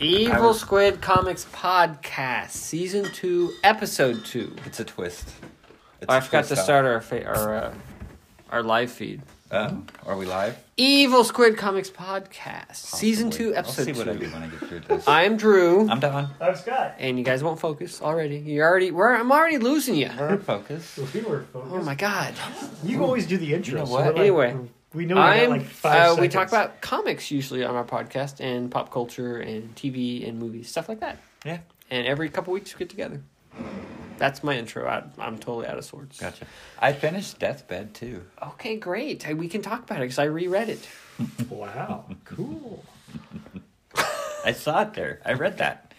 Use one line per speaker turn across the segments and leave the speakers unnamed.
Evil Squid Comics Podcast, Season 2, Episode 2.
It's a twist. It's
Oh, I
a
forgot to
twist out.
start our fa- our, uh, our live feed.
Um, are we live?
Evil Squid Comics Podcast, Season
Possibly.
2, Episode
I'll see what I
2.
do when I get through this. I,
I'm Drew,
am Don.
I'm Scott.
and you guys won't focus already. You already, we're, I'm already losing you.
We're focused.
We were focused.
Oh my god.
You always do the intro.
You know
so
what?
we're like-
Anyway,
we know we got
I'm,
like five.
uh, we talk
seconds.
about comics usually on our podcast and pop culture and TV and movies, stuff like that.
Yeah.
And every couple weeks we get together. That's my intro. I, I'm totally out of sorts.
Gotcha. I finished Deathbed too.
Okay, great. I- We can talk about it because I reread it.
Wow, cool.
I saw it there. I read that.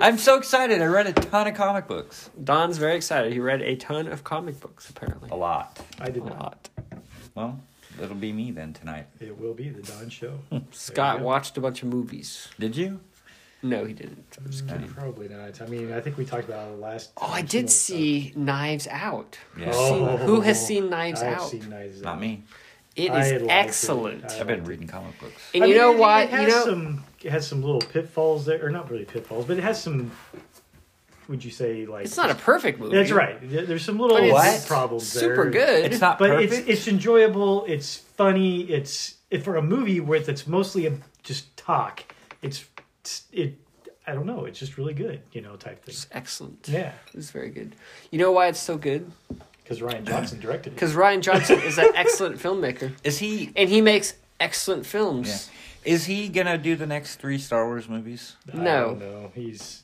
I'm so excited. I read a ton of comic books.
Don's very excited. He read a ton of comic books, apparently.
A lot.
I did
A
not.
lot.
Well, it'll be me then tonight.
It will be the Don Show.
Scott
go.
watched a bunch of movies.
Did you?
No, he didn't. I'm just kidding.
Probably not. I mean, I think we talked about it last.
Oh, I
time,
did
so-
see Knives Out.
Yeah.
Who's seen-
Oh.
who has seen Knives
I've
Out?
seen Knives
Not
Out.
me.
It
I
is
liked it.
excellent.
I
I've been reading comic books.
And
I
you
mean,
know
it-
why?
It has
You know,
some. It has some little pitfalls there, or not really pitfalls, but it has some. Would you say like?
it's not a perfect movie.
That's right. There- There's some little
But
What?
it's
problems.
super
there.
good.
It's not
but
perfect.
it's it's enjoyable. It's funny. It's if for a movie where that's mostly a, just talk. It's, it's it. I don't know. It's just really good, you know, type thing.
It's excellent.
Yeah,
It's very good. You know why it's so good?
because Ryan Johnson directed it.
Because Ryan Johnson is an excellent filmmaker,
is he?
and he makes excellent
Yeah.
films.
Is he gonna do the next three Star Wars movies?
No.
no, he's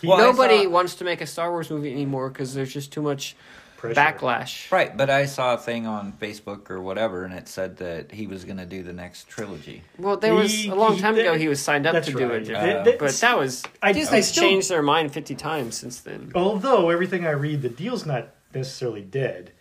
he
Well, I
Nobody
saw-
wants to make a Star Wars movie anymore because there's just too much
pressure.
backlash.
Right, but I saw a thing on Facebook or whatever, and it said that he was gonna do the next trilogy.
Well, there was
He-
a long
he-
time ago
that-
he was signed up
that's
to do
right.
it,
Uh,
Th-
but
that's-
that was
I-
Disney
I still-
changed their mind fifty times since then.
although everything I read, the deal's not necessarily dead,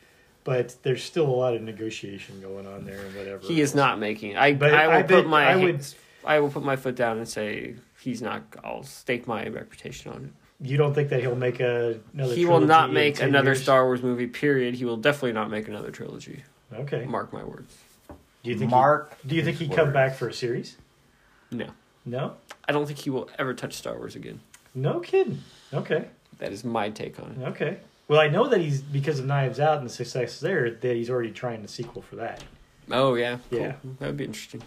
but there's still a lot of negotiation going on there and whatever.
He is not making. I
But
I will
I
put
bet-
my
I
I,
would-
will put my foot down and say he's not. I'll stake my reputation on it.
You don't think that he'll make a, another?
he will
trilogy
not
in
make
10
another
years?
Star Wars movie. Period. He will definitely not make another trilogy.
Okay.
Mark my words.
Do you think?
Mark
he, do you think
his
he'd come
words.
back for a series?
No,
No.
I don't think he will ever touch Star Wars again.
No kidding. Okay.
That is my take on it.
Okay. Well, I know that he's because of Knives Out and the success there that he's already trying a sequel for that.
Oh yeah, cool.
Yeah.
That would be interesting.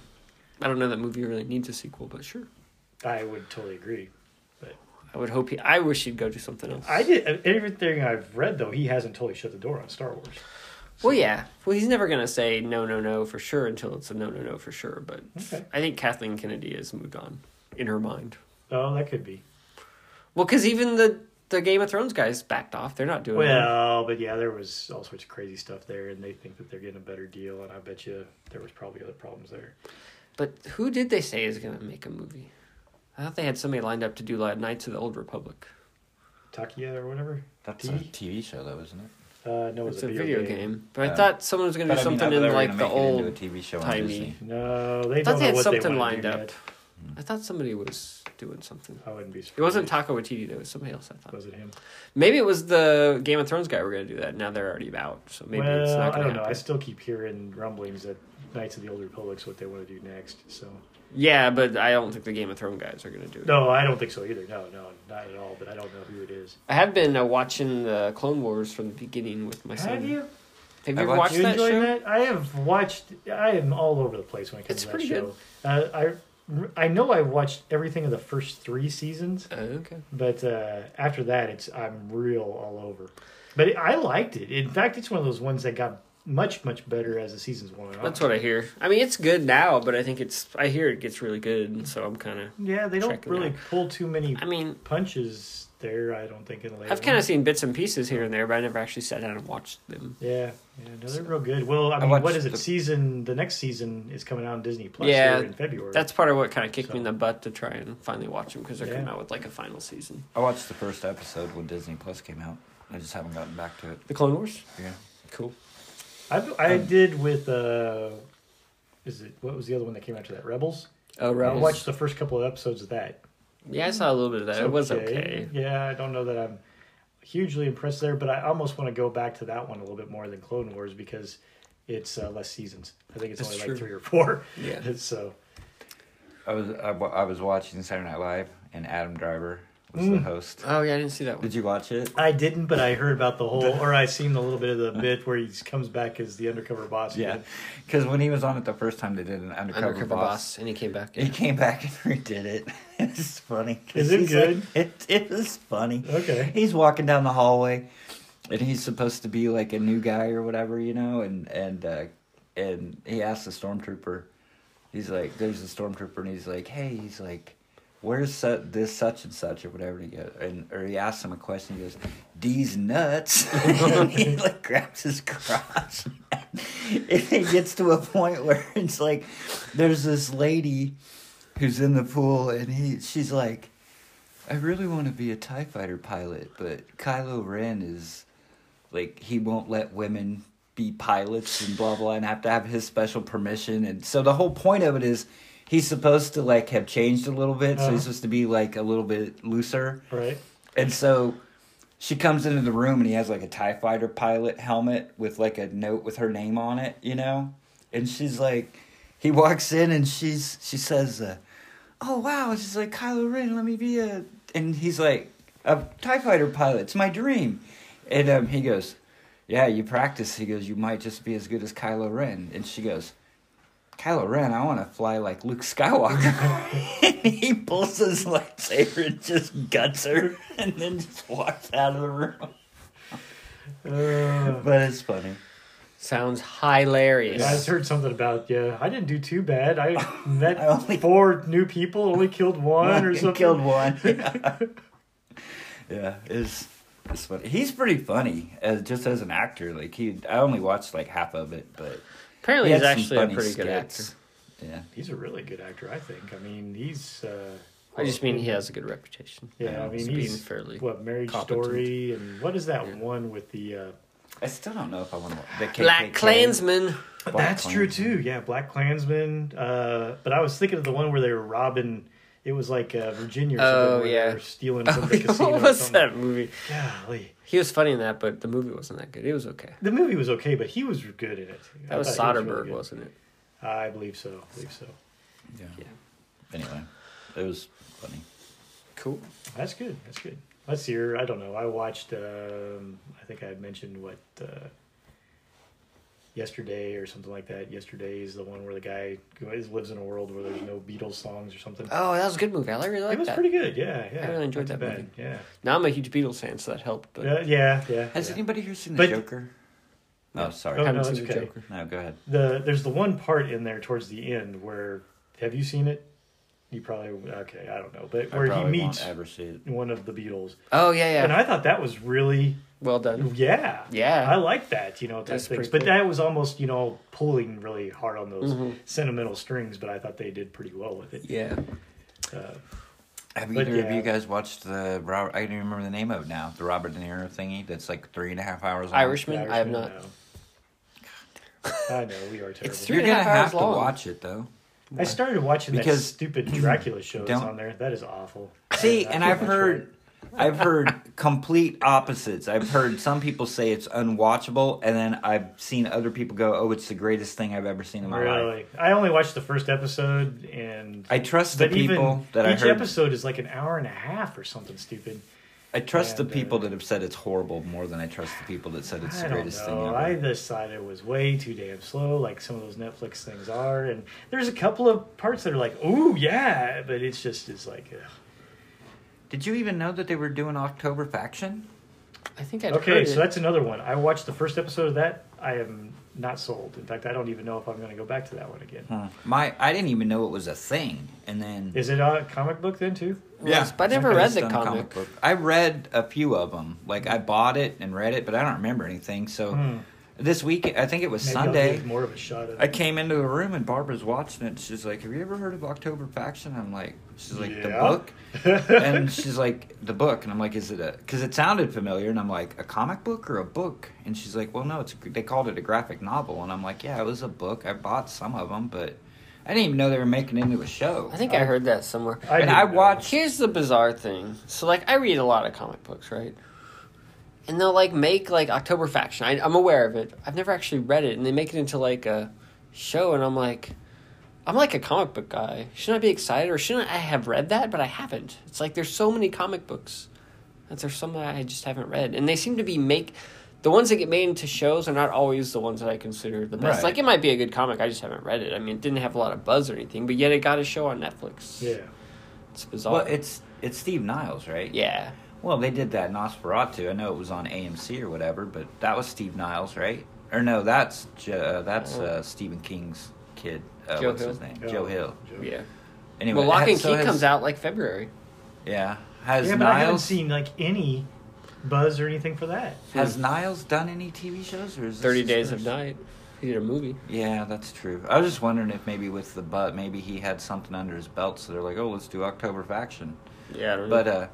I don't know that movie really needs a sequel, but sure.
I would totally agree.
I would hope he. I wish he'd go do something else.
I did everything I've read though. He hasn't totally shut the door on Star Wars.
Well, yeah. Well, he's never gonna say no, no, no for sure until it's a no, no, no for sure. But
Okay.
I think Kathleen Kennedy has moved on in her mind.
Oh, that could be.
Well, because even the the Game of Thrones guys backed off. They're not doing it.
Well, but yeah, there was all sorts of crazy stuff there, and they think that they're getting a better deal, and I bet you there was probably other problems there.
But who did they say is gonna make a movie? I thought they had somebody lined up to do like Knights of the Old Republic.
Takia or whatever.
That's a
TV?
TV show, though, isn't it?
Uh, no, it was
It's a video, game. But I
Um,
thought someone was gonna do something in like the old.
TV show
timey- Disney.
No, they
I thought they
don't know
had
what they
something
wanna
lined
do
up.
yet.
I thought somebody was doing something.
I wouldn't be surprised.
It wasn't Taco Waititi, though. It was somebody else, I thought.
Was it him?
Maybe it was the Game of Thrones guy were going to do that. Now they're already out, so maybe
well,
it's not
I
going
don't
to
know. I
happen.
still keep hearing rumblings that Knights of the Old Republic's what they want to do next. So
Yeah, but I don't think the Game of Thrones guys are going to do it.
no, I don't think so either. No, no, not at all. But I don't know who it is.
I have been uh, watching the Clone Wars from the beginning with my son. Have you
I
ever
watched-
watched
You
that
enjoying
show?
that? I have watched. I am all over the place when it
It's
comes to that
pretty
show. Uh, I I know I watched everything of the first three seasons,
Oh, okay.
but uh, after that, it's I'm real all over. But I liked it. In fact, it's one of those ones that got much much better as the seasons went on.
That's what I hear. I mean, it's good now, but I think it's. I hear it gets really good, so I'm kind of.
Yeah, they don't
Checking
really
out.
pull too many
I mean,
punches there. I don't think in the later.
I've kind of
ones.
seen bits and pieces here and there, but I never actually sat down and watched them.
Yeah, yeah, no, they're real good. Well, I
I
mean, what
watched
is it?
the-
Season the next season is coming out on Disney Plus
Yeah,
here in February.
That's part of what kind of kicked me
So-
in the butt to try and finally watch them because they're
Yeah.
coming out with like a final season.
I watched the first episode when Disney Plus came out. I just haven't gotten back to it.
The Clone Wars?
Yeah.
Cool.
I've, I did with uh, is it what was the other one that came after that? Rebels.
Oh,
I
Rebels.
watched the first couple of episodes of that.
Yeah, I saw a little bit of that.
It's
It was okay.
Yeah, I don't know that I'm hugely impressed there, but I almost want to go back to that one a little bit more than Clone Wars because it's uh, less seasons. I think it's
That's
only
true.
like three or four.
Yeah.
so
I was I, wa- I was watching Saturday Night Live, and Adam Driver was the host.
Oh yeah, I didn't see that one.
Did you watch it?
I didn't, but I heard about the whole, or I seen a little bit of the bit where he comes back as the undercover boss.
Yeah, because when he was on it the first time, they did an undercover,
Undercover boss.
boss.
and he came back.
He came back and redid it. It's funny. 'cause
Is it
he's
good?
like- it, it is funny.
Okay.
He's walking down the hallway, and he's supposed to be like a new guy or whatever, you know. And and uh, and he asks the stormtrooper. He's like, "There's a stormtrooper," and he's like, "Hey," he's like, "Where's su- this such and such or whatever?" And he goes, and or he asks him a question. He goes, "These nuts," and he like grabs his crotch. and it gets to a point where it's like, there's this lady who's in the pool, and he she's like. I really want to be a TIE fighter pilot, but Kylo Ren is like, he won't let women be pilots and blah blah, and have to have his special permission. And so the whole point of it is he's supposed to like have changed a little bit, so
Uh-huh.
he's supposed to be like a little bit looser.
Right.
And so she comes into the room and he has like a TIE fighter pilot helmet with like a note with her name on it, you know? And she's like, he walks in and she's, she says, uh, Oh wow, she's like, Kylo Ren, let me be a. And he's like, A TIE fighter pilot, it's my dream. And um, he goes, Yeah, you practice. He goes, You might just be as good as Kylo Ren. And she goes, Kylo Ren, I want to fly like Luke Skywalker. and he pulls his lightsaber and just guts her and then just walks out of the room.
Uh,
But it's funny.
Sounds hilarious.
yeah, I've heard something about yeah. I didn't do too bad. I met
I only-
four new people, only killed one or something.
Killed one. Yeah, it's, it's funny. He's pretty funny, as, just as an actor. Like he, I only watched like half of it, but
Apparently,
he
he's
had some
actually a
funny
pretty good actor.
skits. Yeah.
He's a really good actor, I think. I mean, he's. Uh,
I just mean he has a good reputation.
Yeah, I mean,
He's
he's,
being fairly
what Marriage
competent.
Story and what is that one with the? Uh,
I still don't know if I want to. The KKK.
Black Klansman.
Black
that's true
Klansman.
too. Yeah, Black Klansman. Uh, but I was thinking of the one where they were robbing. It was like uh, Virginia. Or something
Oh,
where
yeah. Oh,
they were stealing from the casino.
what
or
was
something.
that movie?
Golly,
He was funny in that, but the movie wasn't that good. It was okay.
the movie was okay, but he was good in it. I
That was
thought he
Soderbergh,
really good.
wasn't it?
I believe so. I believe so.
Yeah.
Yeah.
Anyway, it was funny.
Cool.
That's good. That's good. Let's hear. I don't know. I watched. Um, I think I had mentioned what uh, yesterday or something like that. Yesterday is the one where the guy goes, lives in a world where there's no Beatles songs or something.
Oh, that was a good movie. I really
it
liked
was
that.
pretty good. Yeah, yeah.
I really enjoyed
Not
that
too
movie.
Yeah.
Now I'm a huge Beatles fan, so that helped. But
yeah, yeah, yeah.
Has
yeah.
anybody here seen the
But-
Joker? Oh,
I
sorry.
Oh.
haven't
no,
seen
it's
the
okay.
Joker.
No, go ahead.
the there's the one part in there towards the end where have you seen it? You probably okay. I don't know, but where
I
he
probably
meets
won't ever see it.
one of the Beatles,
Oh yeah,
and
yeah.
I thought that was really
well done.
Yeah.
Yeah.
I like that, you know, type
That's
things.
pretty
But
cool. Mm-hmm.
that was almost, you know, pulling really hard on those sentimental strings, but I thought they did pretty well with it. Uh,
Yeah.
Have
But
either of
yeah.
you guys watched the Robert? I don't even remember the name of it now. The Robert De Niro thingy that's like three and a half hours. long?
Irishman. I have
Irishman,
not.
no. I know, we are terrible.
It's three
You're
and a
gonna
half hours
have to
long.
watch it though.
I started watching that
Because-
stupid Dracula show that's
Don't-
on there. That is awful.
See,
Yeah,
and
that's
I've
right.
heard, I've heard complete opposites. I've heard some people say it's unwatchable, and then I've seen other people go, "Oh, it's the greatest thing I've ever seen in my life."
Really, I only watched the first episode, and
I trust the people that I
each
heard.
episode is like an hour and a half or something stupid.
I trust the
and, uh,
people that have said it's horrible more than I trust the people that said it's
I
the
don't
greatest thing
know.
ever.
I decided it was way too damn slow, like some of those Netflix things are. And there's a couple of parts that are like, "Ooh, yeah," but it's just it's like, ugh.
Did you even know that they were doing October Faction?
I think I'd
okay.
heard
So
it.
that's another one. I watched the first episode of that. I am not sold. In fact, I don't even know if I'm going to go back to that one
Hmm.
again.
My, I didn't even know it was a thing, and then
Is it a comic book then too?
Well, it's- but I never read
It's
the
done
comic.
book. I read a few of them. Like I bought it and read it, but I don't remember anything. So this week, I think it was
Hmm. Maybe I'll
Sunday.
give more of a shot at
I
it.
came into the room and Barbara's watching it. She's like, "Have you ever heard of October Faction?" I'm like, "She's like the
Yeah.
book," and she's like, "The book," and I'm like, "Is it a?" Because it sounded familiar, and I'm like, "A comic book or a book?" And she's like, "Well, no, it's they called it a graphic novel," and I'm like, "Yeah, it was a book. I bought some of them, but I didn't even know they were making it into a show."
I think I heard that somewhere.
I
and
didn't
I
know.
watched
Here's the bizarre thing. So, like, I read a lot of comic books, right? And they'll like make like October Faction. I, I'm aware of it. I've never actually read it, and they make it into like a show, and I'm like, I'm like a comic book guy. Shouldn't I be excited or shouldn't I have read that? But I haven't. It's like there's so many comic books that there's some that I just haven't read. And they seem to be make the ones that get made into shows are not always the ones that I consider the best.
Right.
Like it might be a good comic, I just haven't read it. I mean it didn't have a lot of buzz or anything, but yet it got a show on Netflix.
Yeah.
It's bizarre.
Well, it's it's Steve Niles, right?
yeah.
Well, they did that Nosferatu. I know it was on AMC or whatever, but that was Steve Niles, right? Or no, that's J- uh, that's uh, Stephen King's kid. Uh,
Oh. Joe
what's
Hill.
his name?
Yeah.
Joe Hill.
Oh, Joe-
Yeah.
Anyway,
well Lock
ha-
and
so
Key
has-
comes out like February.
Yeah, has
Yeah, but I haven't
Niles
seen like any buzz or anything for that.
has Niles done any TV shows or is this
Thirty
his
Days
first?
of Night. He did a movie.
Yeah, that's true. I was just wondering if maybe with the butt, maybe he had something under his belt, so they're like, "Oh, let's do October Faction."
Yeah, I don't
But uh,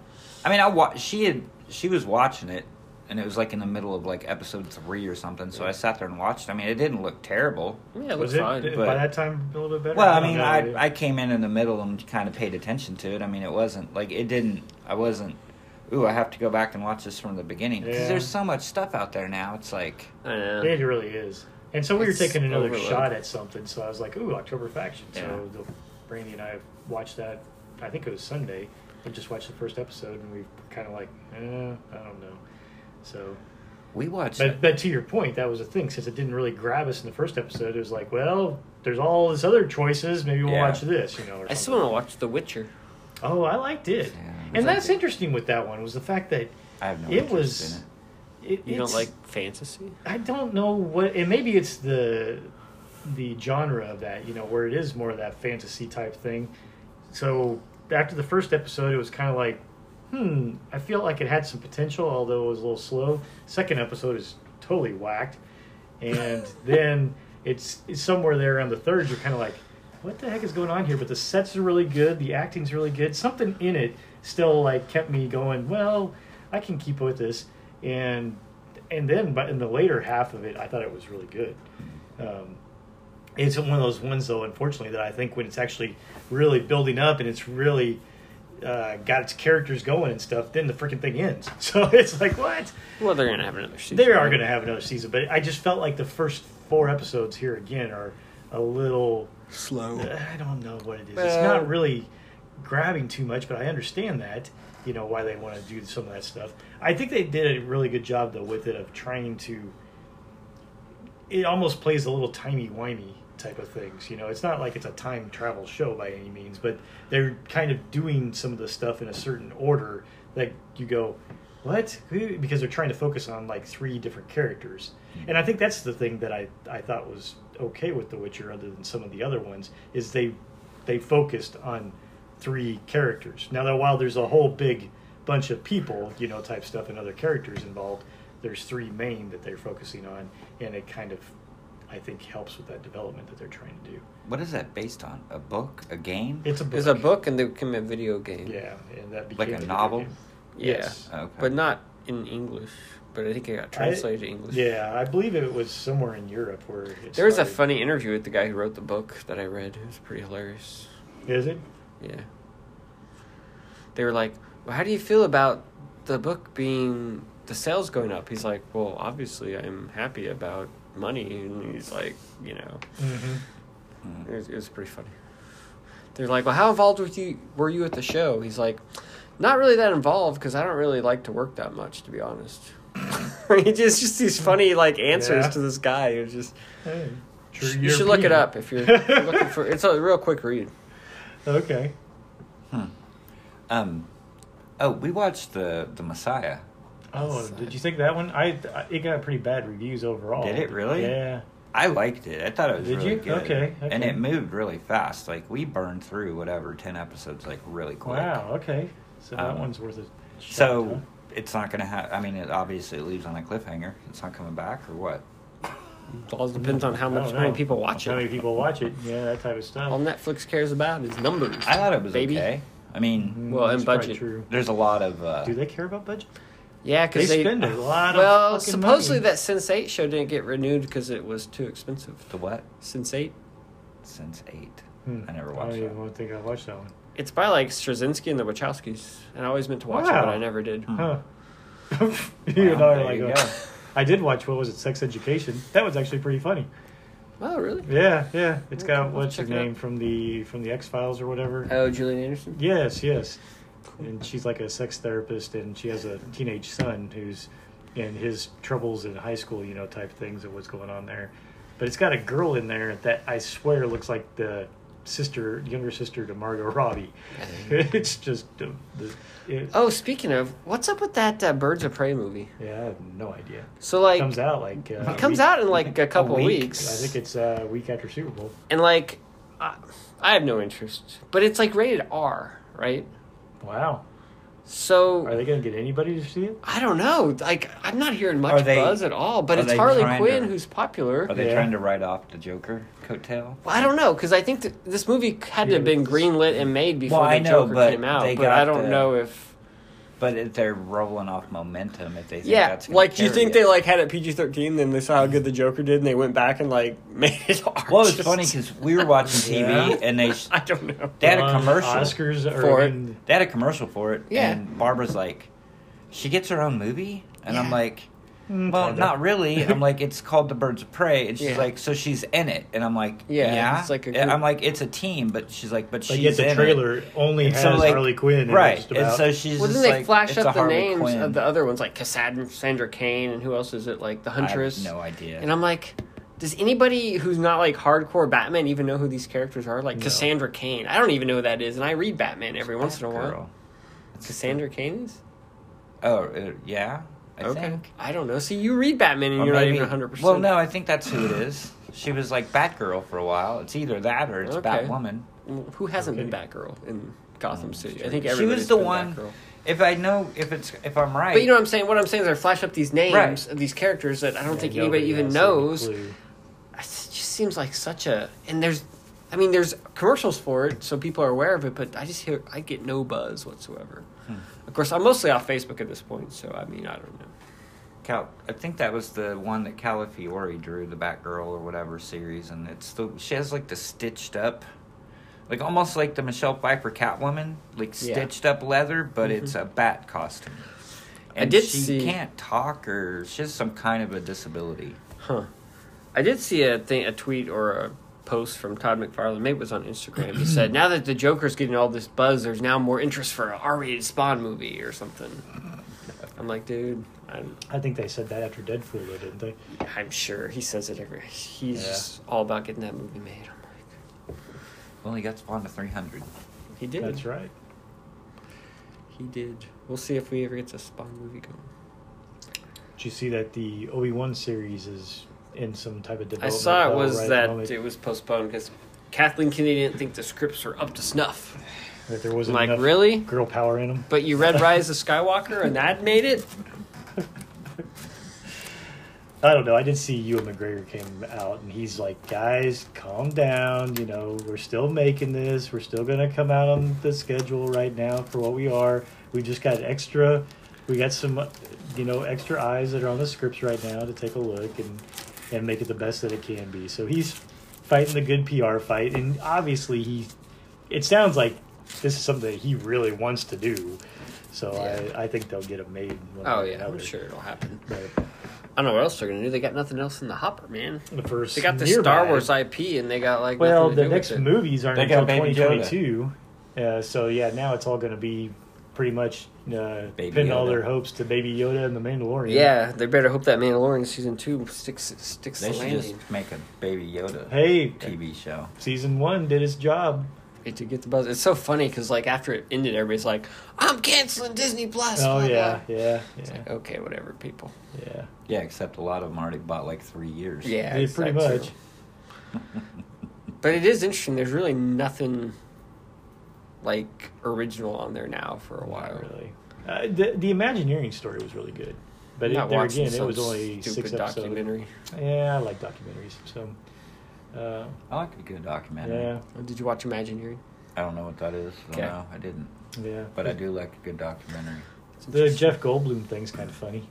I mean, I wa- she had she was watching it, and it was like in the middle of like episode three or something. So I sat there and watched. I mean, it didn't look terrible.
yeah, it looks
was it
fine.
by
but-
that time a little bit better?
Well, I mean,
No, it-
I I came in in the middle and kind of paid attention to it. I mean, it wasn't like it didn't. I wasn't. Ooh, I have to go back and watch this from the beginning because
Yeah.
there's so much stuff out there now. It's like
I know.
It really is. And so we were
It's
taking another
overload.
shot at something, so I was like, ooh, October Faction.
Yeah.
So the, Brandy and I watched that, I think it was Sunday, and just watched the first episode, and we were kind of like, eh, I don't know. So,
we watched.
but, but to your point, that was the thing. Since it didn't really grab us in the first episode, it was like, well, there's all this other choices. Maybe we'll
Yeah.
watch this, you know. Or
I still want
something.
to watch The Witcher.
Oh, I liked it.
Yeah, I
and
liked
that's
it.
interesting with that one was the fact that
I have no.
it
interest
was.
in it.
It,
You don't
it's-
like fantasy?
I don't know what, and maybe it's the the genre of that, you know, where it is more of that fantasy type thing. So after the first episode, it was kind of like, hmm, I feel like it had some potential, although it was a little slow. Second episode is totally whacked, and then it's, it's somewhere there on the third. You're kind of like, what the heck is going on here? But the sets are really good, the acting's really good. Something in it still like kept me going. Well, I can keep with this, and and then but in the later half of it, I thought it was really good. Um, it's one of those ones though, unfortunately, that I think when it's actually really building up and it's really uh, got its characters going and stuff, then the freaking thing ends. So it's like what?
Well, they're gonna have another season.
They are going to have another season, but I just felt like the first four episodes here again are a little. Uh,
slow.
I don't know what it is. it's
Well-
not really grabbing too much, but I understand that. You know why they want to do some of that stuff. I think they did a really good job though with it of trying to. It almost plays a little timey wimey type of things. You know, it's not like it's a time travel show by any means, but they're kind of doing some of the stuff in a certain order that you go, what? Who?" Because they're trying to focus on like three different characters, and I think that's the thing that I I thought was okay with The Witcher, other than some of the other ones, is they they focused on three characters. Now that while there's a whole big bunch of people, you know, type stuff and other characters involved, there's three main that they're focusing on, and it kind of, I think, helps with that development that they're trying to do.
What is that based on? A book? A game?
It's a book.
There's a book and there became a video game.
Yeah, and that
Like
became
a
the video
novel?
game.
Yeah.
Yes.
Okay.
But not in English. But I think it got translated to English.
Yeah, I believe it was somewhere in Europe where it
There was a
started.
funny interview with the guy who wrote the book that I read. It was pretty hilarious.
Is it?
Yeah. They were like, well, how do you feel about the book being the sales going up? He's like, well, obviously I'm happy about money. And he's like, you know,
Mm-hmm.
Hmm.
It was, it was pretty funny. They're like, "Well, how involved with you were you at the show?" He's like, "Not really that involved because I don't really like to work that much, to be honest." he just just these funny like answers
Yeah.
to this guy. It was just
Hey,
you
true
should look it
European.
up if you're looking for. It's a real quick read.
okay.
Hmm. Um, oh, we watched the the Messiah.
Oh,
Outside.
did you think that one? I I- it got pretty bad reviews overall.
Did it really?
Yeah.
I liked it. I thought it was
Did
really
you?
good.
Okay, okay.
And it moved really fast. Like we burned through whatever ten episodes like really quick.
Wow. Okay. So that
Um,
one's worth it.
So it's not gonna have. I mean, it obviously leaves on a cliffhanger. It's not coming back or what?
It all depends on how much how many people watch
How many
it.
people watch it? Yeah, that type of
All
stuff.
Netflix cares about is numbers.
I thought it was
baby.
okay. I mean,
Well, and
That's Mm-hmm. probably
budget.
True.
there's a lot of. Uh,
Do they care about budget?
Yeah, because
They
they,
spend a lot of
Well,
fucking
supposedly
money.
that Sense Eight show didn't get renewed because it was too expensive.
the what?
Sense Eight.
Since eight.
Hmm.
I never
I
watched
don't
it.
even think I watched that one.
It's by like Straczynski and the Wachowskis, and I always meant to watch it, but
Wow. Hmm.
I never did.
Huh. you and I
Wow,
are
Hmm. there
like,
you
uh,
go.
I did watch what was it, Sex Education. That was actually pretty funny.
Oh, really?
Yeah, yeah. It's got
Okay,
what's her
check it out.
name from the from the X Files or whatever.
Oh, Julian Anderson.
Yes, yes. And she's like a sex therapist, and she has a teenage son who's in his troubles in high school, you know, type things of what's going on there. But it's got a girl in there that I swear looks like the sister, younger sister to Margot Robbie. it's just, uh, the, it,
Oh, speaking of, what's up with that uh, Birds of Prey movie?
yeah, I have no idea.
So like,
comes out like uh,
it comes out in like a couple
week.
weeks.
I think it's uh, a week after Super Bowl.
and like, I, I have no interest. But it's like rated R, right?
Wow,
So
are they going to get anybody to see it?
I don't know. Like, I'm not hearing
Are
much
they-
buzz at all. But
are
it's
they
Harley
trying
Quinn
to-
who's popular.
Are they
Yeah.
trying to write off the Joker coattail?
Well, I don't know because I think that this movie had to have been
Yes.
greenlit and made before
Well,
the
I know,
Joker
but
came out.
they
But
got
I don't
the-
know if.
But if they're rolling off momentum, if they think
Yeah,
that's gonna
like you
carry
think
it.
they like had it PG thirteen, then they saw how good the Joker did, and they went back and like made it. R
Well, it's
just-
funny because we were watching TV
Yeah. uh,
and they sh-
I don't know.
they had a
On
commercial
Oscars or
for it.
in-
They had a commercial for it,
Yeah.
and Barbara's like, she gets her own movie, and I'm
Yeah.
like,
Mm,
well,
kinda.
not really. I'm like, it's called The Birds of Prey, and she's
Yeah.
like, so she's in it, and I'm like,
Yeah,
yeah,
it's like a
And I'm
group.
like, it's a team, but she's like, but,
But
she's
yet
in
the
it.
trailer only
And
has
so, like-
Harley Quinn. in it,
right?
just
And
about.
so she's
Well,
just
then they
like,
flash
it's a
up the
Harley
names
Quinn.
of the other ones, like Cassandra Sandra Kane, and who else is it? Like the
I have
Huntress.
no idea.
And I'm like, does anybody who's not like hardcore Batman even know who these characters are? Like
No.
Cassandra Kane, I don't even know who that is, and I read Batman every once in a while.
Girl.
Cassandra Kane is.
Oh, uh, yeah. I think.
I don't know. See, you read Batman and
Or
you're
maybe-
not even 100%.
Well, no, I think that's who it is. She was like Batgirl for a while. It's either that or it's
Okay.
Batwoman.
Who hasn't
Okay. Oh,
been Batgirl in Gotham City? I
sure.
think
She was
everybody's
the
been
one-
Batgirl.
If I know, if it's, if I'm right,
But you know what I'm saying? What I'm saying is I flash up these names
Right.
of these characters that I don't
Yeah,
think anybody
nobody
even
has any
knows. It
clue.
just seems like such a. And there's. I mean, there's commercials for it, so people are aware of it, but I just hear. I get no buzz whatsoever.
Hmm.
Of course, I'm mostly off Facebook at this point, so I mean, I don't know.
Cal, I think that was the one that Calafiore drew, the Batgirl or whatever series, and it's the she has like the stitched up, like almost like the Michelle Pfeiffer Catwoman, like
Yeah. Mm-hmm.
stitched up leather, but it's a bat costume.
I
And
did
she
see-
can't talk or she has some kind of a disability.
Huh. I did see a thing, a tweet or a post from Todd McFarlane. Maybe it was on Instagram. He said, "Now that the Joker's getting all this buzz, there's now more interest for a R-rated Spawn movie or something." I'm like, dude, I'm,
I think they said that after Deadpool, though, didn't they?
I'm sure he says it every. He's
Yeah.
just all about getting that movie made. I'm like,
Well, he got spawned to three hundred.
he did.
That's right.
He did. We'll see if we ever get a Spawn movie going.
Did you see that the Obi Wan series is in some type of
I
development?
saw it
hell
was
right at the
that
moment,
it was postponed because Kathleen Kennedy didn't think the scripts were up to snuff.
that there wasn't
like,
enough
really?
girl power in them.
But you read Rise of Skywalker and that made it.
I don't know. I did see Ewan McGregor came out and he's like, "Guys, calm down. You know, we're still making this. We're still gonna come out on the schedule right now for what we are. We just got extra. We got some, uh, you know, extra eyes that are on the scripts right now to take a look and and make it the best that it can be. So he's fighting the good PR fight, and obviously he. It sounds like this is something that he really wants to do. So I, I think they'll get it made. one
Oh
way or
yeah, I'm
another.
sure it'll happen.
But
I don't know what else they're gonna do. They got nothing else in the hopper, man.
the first
They got the
nearby-
Star Wars IP, and they got like
Well,
nothing to
the
do
next
with it.
movies aren't
They got
until
Baby
2022. Uh, so yeah, now it's all going to be pretty much uh,
Baby
pinning all
Yoda.
their hopes to Baby Yoda and the Mandalorian.
Yeah, they better hope that Mandalorian season two sticks sticks
They
the
should
landing
just make a Baby Yoda
Hey,
TV show.
season one did its job.
It- to get the buzz. It's so funny because like after it ended, everybody's like, "I'm canceling Disney Plus."
oh
blah,
yeah,
blah."
yeah,
It's
yeah,
like, okay, whatever, people.
yeah.
Yeah, except a lot of them already bought like three years.
Yeah,
Yeah,
it's
pretty
that too.
much.
But it is interesting. There's really nothing like original on there now for a while.
Really, uh, the the Imagineering story was really good, but it,
Not
there
watching
again, it
some
was only
stupid
six episodes.
documentary.
Yeah, I like documentaries. So, uh,
I like a good documentary.
yeah,
Oh, Did you watch Imagineering?
I don't know what that is. So
Okay.
No, I didn't.
yeah.
But I do like a good documentary.
It's
the
interesting.
Jeff Goldblum thing's kind of funny.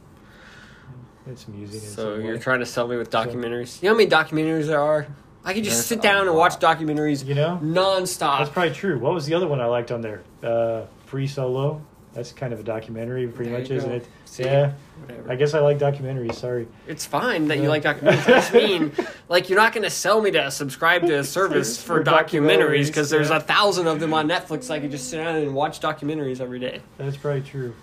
It's amusing. in
So
some
you're
way.
trying to sell me with documentaries? You know how many documentaries there are? I could just sit
There's a
down and watch
lot.
documentaries
You know?
nonstop.
That's probably true. What was the other one I liked on there? Uh, Free Solo. That's kind of a documentary, pretty
There
much,
you
isn't
go.
it?
See?
yeah.
Whatever.
I guess I like documentaries. Sorry.
It's fine that you
Yeah.
like documentaries. I just mean, like, you're not going to sell me to subscribe to a service for,
For
documentaries
documentaries,
because there's
yeah.
a thousand of them on Netflix. I could just sit down and watch documentaries every day.
That's probably true.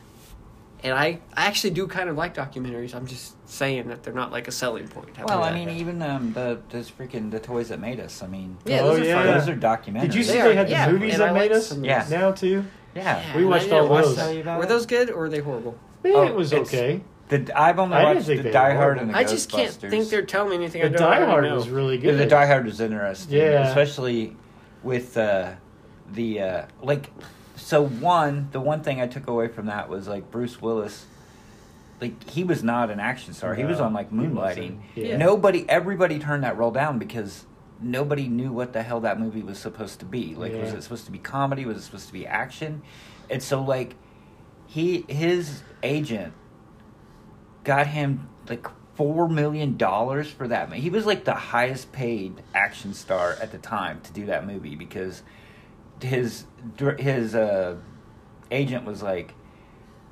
And I, I actually do kind of like documentaries. I'm just saying that they're not like a selling point.
Well, I
Yeah.
mean, even um, the those freaking the toys that made us. I mean,
Yeah,
Oh,
those are
yeah.
fun.
those are documentaries.
Did you see
are-
they had the
yeah,
movies
and
that
I
made
like
us?
some-
Yeah.
Now too.
yeah,
We
and I
watched
didn't
all
watch
those.
that. Were those good or were they horrible?
Man,
Oh,
Eh, it was
it's-
okay.
The I've only
I didn't
watched the
think they
Die
were
Hard and the
I just can't
Ghostbusters.
think they're telling me anything.
The
I don't
Die
already
Hard
know.
was really
Yeah,
good.
the Die Hard was interesting,
Yeah.
especially with uh, the uh, like. So one, the one thing I took away from that was like Bruce Willis. Like he was not an action star. He was
No,
on like
he wasn't.
Moonlighting.
Yeah.
Nobody, everybody turned that role down because nobody knew what the hell that movie was supposed to be. Like, was
Yeah.
it supposed to be comedy? Was it supposed to be action? And so like, he his agent got him like four million dollars for that movie. He was like the highest paid action star at the time to do that movie because his dir- his uh, agent was like,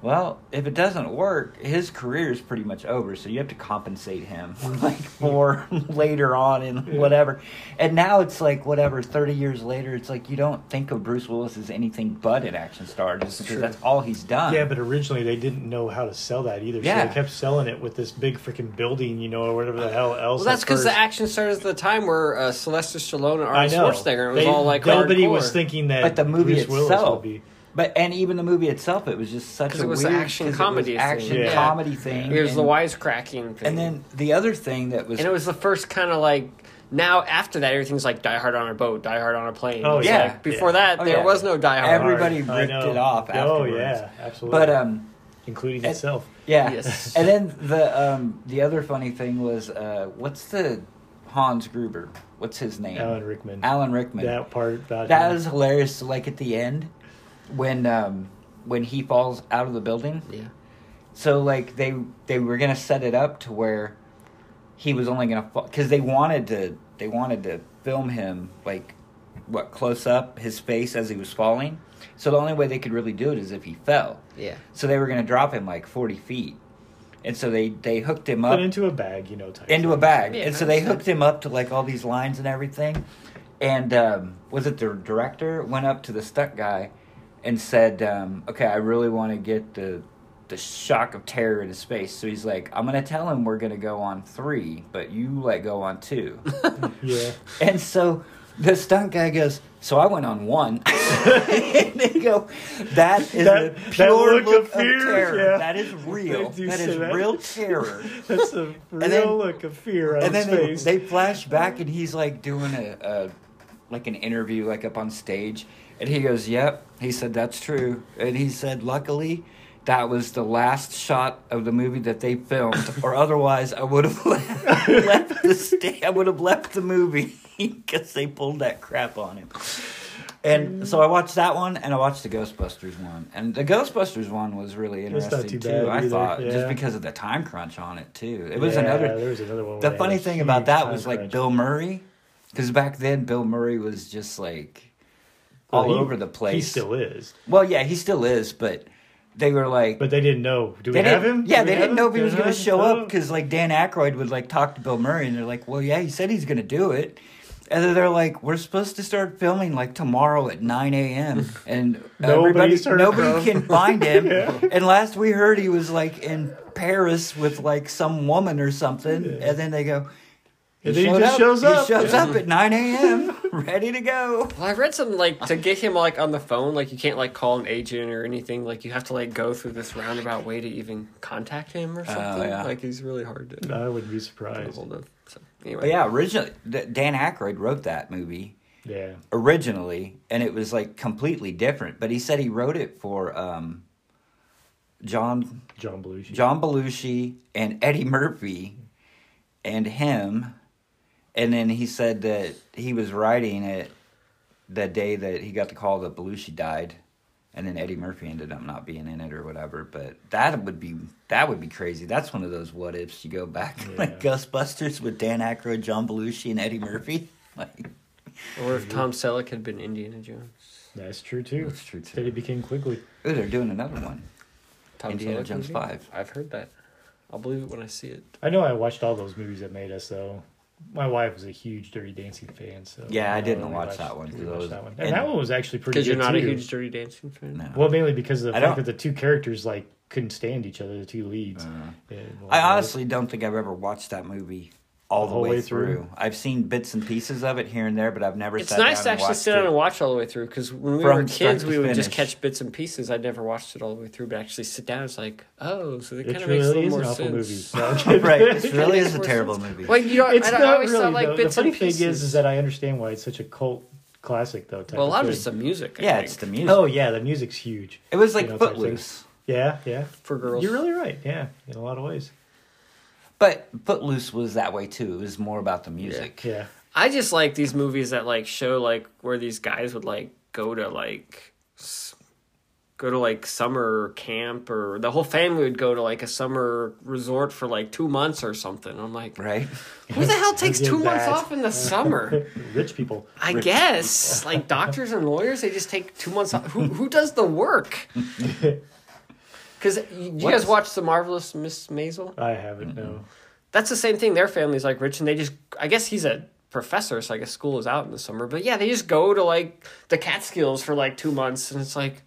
"Well, if it doesn't work, his career is pretty much over. So you have to compensate him like for later on and
Yeah.
whatever." And now it's like whatever. Thirty years later, it's like you don't think of Bruce Willis as anything but an action star just because
Sure.
that's all he's done.
Yeah, but originally they didn't know how to sell that either.
Yeah.
So they kept selling it with this big freaking building, you know, or whatever the hell else.
Well, that's because the
actual
action stars at the time were uh, Sylvester Stallone and
I
Arnold
know.
Schwarzenegger. It was
They-
all like
nobody
hardcore.
was thinking that.
But the movie
Bruce Willis
itself-
would be.
But and even the movie itself, it was just such
'Cause
a
it was
weird
action
'cause it was
comedy thing.
action
Yeah.
comedy thing.
It was
and,
the wisecracking thing.
And then the other thing that was,
And it was the first kind of like now after that everything's like Die Hard on a boat, Die Hard on a plane.
Oh,
It's
yeah.
like, before
Yeah.
that
Oh,
there
yeah.
was no Die Hard.
Every- Everybody
I
ripped
know.
it off
Oh
afterwards.
yeah, absolutely.
but um,
including
and-
itself.
yeah.
Yes.
And then the um, the other funny thing was, uh, what's the Hans Gruber? What's his name?
Alan Rickman.
Alan Rickman.
That part about
That
him.
was hilarious. So, Like at the end, when um, when he falls out of the building.
yeah.
So like they they were gonna set it up to where he was only gonna because they wanted to they wanted to film him like what close up his face as he was falling. So the only way they could really do it is if he fell.
Yeah.
So they were gonna drop him like forty feet, and so they they hooked him up
put into a bag, you know, type
into a
thing.
bag,
Yeah,
and so they
understand.
hooked him up to like all these lines and everything. And um, was it the director went up to the stunt guy and said, um, "Okay, I really want to get the the shock of terror in his face." So he's like, "I'm gonna tell him we're gonna go on three, but you let go on two.
Yeah,
and so the stunt guy goes, "So I went on one." and they go, "That is a
That- that
pure
look of
look of,
fear,
terror.
yeah.
That is real.
do
That
say
is
that.
real terror."
that's a real
then-
look of fear on
and
his
then they,
face.
they flash back and he's like doing a, a like an interview like up on stage and he goes yep he said that's true and he said luckily that was the last shot of the movie that they filmed or otherwise i would have left, left the sta- i would have left the movie because they pulled that crap on him and so I watched that one, and I watched the Ghostbusters one, and the Ghostbusters one was really
It's not
interesting
too
too.
bad
I
either,
thought
yeah.
just because of the time crunch on it too. It was
Yeah,
another
There was another one.
the
where they
funny
had a
thing
huge
about that
time
was like
crunch.
Bill Murray, because back then Bill Murray was just like
Well,
all
Oh, he-
over the place.
He still is,
well, yeah, he still is, but they were like,
but they didn't know. Do
they
we have
didn't-
him?
Yeah,
Do we
they
have
didn't know
him?
if he was
Do we
going to
have him?
show up
Oh.
because like Dan Aykroyd would like talk to Bill Murray, and they're like, well, yeah, he said he's going to do it. And then they're like, we're supposed to start filming like tomorrow at 9 a.m. And everybody,
Nobody's heard
nobody
from.
can find him.
Yeah.
And last we heard, he was like in Paris with like some woman or something. And then they go,
And then he
showed
just shows up.
He shows up at 9 a.m. ready to go.
Well, I read something like to get him like on the phone, like you can't like call an agent or anything. Like you have to like go through this roundabout way to even contact him or something.
Oh, yeah.
Like he's really hard to
I wouldn't be
get a
surprised.
hold of. So anyway,
But yeah, originally, D- Dan Aykroyd wrote that movie.
Yeah,
originally and it was like completely different but he said he wrote it for um john
John Belushi.
john belushi and eddie murphy and him and then he said that he was writing it the day that he got the call that belushi died and then eddie murphy ended up not being in it or whatever but that would be that would be crazy that's one of those what ifs you go back like
Yeah.
ghostbusters with dan Aykroyd, john belushi and eddie murphy like
or if Tom Selleck had been Indiana Jones.
That's true too.
That's true, too.
That he became quickly.
Ooh, they're doing another one.
Tom
Indiana
Selleck
Jones
movie?
5.
I've heard that. I'll believe it when I see it.
I know I watched all those movies that made us though. My wife was a huge Dirty Dancing fan, so
Yeah, I
uh,
didn't
we
watch
watched-
that one, 'cause
we
I
watched
was-
that one, and,
and-
that one was actually pretty.
Because you're
good,
not a
too.
huge Dirty Dancing fan.
No.
Well, mainly because of the
I
fact
don't- Uh,
that the two characters like couldn't stand each other, the two leads. And, like,
I honestly don't think I've ever watched that movie all the,
whole
way,
way
through.
through?
I've seen bits and pieces of it here and there, but I've never.
It's
sat
nice
down
to
and
actually
watched
sit
it.
down and watch all the way through because when we
From
were
start
kids,
to
we would just
finish.
catch bits and pieces. I'd never watched it all the way through, but actually sit down, it's like, oh, so that
it
kind of makes a
really
little
is an
more
awful
sense.
movie. No, I'm kidding.
right, this
Kinda
really
makes
is a
more
terrible
sense.
movie.
Like you don't,
It's
I, don't, I
not
always
really
thought like
though.
bits
the funny
and pieces.
thing is, is that I understand why it's such a cult classic though. type
well, a lot of
thing.
it's the music. I
yeah,
think,
it's the music.
Oh yeah, the music's huge.
it was like
you know, type thing.
Footloose,
Yeah, yeah.
for girls.
You're really right. Yeah, in a lot of ways.
but Footloose was that way too. It was more about the music.
Yeah.
I just like these movies that like show like where these guys would like go to like s- go to like summer camp or the whole family would go to like a summer resort for like two months or something. I'm like,
Right?
who the hell takes
Yeah,
two months
that.
off in the summer?
Rich people.
I guess like doctors and lawyers, they just take two months off. Who who does the work? Because you you guys
What's-
watch the marvelous Miss Maisel.
I haven't. No.
that's the same thing. Their family's like rich, and they just I guess he's a professor, so I guess school is out in the summer. But yeah, they just go to like the Catskills for like two months, and it's like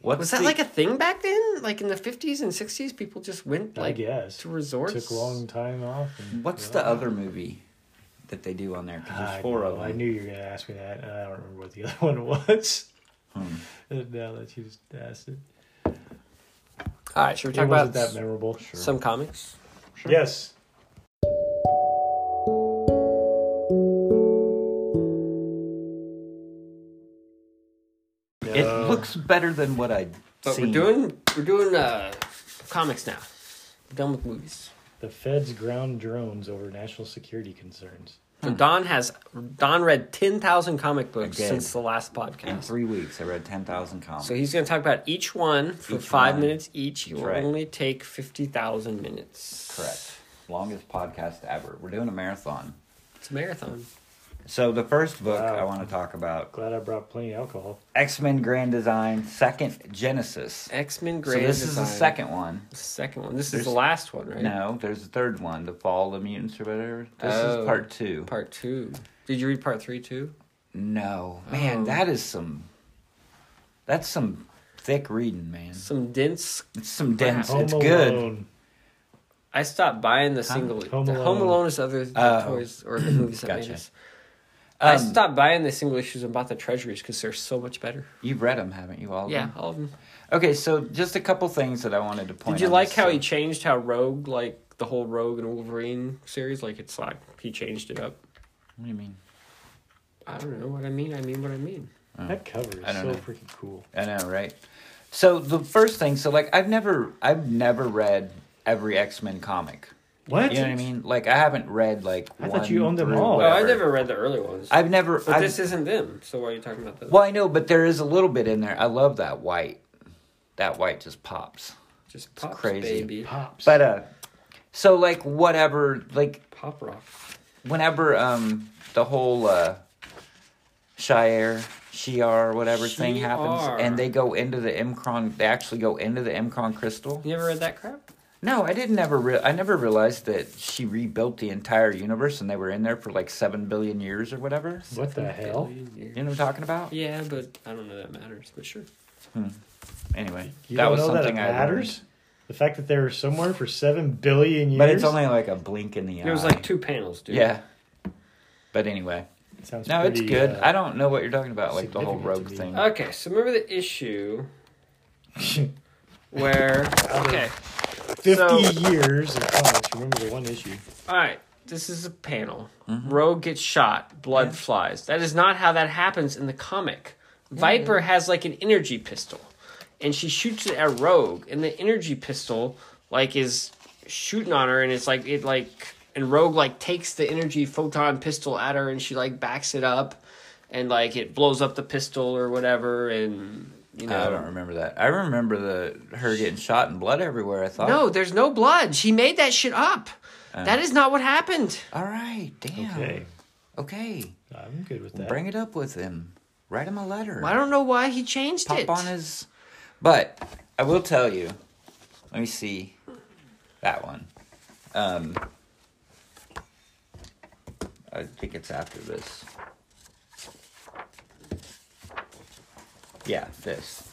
What's
was that
the-
like a thing back then? Like in the fifties and sixties, people just went
I
like
guess.
to resorts.
Took a long time off. and-
What's
yeah.
the other movie that they do on there? 'Cause
I
there's four
know,
of them.
I knew you were going to ask me that. and I don't remember what the other one was.
Hmm.
And now that you just asked it,
All right, should we
it
talk
wasn't
about
that memorable.
some comics?
Yes.
It
Uh,
looks better than what I'd
But
seen.
we're doing we're doing uh, comics now. We're done with movies.
The feds ground drones over national security concerns.
So Don has Don read ten thousand comic books
Again.
since the last
in
podcast.
three weeks. I read ten thousand comics.
So he's going to talk about each one for
Each
five
one.
minutes each. It will
right.
only take 50,000 minutes.
Correct. Longest podcast ever. We're doing a marathon.
It's a marathon.
So the first book
Wow.
I want to talk about
Glad I brought plenty of alcohol.
X Men Grand Design Second Genesis.
X Men
so
Grand
this is the
Design.
second one.
The second one. This is
There's-
the last one, right?
No, there's a third one, The Fall of the Mutants or whatever. This
Oh.
is part two.
Part two. Did you read part three too?
no, man,
Oh.
that is some. That's some thick reading, man.
Some dense.
It's some dense.
Home
it's good.
Alone.
I stopped buying the single.
Home
the Home
Alone.
Alone is other the
Oh.
toys or the movies that made
Gotcha.
us. I
Um,
stopped buying the single issues and bought the treasuries because they're so much better.
You've read them, haven't you? All of
Yeah,
them?
all of them.
Okay, so just a couple things that I wanted to point.
Did you
on
like
this,
how
so-
he changed how Rogue, like the whole Rogue and Wolverine series, like it's like he changed it up?
What do you mean?
I don't know what I mean. I mean what I mean.
That cover is
Oh. I
so
don't know.
freaking cool.
I know, right? So the first thing, so like I've never, I've never read every X Men comic.
What?
You know what I mean? Like I haven't read like.
I thought
one
you owned them
through
all.
Oh, I
whatever.
never read the early ones.
I've never.
but
I've-
this isn't them. So why are you talking about that?
well, I know, but there is a little bit in there. I love that white. That white just pops.
Just pops,
crazy.
baby.
Pops.
But uh, so like whatever, like
Pop rock.
whenever um the whole uh Shire, Shiar, whatever thing
Shi'ar.
happens, and they go into the Mcron, they actually go into the Mcron crystal.
You never read that crap?
No, I didn't ever. Re- I never realized that she rebuilt the entire universe, and they were in there for like seven billion years or whatever.
what the hell?
You know what I'm talking about?
Yeah, but I don't know that matters. But sure.
Anyway,
You
that
don't
was
know
something
that
I
it matters? The fact that they were somewhere for seven billion
learned.
years.
But it's only like a blink in the eye.
There was like two panels, dude.
Yeah. But anyway,
Sounds
no, it's
pretty,
good.
uh,
I don't know what you're talking about, like the whole rogue
significant to me. Uh,
thing.
Okay, so remember the issue where? Okay,
Fifty
So-
years of comics. Remember the one issue.
all right. This is a panel.
Mm-hmm.
Rogue gets shot. Blood flies. That is not how that happens in the comic.
Mm-hmm.
Viper has like an energy pistol, and she shoots it at Rogue, and the energy pistol like is shooting on her, and it's like it like and Rogue like takes the energy photon pistol at her, and she like backs it up, and like it blows up the pistol or whatever, and you know
um,
I don't remember that. I remember the her getting shot and blood everywhere. I thought,
No, there's no blood. She made that shit up.
Uh.
that is not what happened.
all right, damn,
Okay,
okay,
I'm good with that.
bring it up with him. Write him a letter.
I don't know why he changed
Pop
it.
on his. But I will tell you. Let me see that one. Um, I think it's after this. Yeah, this.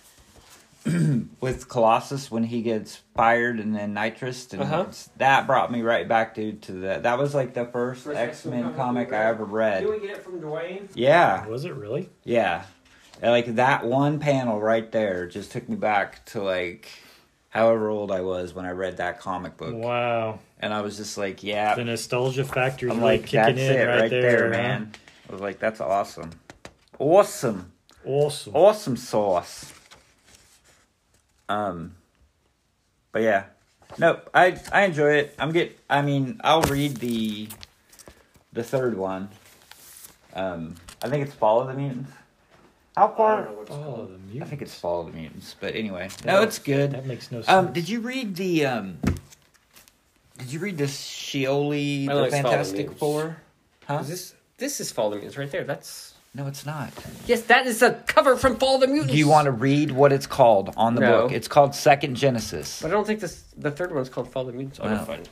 With Colossus when he gets fired and then Nitrous and
Uh-huh.
that brought me right back to to the that was like the first
First
X
X-Men
Men
comic
comic
we
I
read.
ever read.
get it from Dwayne?
Yeah,
Was it really?
yeah. And, Like that one panel right there just took me back to like however old I was when I read that comic book.
Wow.
And I was just like,
The
yeah.
nostalgia factor
I'm
like
like,
kicking
that's
in
it
right, there, huh?
man. I was like, that's awesome. Awesome.
Awesome.
Awesome sauce. Um but yeah. Nope, I I enjoy it. I'm get I mean, I'll read the the third one. Um I think it's Follow the Mutants. How far
Oh, the
I
mute.
think it's Fall of the Mutants, but anyway, no, it's
That
good.
makes no sense.
Um, did you read the um? Did you read the Shioli
I like
the
Fall of the
Fantastic
Mutants.
Four? Huh?
Is this this is Fall of the Mutants right there. That's
No, it's not.
yes, that is a cover from Fall of the Mutants.
Do you want to read what it's called on the
No.
book? It's called Second Genesis.
But I don't think this. The third one's called Fall of the Mutants. Oh, I'll
No.
go find it.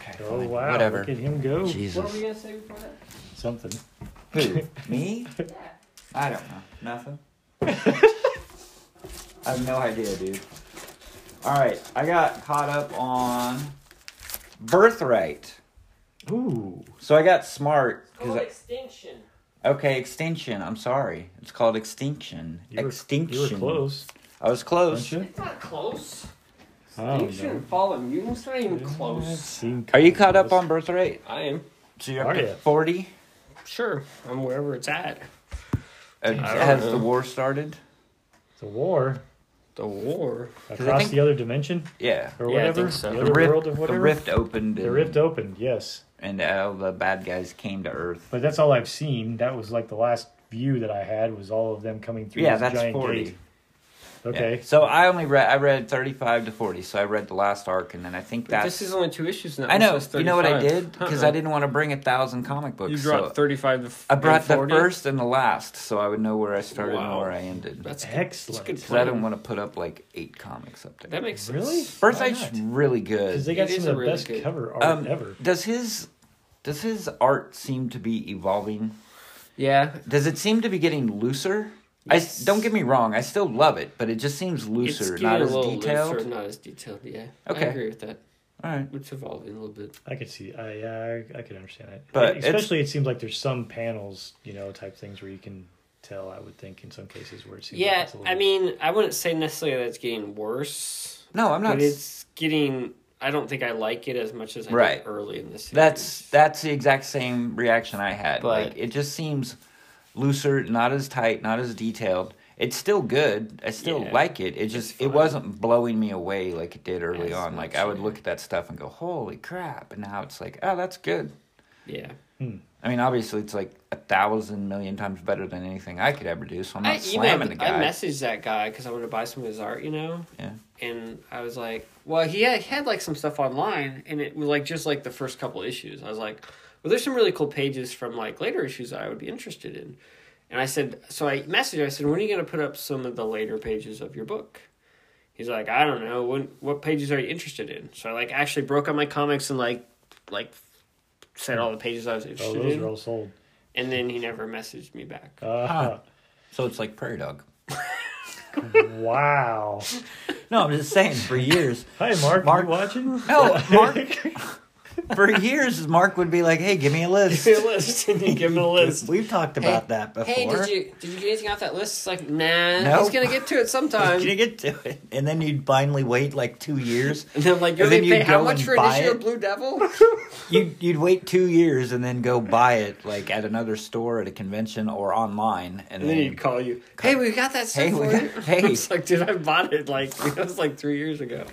Okay,
oh
fine.
wow!
Whatever.
Look at him go.
What were we
Jesus.
gonna say before that?
Something.
Who? Me? I don't know. Nothing. I have no idea, dude. All right, I got caught up on Birthright.
Ooh.
So I got smart because
Extinction.
Okay, extinction. I'm sorry. It's called extinction.
You were,
extinction.
You were close.
I was
Weren't
close.
you?
It's not close.
I don't
Extinction
know.
and Fall of the Mutants not even
I've
close.
seen
Are you caught up
close.
on birth rate?
I am
So you're
Are
up
ya?
to forty.
sure. I'm wherever it's at.
Uh,
Damn.
has
I don't
the
know.
war started?
the war
The war.
across
think-
the other dimension
Yeah.
or
Yeah, I
whatever?
think so.
The
The
The
other
rift,
world of whatever.
the rift opened.
The
and-
rift opened. Yes,
And all the bad guys came to Earth.
but that's all I've seen. That was like the last view that I had was all of them coming through.
Yeah,
this
that's
giant
forty.
Gate.
Yeah.
Okay.
So I only read. I read thirty-five to forty. So I read the last arc, and then I think
But
that's.
this is only two issues now.
I know.
This is
You know what I
35.
did? Because
Uh-uh.
I didn't want to bring a thousand comic books.
You dropped
so
thirty-five. To f-
I brought
and
the
40?
first and the last, so I would know where I started and
Wow.
where I ended.
That's good.
Excellent.
That's good.
Because I don't want to put up like eight comics up there.
That makes sense.
Really?
Birthright's
Why not?
really
'Cause
good.
they got
It
some
is
of
a
the
really
best
good-
cover art
Um,
ever.
Does his does his art seem to be evolving?
Yeah.
Does it seem to be getting looser?
Yes.
I don't get me wrong, I still love it, but it just seems looser, not as detailed.
looser, not as detailed. Yeah.
Okay.
I agree with that.
All right.
It's evolving a little bit.
I could see. I yeah, I, I could understand that.
But it's-
especially, it seems like there's some panels, you know, type things where you can tell. I would think in some cases where it seems. like
Yeah,
it's a
I
little-
mean, I wouldn't say necessarily that it's getting worse,
No, I'm not.
but it's getting. I don't think I like it as much as I
Right.
did early in this.
That's that's the exact same reaction I had.
But-
like it just seems looser, not as tight, not as detailed. It's still good. I still
Yeah.
like it. It just it
fine.
wasn't blowing me away like it did early
As
on. Like
much,
I would
yeah.
look at that stuff and go, "Holy crap!" And now it's like, "Oh, that's good."
yeah.
I mean, obviously, it's like a thousand million times better than anything I could ever do. So I'm not
I
slamming the
emailed, I
guy.
messaged that guy because I wanted to buy some of his art, you know.
Yeah.
And I was like, well, he had, had like some stuff online, and it was like just like the first couple issues. I was like, well, there's some really cool pages from like later issues that I would be interested in. And I said, so I messaged. him, I said, when are you going to put up some of the later pages of your book? He's like, I don't know. When, what pages are you interested in? So I like actually broke out my comics and like like said all the pages I was
oh,
interested
those
in,
are all sold.
and then he never messaged me back.
Uh,
Huh. so it's like prairie dog.
Wow.
No, I'm just saying. For years,
Hi, Mark. Are
Mark-
you watching?
no, Mark. for years, Mark would be like, "Hey, give me a list."
a list and you give him a list.
We've talked about that before.
Hey, did you did you get anything off that list? It's like, nah,
No.
he's gonna get to it sometime.
Did you get to it? And then you'd finally wait like two years.
and I'm like,
And
you're
then
gonna
you
pay how
go
much
and
for an
buy
issue of
it?
Blue Devil?
You'd, you'd wait two years and then go buy it like at another store, at a convention, or online. And,
and then he'd call you. Hey, we got that stuff
Hey,
for
we
you.
got- hey.
it's like, dude, I bought it like it was like three years ago.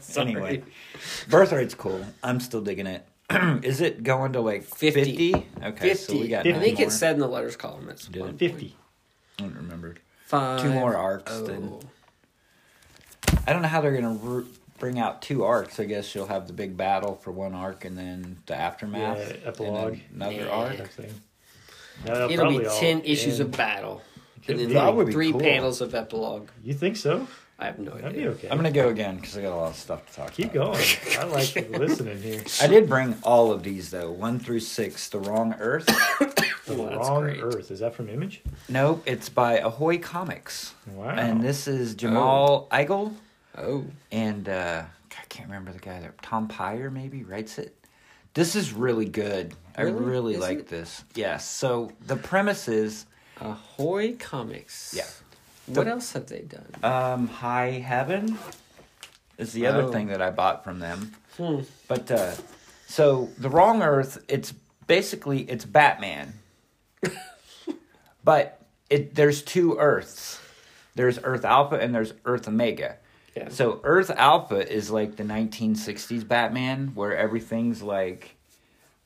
Sorry.
Anyway, birthright's cool. I'm still digging it. Is it going to like 50?
50.
Okay,
fifty.
so we got
I
nine
think
more.
it said in the letters column. It's
Did it?
one point
Fifty.
I don't remember.
five. oh.
Two more arcs, then. I don't know how they're going to re- bring out two arcs. I guess you'll have the big battle for one arc and then the aftermath.
Yeah,
and then
epilogue.
Another
Yeah.
arc.
Type thing. That'll
It'll be
probably all
ten issues
end.
of battle,
Could
and then
be.
That would
like
be
three
cool.
panels of epilogue.
You think so?
I have no
That'd be
idea.
okay.
I'm gonna go again because I got a lot of stuff to talk.
keep
about.
going. I like listening here.
I did bring all of these though, one through six. The Wrong Earth.
The
Well, that's
wrong
great.
Earth is that from Image?
nope, it's by Ahoy Comics,
Wow.
and this is Jamal Eigel
Oh,
and uh, I can't remember the guy there. Tom Pyre maybe writes it. This is really good. I
Really?
really
Is
like
it?
this. Yes. so the premise is
Ahoy Comics.
Yeah.
What
The-
else have they done?
um, High Heaven is the other
Oh.
thing that I bought from them.
Hmm.
But uh, so the wrong Earth, it's basically it's Batman, but it there's two Earths. There's Earth Alpha and there's Earth Omega.
Yeah.
So Earth Alpha is like the 1960s Batman, where everything's like,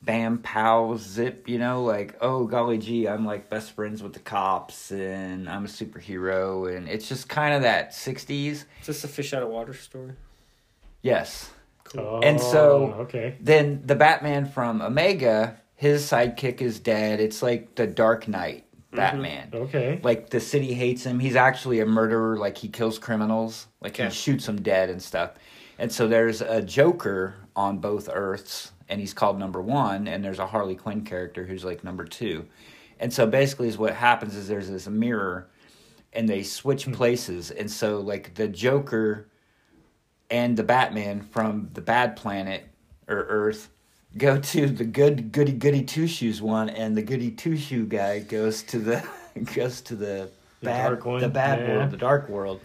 bam, pow, zip. You know, like oh golly gee, I'm like best friends with the cops and I'm a superhero, and it's just kind of that 60s.
Is this a fish out of water story?
Yes.
Oh,
and so-
okay.
then the Batman from Omega, his sidekick is dead. It's like the Dark Knight Batman.
Okay.
Like the city hates him. He's actually a murderer. Like he kills criminals. Like
Okay.
he shoots them dead and stuff. And so there's a Joker on both Earths, and he's called Number One. And there's a Harley Quinn character who's like Number Two. And so basically, is what happens is there's this mirror, and they switch places. And so like the Joker and the Batman from the bad planet or Earth go to the good goody goody two shoes one, and the goody two shoe guy goes to the goes to the,
The
bad
dark one,
the bad
yeah.
world, the dark world.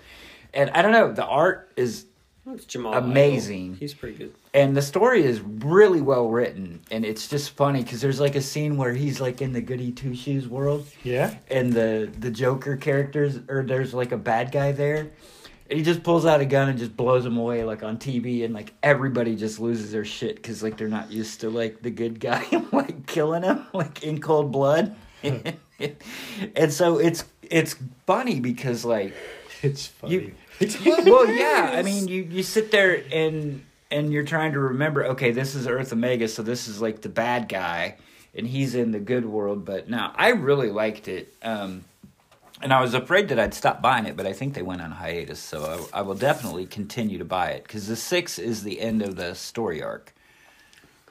And I don't know, the art is
It's Jamal.
Amazing.
Igle. He's pretty good.
and the story is really well written, and it's just funny because there's like a scene where he's like in the goody two shoes world,
Yeah.
and the the Joker characters or there's like a bad guy there. And he just pulls out a gun and just blows him away like on TV and like everybody just loses their shit cuz like they're not used to like the good guy like killing him like in cold blood. and so it's it's funny because like
It's funny.
you well yeah, I mean you you sit there and and you're trying to remember okay, this is Earth Omega so this is like the bad guy and he's in the good world but no, I really liked it. Um and I was afraid that I'd stop buying it, but I think they went on hiatus, so I, I will definitely continue to buy it because the six is the end of the story arc,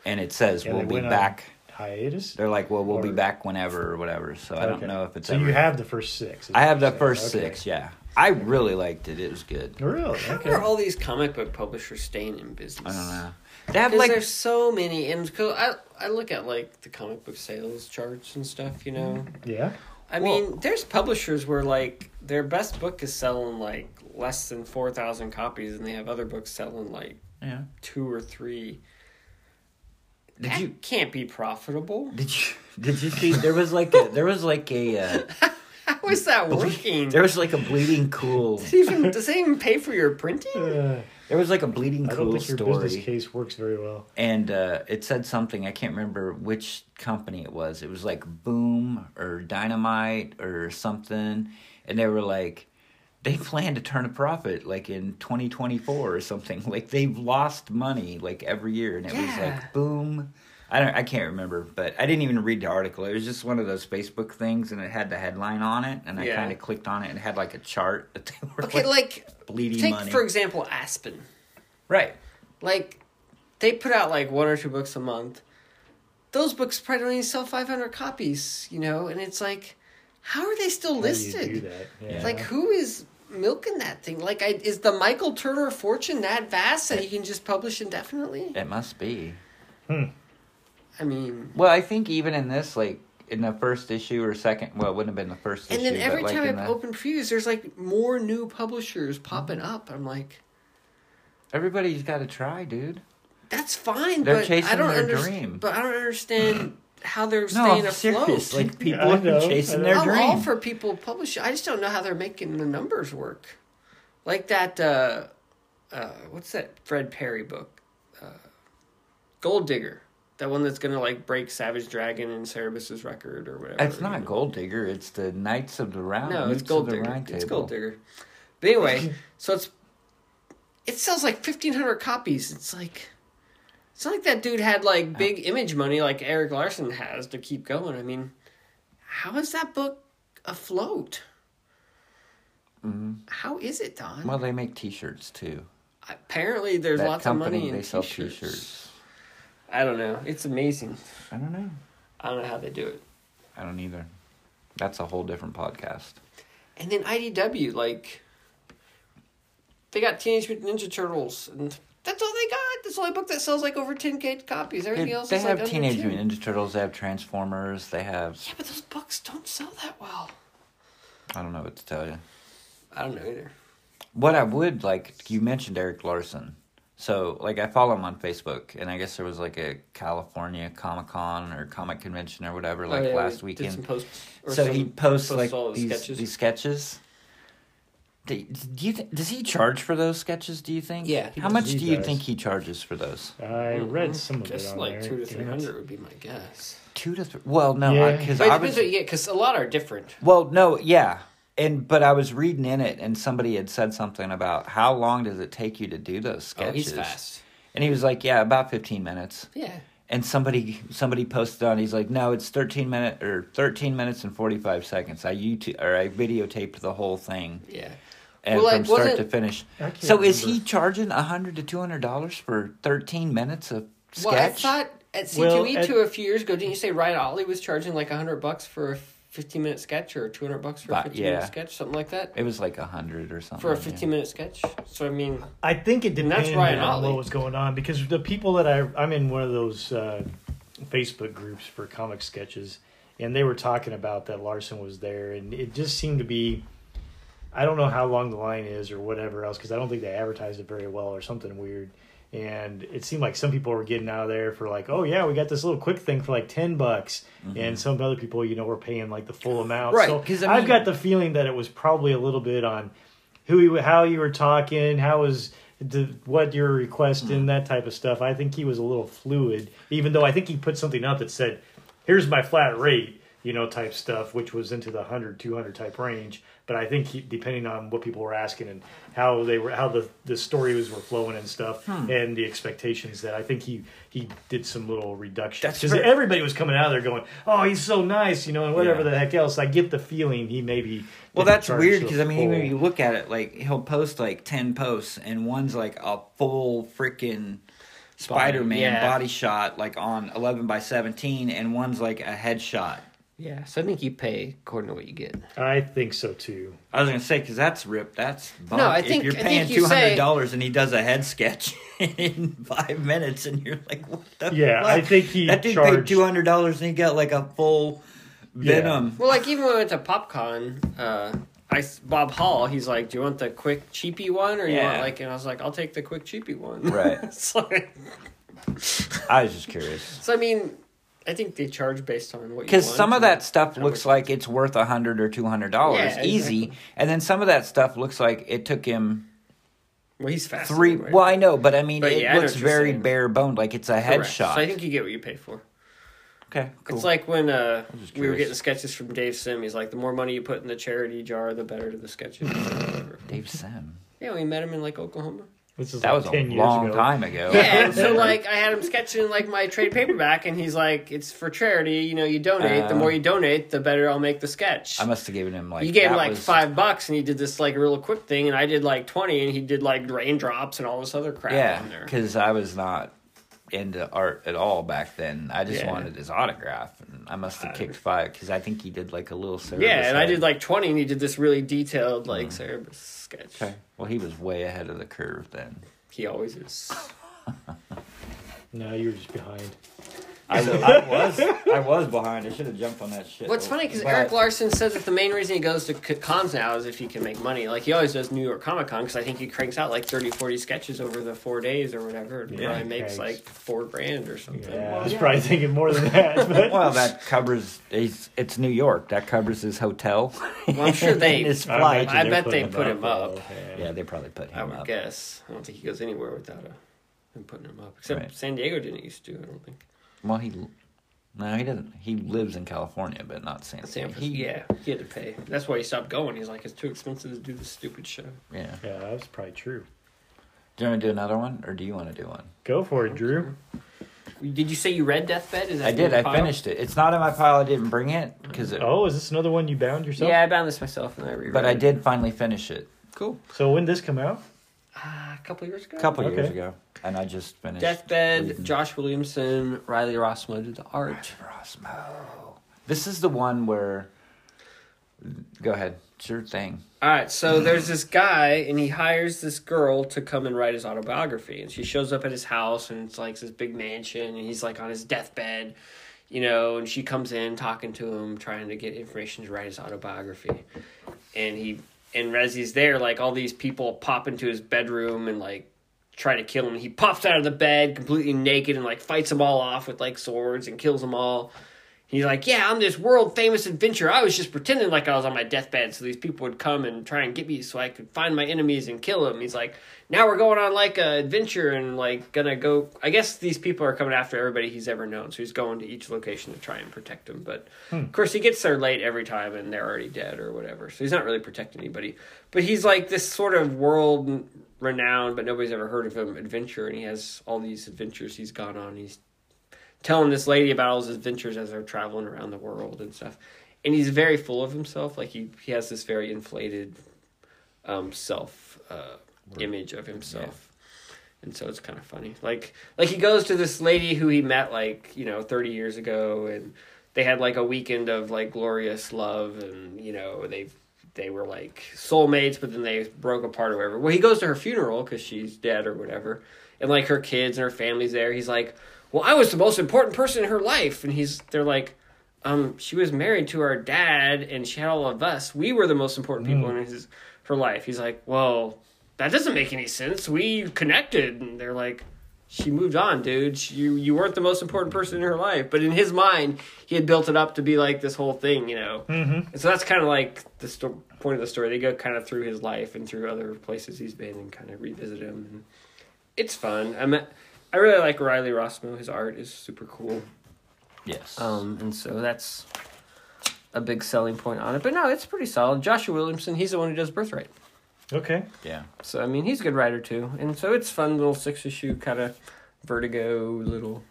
and it says
Yeah, they
we'll be
went on
back.
hiatus.
They're like, well, we'll be
Or-
back whenever or whatever. So I don't
Okay.
know if it's.
So
ever...
you have the first six. is
I
what
have
you're
the
saying.
first
Okay.
six. Yeah, I really liked it. It was good.
Really?
How
Okay.
are all these comic book publishers staying in business?
I don't know. They have
Because
like
there's so many, and 'cause I I look at like the comic book sales charts and stuff. You know,
Yeah.
I
Well-
mean, there's publishers where like their best book is selling like less than four thousand copies, and they have other books selling like
yeah.
two or three.
Did
that
you
can't be profitable.
did you did you see there was like a there was like a uh,
How is that working?
there was like a bleeding cool
Does it even does it even pay for your printing?
Uh,
there was like a bleeding
I don't
cool
think your business
story
case works very well.
and uh, it said something I can't remember which company it was it was like Boom or Dynamite or something and they were like they plan to turn a profit like in 2024 or something like they've lost money like every year and it was
Yeah.
like boom i don't i can't remember but i didn't even read the article it was just one of those facebook things and it had the headline on it and i
Yeah.
kind of clicked on it and it had like a chart that they were
Okay,
like,
like
bleeding
take
money
for example Aspen.
right
Like they put out like one or two books a month. Those books probably don't even sell five hundred copies, you know, and it's like, how are they still
How do you do
listed?
that?
Yeah.
Like who is milking that thing? Like I, is the Michael Turner fortune that vast that you can just publish indefinitely?
it must be
I mean
well i think even in this like in the first issue or second well it wouldn't have been the first
and
issue
then every
but like in
time I
the,
open previews, there's like more new publishers popping
Mm-hmm.
up. I'm like,
everybody's got to try dude
that's fine,
They're
but I
chasing
don't
their
underst-
dream.
But I don't understand how they're
no
staying
i'm
afloat.
serious like people are
I know,
chasing
I
their
know.
I'm
dream
all for people publishing. I just don't know how they're making the numbers work. Like that, uh, uh, what's that Fred Perry book? Uh, Gold Digger. That one that's going to like break Savage Dragon and Cerebus's record or whatever.
It's not Gold Digger. It's the Knights of the Round.
No,
Knights
it's
of
Gold
the
Digger.
Round
It's
Table.
Gold Digger. But anyway, so it's it sells like fifteen hundred copies. It's like it's not like that dude had like big image money like Eric Larson has to keep going. I mean, how is that book afloat? How is it, Don?
Mm-hmm. Well, they make T-shirts too.
Apparently, there's
that
lots of
company
money in
they sell
t-shirts.
T-shirts.
I don't know. It's amazing.
I don't know.
I don't know how they do it.
I don't either. That's a whole different podcast.
And then IDW, like, they got Teenage Mutant Ninja Turtles, and that's all they got. That's the only book that sells like over ten k copies. Everything
They,
else
they
is
have
like under
Teenage
10.
Mutant Ninja Turtles. They have Transformers. They have
Yeah, but those books don't sell that well.
I don't know what to tell you.
I don't know either.
What I would like you mentioned Eric Larson. So like I follow him on Facebook, and I guess there was like a California Comic Con or Comic Convention or whatever like
Oh, yeah, we
last
did
weekend.
some posts- or
so
some
he posts
posts
like
all the
these
sketches.
these sketches. Do, do you th- does he charge for those sketches? Do you think?
Yeah, he
How
does.
much
He
do you
does.
think he charges for those?
I read some of
mm-hmm. Just
it on
like two
there.
to
yeah.
three hundred would be my guess.
Two to three? Well, no,
Yeah.
because
But it
I
depends
was.
what you get, because a lot are different.
Well, no, yeah, and but I was reading in it, and somebody had said something about how long does it take you to do those sketches?
Oh, he's fast.
And he was like, "Yeah, about fifteen minutes."
Yeah.
And somebody somebody posted on. He's like, "No, it's thirteen minute or thirteen minutes and forty five seconds. I YouTube or I videotaped the whole thing."
Yeah.
and
Well,
from
like,
start to
wasn't-
finish.
I can't
So is he
remember.
charging a hundred to two hundred dollars for thirteen minutes of sketch?
Well, I thought at C2E2
Well,
a few years ago, didn't you say Ryan Ollie was charging like 100 bucks for a 15 minute sketch or 200 bucks for a
But,
15
yeah.
minute sketch, something like that?
it was like a hundred or something
For a
yeah.
15 minute sketch? So, I mean,
I think it
And that's
depended
Ryan
on
Ollie.
what was going on because the people that I I'm in one of those uh, Facebook groups for comic sketches, and they were talking about that Larson was there, and it just seemed to be. I don't know how long the line is or whatever else because I don't think they advertised it very well or something weird. And it seemed like some people were getting out of there for like, oh yeah, we got this little quick thing for like ten bucks, and some other people, you know, were paying like the full amount.
Mm-hmm. Right,
So
'cause I
I've
mean-
got the feeling that it was probably a little bit on who you, how you were talking, how was the, what you were requesting, that type of stuff. I think he was a little fluid, even though I think he put something up that said, "Here's my flat rate," you know, type stuff, which was into the 100, 200 type range. But I think he, depending on what people were asking and how they were, how the the stories were flowing and stuff, and the expectations that I think he he did some little reductions
That's
because
fair.
everybody was coming out of there going, "Oh, he's so nice," you know, and whatever
Yeah.
the heck else. I get the feeling he maybe
Well,
didn't
that's
charge
weird
the
because I mean, even
full-
if you look at it, like he'll post like ten posts, and one's like a full freaking Spider-Man
yeah.
body shot, like on eleven by seventeen, and one's like a headshot.
yeah. So, I think you pay according to what you get.
I think so too.
I was gonna say because that's ripped. That's bunk.
No, I
if
think-
you're
I think
paying
you
two
say-
hundred dollars and he does a head sketch in five minutes, and you're like, what the?
Yeah,
fuck?
I think he
that dude paid
charged-
two hundred dollars and he got like a full
Yeah.
venom.
Well, like, even when I went to PopCon, uh, I, s- Bob Hall, he's like, Do you want the quick, cheapy one? Or you
Yeah.
want, like, and I was like, I'll take the quick, cheapy one.
Right.
it's like,
I was just curious
so, I mean, I think they charge based on what you
because
want
some of
and-
that stuff
how
looks
much-
like it's worth a hundred or two hundred dollars,
Yeah,
easy, and then some of that stuff looks like it took him
Well, he's fast.
three.
anyway.
Well, I know, but I mean,
But
it
yeah, I know
looks
what you're
very
saying.
bare boned, like it's a
Correct.
headshot.
So I think you get what you pay for.
okay, cool.
It's like when uh,
just
we were
curious.
getting sketches from Dave Sim. He's like, the more money you put in the charity jar, the better to the sketches. or whatever.
Dave Sim.
yeah, we met him in like Oklahoma.
This is
That was
like
a
10 years
long
ago.
time ago.
Yeah, and so like I had him sketching like my trade paperback, and he's like, it's for charity. You know, you donate. the
Um,
more you donate, the better I'll make the sketch.
I must have given him like
you gave him
that
like
was-
five bucks, and he did this like real quick thing, and I did like twenty, and he did like raindrops and all this other crap
Yeah,
on there.
because I was not into art at all back then. I just
Yeah.
wanted his autograph, and I must have kicked five because I think he did like a little service.
Yeah, and I
head.
did like twenty, and he did this really detailed like Cerebus sketch.
Mm. Okay. Well, he was way ahead of the curve then.
He always is.
No, you were just behind.
I, I was, I was behind. I should have jumped on that shit.
What's funny because Eric Larson says that the main reason he goes to c- cons now is if he can make money. Like he always does New York Comic Con because I think he cranks out like 30, 40 sketches over the four days or whatever. And
Yeah,
probably
he
makes
cranks.
like four grand or something.
Yeah, I was
yeah.
probably thinking more than that. But
Well, that covers. He's, it's New York. That covers his hotel.
Well, I'm sure they-
and his
I
flight.
imagine
I bet
they're
they
putting Oh,
put him up.
though.
yeah, they probably put
I
him
would
up.
guess. I don't think he goes anywhere without a, him putting him up. Except
Right.
San Diego didn't used to, I don't think.
Well, he. No, he doesn't. He lives in California, but not San.
San Fran-
He,
yeah, he had to pay. That's why he stopped going. He's like, it's too expensive to do this stupid show.
Yeah.
Yeah, that was probably true.
Do you want to do another one, or do you want to do one?
Go for it, Drew.
Did you say you read Deathbed? Is that
I
in
did.
your
I
pile?
finished it. It's not in my pile. I didn't bring it because. It,
Oh, is this another one you bound yourself?
Yeah, I bound this myself and I reread.
But I
it.
did finally finish it
Cool.
So when did this come out?
Ah, a couple years ago.
a couple years
Okay.
ago, and I just finished.
Deathbed.
reading.
Josh Williamson. Riley Rossmo did the art.
Rosmo. This is the one where. Go ahead. It's your thing.
All right, so there's this guy, and he hires this girl to come and write his autobiography. And she shows up at his house, and it's like this big mansion, and he's like on his deathbed, you know. And she comes in talking to him, trying to get information to write his autobiography. And he and Rezzy's there, like all these people pop into his bedroom and like try to kill him. He pops out of the bed completely naked and like fights them all off with like swords and kills them all. He's like, yeah, I'm this world famous adventurer. I was just pretending like I was on my deathbed, so these people would come and try and get me, so I could find my enemies and kill them. He's like, now we're going on like a adventure and like gonna go. I guess these people are coming after everybody he's ever known, so he's going to each location to try and protect them. But of course, he gets there late every time, and they're already dead or whatever, so he's not really protecting anybody. But he's like this sort of world renowned, but nobody's ever heard of him adventurer, and he has all these adventures he's gone on. He's telling this lady about all his adventures as they're traveling around the world and stuff. And he's very full of himself. Like he, he has this very inflated um, self uh, image of himself. And so it's kind of funny. Like like he goes to this lady who he met like, you know, 30 years ago and they had like a weekend of like glorious love and you know, they they were like soulmates but then they broke apart or whatever. Well, he goes to her funeral cuz she's dead or whatever. And like her kids and her family's there. He's like, "Well, I was the most important person in her life." And he's they're like, um, she was married to our dad, and she had all of us. We were the most important people in his her life. He's like, well, that doesn't make any sense. We connected, and they're like, she moved on, dude. She, you you weren't the most important person in her life, but in his mind, he had built it up to be like this whole thing, you know. Mm-hmm. And so that's kind of like the sto- point of the story. They go kind of through his life and through other places he's been, and kind of revisit him. And it's fun. I mean, I really like Riley Rossmo. His art is super cool.
Yes.
Um, and so that's a big selling point on it. But no, it's pretty solid. Joshua Williamson, he's the one who does Birthright.
Okay.
yeah.
So I mean, he's a good writer too. And so it's fun little six issue kind of vertigo little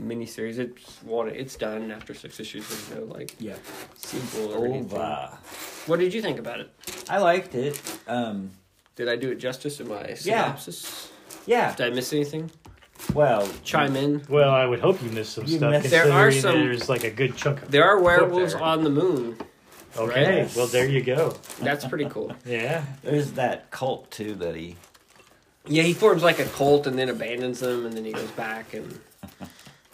miniseries. It's one. It's done after six issues. There's no like
Yeah. Oh,
sequel or anything. What did you think about it?
I liked it. Um,
Did I do it justice in my synopsis?
yeah.
Did I miss anything?
Well,
Chime in.
Well, I would hope you missed some
You
stuff.
missed-
There are
considering
some-
There's like a good chunk of.
There are werewolves
there.
on the moon.
Okay.
Right.
Well, there you go.
That's pretty cool.
Yeah.
there's that cult too that he.
Yeah, he forms like a cult and then abandons them, and then he goes back, and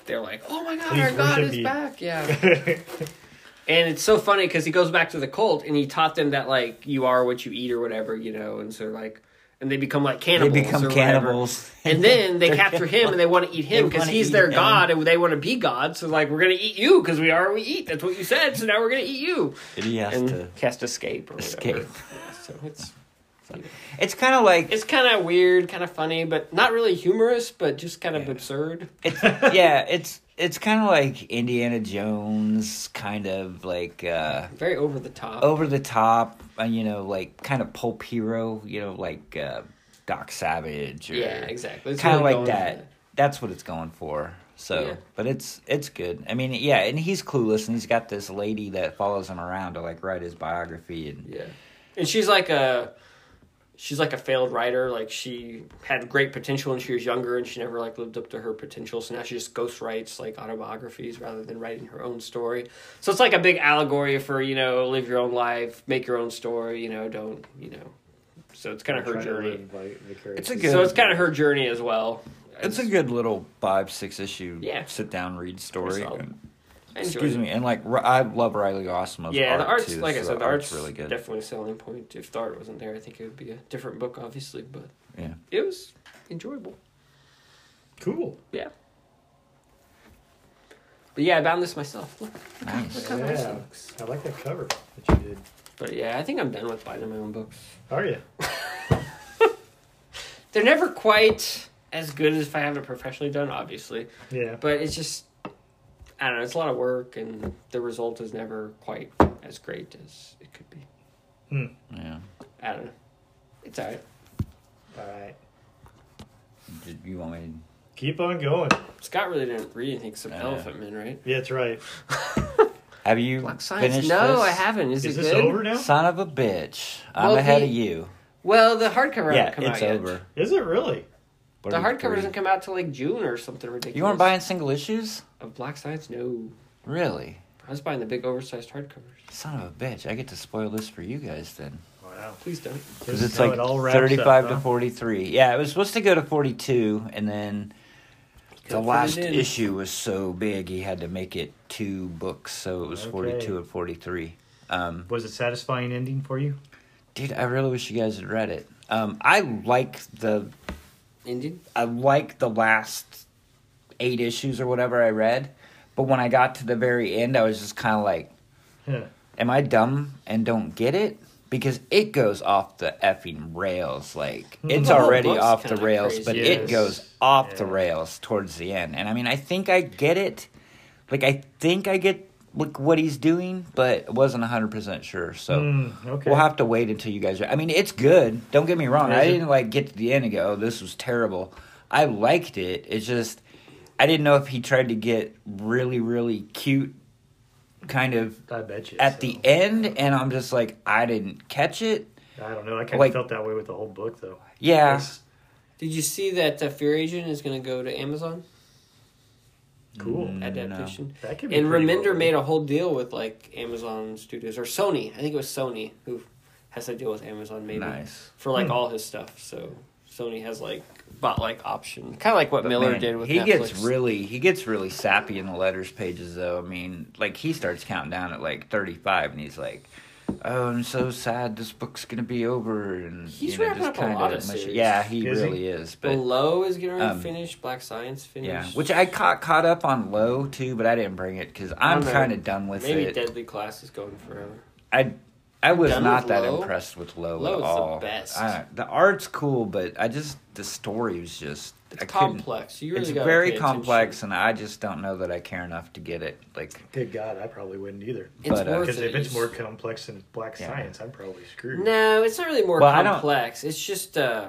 they're like, "Oh my God,
Please
our God
worship
is
me."
back!" Yeah, and it's so funny because he goes back to the cult and he taught them that like you are what you eat or whatever, you know, and so like, and they become like
They
cannibals. or
become
whatever.
cannibals.
And then they capture him and they want to eat him
They
because
wanna
he's
eat
their
him.
god and they want to be god. So like, we're gonna eat you because we are what we eat. That's what you said. So now we're gonna eat you
And he has
and
to.
cast escape or whatever.
Escape.
Yeah, so it's.
It's kind of like.
It's kind of weird, kind of funny, but not really humorous, but just kind of absurd.
It's, yeah. It's it's kind of like Indiana Jones, kind of like. uh
Very over the top.
over the top and you know like kind of pulp hero you know like uh doc savage or
yeah, exactly. It's
kind of
really
like
going
that
for
that's what it's going for so
Yeah.
but it's it's good i mean yeah and he's clueless and he's got this lady that follows him around to like write his biography and
Yeah, and she's like a she's like a failed writer. Like she had great potential when she was younger, and she never like lived up to her potential. So now she just ghost writes like autobiographies rather than writing her own story. So it's like a big allegory for you know live your own life, make your own story. You know, don't you know. So it's kind of her
Trying to
journey.
live vi- vicariously.
It's a good-
So it's kind of her journey as well.
it's a good little five six issue
Yeah.
sit down read story
solid.
And-
I enjoyed
excuse
it.
me and like Ri- i love riley osmo's
yeah,
art
the art's
too,
like I
so
said, the art's
really good
Definitely a selling point. If the art wasn't there, I think it would be a different book, obviously. But
yeah
it was enjoyable.
Cool.
Yeah. But yeah, I bound this myself. Look,
nice
how nice it
Yeah.
looks.
I like that cover that you did.
But yeah, I think I'm done with buying my own books.
Are you?
They're never quite as good as if I have it professionally done, obviously.
Yeah.
But it's just, I don't know, it's a lot of work, and the result is never quite as great as it could be.
yeah
I don't know. It's alright.
All right.
Did you want me
Keep on going.
Scott really didn't read anything except
Yeah.
Elephant Man, right?
Yeah, that's right.
Have you
Black Science.
finished
No,
this?
I haven't. Is,
Is,
it
this
good?
over now?
Son of a bitch. I'm
Well,
ahead
the-
of you.
Well, the hardcover
Yeah,
hasn't come
it's
out
over.
yet.
Is it really?
The hardcover
43.
doesn't come out till like June or something ridiculous.
You weren't buying single issues?
of Black Science? No,
Really?
I was buying the big oversized hardcovers.
Son of a bitch. I get to spoil this for you guys then.
Wow.
Please don't.
Because
This
it's
is how
like
it all wraps up,
35 to
huh?
43. Yeah, it was supposed to go to 42, and then
Couldn't
the
fit
last
it in.
issue was so big he had to make it two books, so it was
Okay.
42 and 43. Um,
Was it satisfying ending for you?
dude, I really wish you guys had read it. Um, I like the
Indian.
I like the last eight issues or whatever I read, but when I got to the very end, I was just kind of like,
Huh.
"Am I dumb and don't get it?" Because it goes off the effing rails. Like it's
The whole
already
book's
off the
kinda
rails,
crazy.
but
Yes.
it goes off the
Yeah.
rails towards the end. And I mean, I think I get it. Like I think I get like what he's doing, but I wasn't hundred percent sure. So.
Mm, okay.
We'll have to wait until you guys. Are, I mean, it's good. Don't get me wrong.
Is
I
it?
didn't like get to the end and go, "Oh, this was terrible." I liked it. It's just I didn't know if he tried to get really, really cute, kind of
I bet you.
at
so.
the end, and I'm just like, I didn't catch it.
I don't know. I kind
Like-
of felt that way with the whole book, though.
Yeah,
It's
Did you see that uh, Fear Agent is going to go to Amazon
cool.
Mm. No.
adaptation?
That could be.
And
pretty
Reminder
well
made a whole deal with like Amazon Studios or Sony. I think it was Sony who has a deal with Amazon maybe
nice.
for like
Hmm.
all his stuff. So Sony has like bought like option, kind of like what
But
Miller
man,
did with
he
Netflix.
gets really he gets really sappy in the letters pages though. I mean, like he starts counting down at like 35, and he's like. Oh, I'm so sad. This book's gonna be over, and
He's
you know,
wrapping
just
up a
kinda
lot of
mushy-
series.
Yeah, he
Is he?
really is. But
Below is getting
um,
finished. Black Science finished.
Yeah, which I caught caught up on low too, but I didn't bring it because I'm
no.
kind of done with
maybe
it.
Deadly Class is going forever.
I I was
Done
not
with
that
Low?
impressed with low
Low is
at
the
all.
best.
I- the art's cool, but I just the story was just
It's
I couldn't-
complex. You really
it's
gotta
very
pay
complex, and I just don't know that I care enough to get it. Like
Good God, I probably wouldn't either.
attention. It's
but, uh,
worth
Because
it.
if
It's-
it's more complex than Black
Yeah.
Science, I'm probably screwed.
no, it's not really more
Well, I don't-
complex. It's just uh,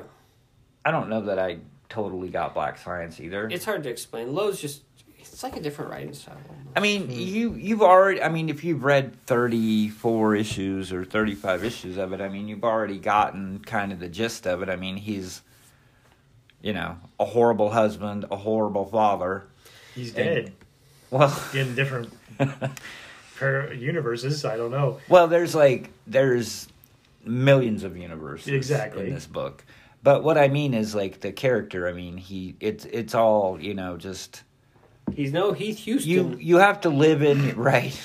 I don't know that I totally got Black Science either.
it's hard to explain. Low's just it's like a different writing style.
I
Hmm.
mean, you you've already. I mean, if you've read thirty four issues or thirty five issues of it, I mean, you've already gotten kind of the gist of it. I mean, he's, you know, a horrible husband, a horrible father.
He's
And-
dead
Well,
in different par- universes. I don't know.
well, there's like there's millions of universes
Exactly.
in this book. But what I mean is like the character. I mean, he it's it's all you know just.
He's no Heath Houston.
you you have to live in right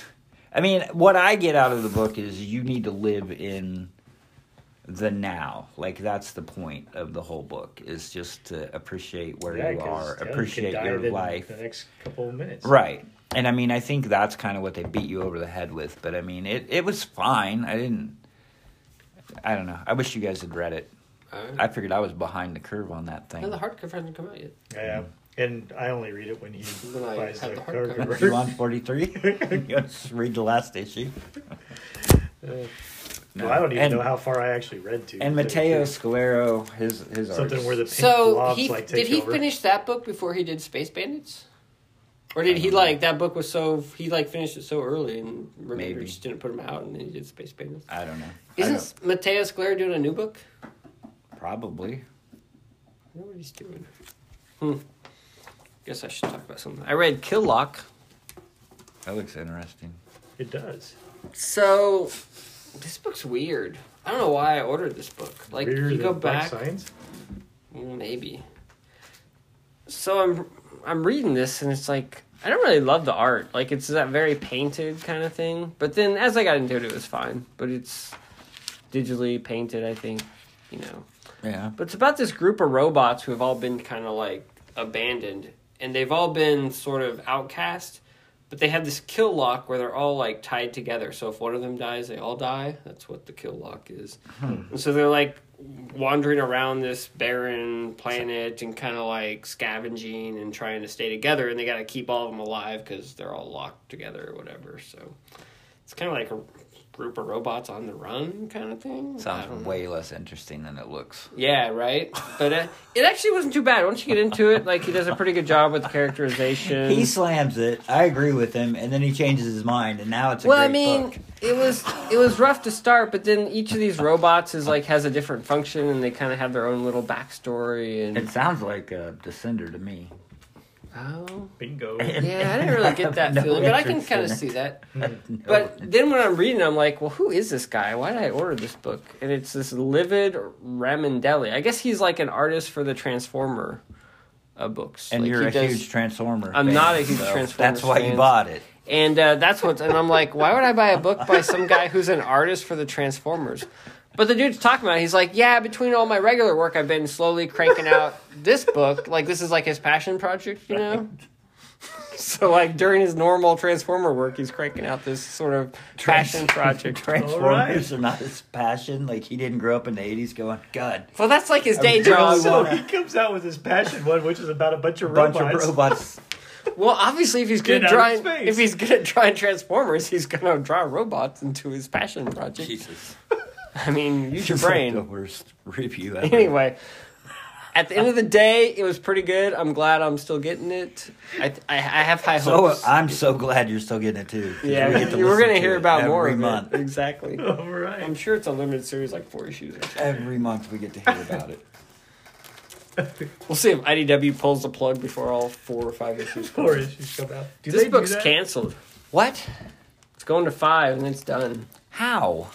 i mean what i get out of the book is you need to live in the now like that's the point of the whole book is just to appreciate where
Yeah,
you
'cause,
are
yeah, you could
appreciate
die
your
within
life
The next couple of minutes.
right and i mean i think that's kind of what they beat you over the head with but i mean it, it was fine i didn't i don't know i wish you guys had read it
Alright.
i figured i was behind the curve on that
Uh, and the
thing
hardcover hasn't come out yet.
Yeah. And I only read it when he
When I
buys
have
the
the hardcover.
hardcover.
you on 43 you want to read the last issue
Uh,
No.
Well, I don't even
And-
know how far I actually read to.
And
but-
Mateo Scalero, his his
something
artist.
where the pink
So
blobs
he
like take
did he
over.
finish that book before he did Space Bandits, or
I
did he
don't know.
like that book was so he like finished it so early and remember
Maybe.
just didn't put him out and then he did Space Bandits.
I don't know. I
Isn't Mateo Sclare doing a new book?
don't- probably?
I know what he's doing. Hmm. Guess I should talk about something. I read Kill Lock.
That looks interesting.
It does.
So this book's weird. I don't know why I ordered this book. Like
Weirder
you go
than Black
back,
Science?
Mm, maybe. So I'm I'm reading this and it's like I don't really love the art. Like it's that very painted kind of thing. But then as I got into it, it was fine. But it's digitally painted. I think you know.
Yeah.
But it's about this group of robots who have all been kind of like abandoned, and they've all been sort of outcast. But they have this kill lock where they're all like tied together. So if one of them dies, they all die. That's what the kill lock is.
Hmm.
And so they're like wandering around this barren planet and kind of like scavenging and trying to stay together. And they got to keep all of them alive because they're all locked together or whatever. So it's kind of like a group of robots on the run kind of thing. I don't
Sounds
know.
way less interesting than it looks.
Yeah, right. But it, it actually wasn't too bad. Once you get into it, like he does a pretty good job with the characterization.
He slams it. I agree with him, and then he changes his mind, and now it's a
well,
great
I mean,
book.
it was it was rough to start, but then each of these robots is like has a different function, and they kind of have their own little backstory. And
It sounds like a Descender to me.
oh,
Bingo.
yeah, I didn't really get that
No
feeling, but I can
interest
kind of
in it.
see that.
No.
But then when I'm reading, I'm like, well, who is this guy? Why did I order this book? And it's this Livid Ramondelli. I guess he's like an artist for the Transformer uh, books.
and
Like,
you're
he
a
does-
huge Transformer.
I'm
fan,
not a huge
so
Transformers
That's why
fan.
you bought it.
And uh, that's what, and I'm like, why would I buy a book by some guy who's an artist for the Transformers? But the dude's talking about, it, he's like, yeah, between all my regular work, I've been slowly cranking out this book. Like, this is like his passion project, you know? So, like, during his normal Transformer work, he's cranking out this sort of passion project.
Transformers are not his passion. Like he didn't grow up in the '80s going, "God,
Well, that's like his day
I'm really
job.
wa-
So he comes out with his passion one, which is about a bunch of
bunch
robots.
of robots."
Well, obviously, if he's good
Get
at
out of
drawing,
space.
if he's good at drawing Transformers, he's gonna draw robots into his passion project.
Jesus,
I mean, use your
It's like
brain.
the worst review ever.
anyway, at the end of the day, it was pretty good. I'm glad I'm still getting it. I th- I, I have high
So
hopes.
I'm so glad you're still getting it too. 'cause
yeah,
we get to
we are
listen
gonna
to
hear
it
about more
every
of
month.
it. Exactly.
All right.
I'm sure it's a limited series, like four issues. Or something.
Every month we get to hear about it.
We'll see if IDW pulls the plug before all four or five issues.
Four issues come out. Do
this
they do
book's
that?
canceled.
What?
It's going to five, and it's done.
How,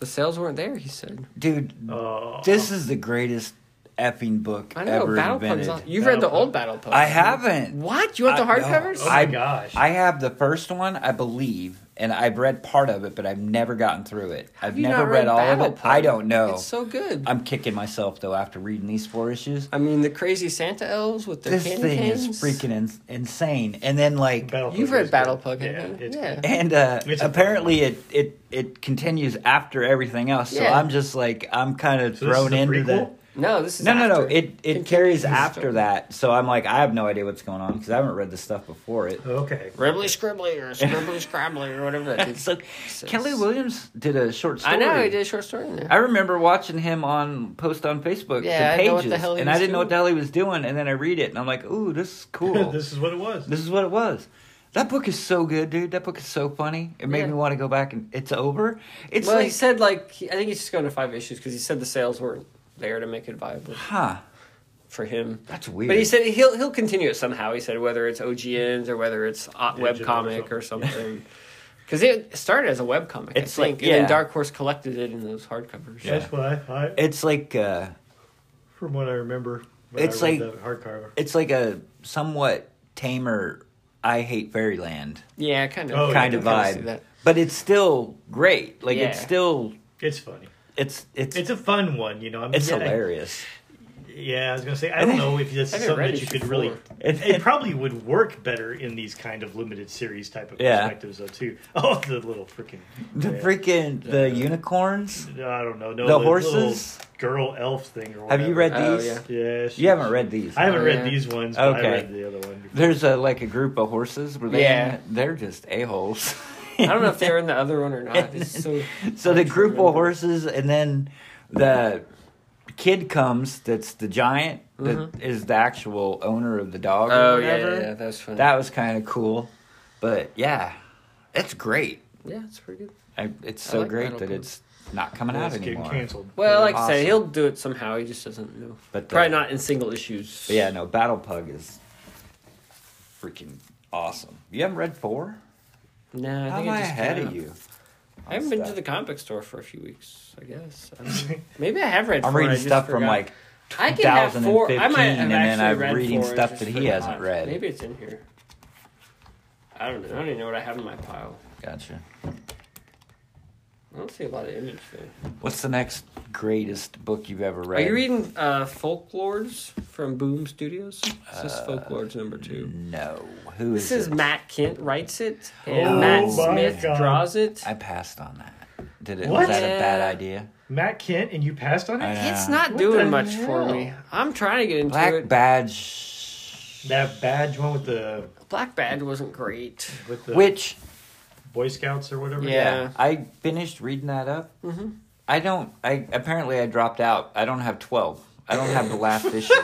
The sales weren't there. He said.
dude?
Oh.
This is the greatest effing book
I know
ever
Battle Pug's
invented.
on. You've read the
Battle
old Battle Pug.
I haven't.
What? You want the
I- no.
hardcovers?
Oh my gosh.
I have the first one, I believe, and I've read part of it, but I've never gotten through it. I've
you
never
not
read, all of
Battle
it. I
Pug?
don't know.
It's so good.
I'm kicking myself though after reading these four issues.
I mean, the crazy Santa elves with their
this
candy
thing
canes.
is freaking in- insane. And then like,
Battle Pug
You've read
is
Battle
good.
Pug,
Yeah,
haven't you?
it's
yeah.
and uh,
It's a-
apparently it it it continues after everything else. So
Yeah.
I'm just like I'm kind of
So this
thrown
is a
into the.
prequel?
No, this is
No, no, no.
after.
It it
Continues
carries
the
after
story.
that, so I'm like, I have no idea what's going on because I haven't read the stuff before it.
Okay.
Ribbly scribbly or scribbly scrabbly or whatever that is.
So Kelly Williams did a short story.
I know he did a short story in there.
I remember watching him on post on Facebook,
Yeah,
the
I know
pages,
what the hell he
and I
was
didn't know
doing.
what the hell he was doing. And then I read it, and I'm like, "Ooh, this is cool. this,
this is what it was.
is what it was." That book is so good, dude. That book is so funny. It made
Yeah.
me want to go back and it's over. It's
well,
like,
he said like he, I think he's just going to five issues because he said the sales weren't there to make it viable
huh?
for him.
That's weird.
But he said he'll he'll continue it somehow. He said whether it's OGNs or whether it's web
Digital or
comic or something. Because it started as a webcomic, I
It's like-
think, and
yeah.
then Dark Horse collected it in those hardcovers.
Yeah.
That's why I,
it's like uh,
from what I remember, when
It's
I read
like-
that hardcover.
it's like a somewhat tamer. I hate Fairyland
yeah, kind of.
Oh, yeah,
kind
I
of
can kinda see
vibe,
that.
but it's still great. Like it's
Yeah.
still
It's funny.
it's it's
It's
it's,
a fun one, you know. I mean, yeah,
hilarious.
Yeah, I was gonna say I don't know if that's
I haven't
something
read
that you
issue
could really.
four.
It, it probably would work better in these kind of limited series type of
Yeah.
perspectives, though. Too. Oh, the little freaking.
The
yeah.
freaking the unicorns.
I don't know. No,
The
the, little
horses?
girl elf thing. Or
Have you read
whatever. Uh,
Oh,
these?
yeah.
Yeah, she-
You haven't read these.
I haven't
Oh,
read
yeah.
these ones. But
Okay.
I read the other one. Before.
There's a like a group of horses where they
Yeah.
they're just a holes.
I don't know if they were in the other one or not. It's so
so the
hard to
group of
remember.
horses, and then the kid comes. That's the giant that is the actual owner of the dog. or
Mm-hmm. Oh yeah,
whatever.
yeah, yeah, that was funny.
That was kind of cool, but yeah, it's great.
yeah, it's pretty good.
I, it's so
like
great
Battle
that
Pig.
it's not coming
Well,
out
it's getting
anymore.
canceled.
Well, like I
Awesome.
said, he'll do it somehow. He just doesn't know.
But the-
probably not in single issues.
But yeah, no, Battle Pug is freaking awesome. You haven't read four?
No, I
How
think
am I
it just
ahead
came
of
out.
you?
I haven't been
Stuff.
to the comic book store for a few weeks. I guess. I don't know. Maybe I have read.
I'm
four, I
reading
just
stuff from
forgot.
like
I can have four. I
2015,
might have
and then
actually
I'm
read
reading
four, I
stuff
just
that he
forgot.
hasn't read.
Maybe it's in here. I don't know. I don't even know what I have in my pile.
gotcha.
I don't see a lot of image there.
What's the next greatest book you've ever read?
Are you reading uh, Folklores from Boom Studios? This is Folklores number two.
No. Uh, Who is
This is
it?
Matt Kent writes it, and
Oh
Matt
my
Smith
God.
draws it.
I passed on that. Did it?
What?
Was that a bad
Yeah.
idea?
Matt Kent and you passed on it.
I know.
It's not
What the
doing much for
hell?
me. I'm trying to get into
Black
it.
Badge.
That badge one with the
Black Bad wasn't great.
with the
Which
Boy Scouts or whatever.
Yeah.
I finished reading that up.
Mm-hmm.
I don't. I apparently I dropped out. I don't have twelve. I don't have the last issue.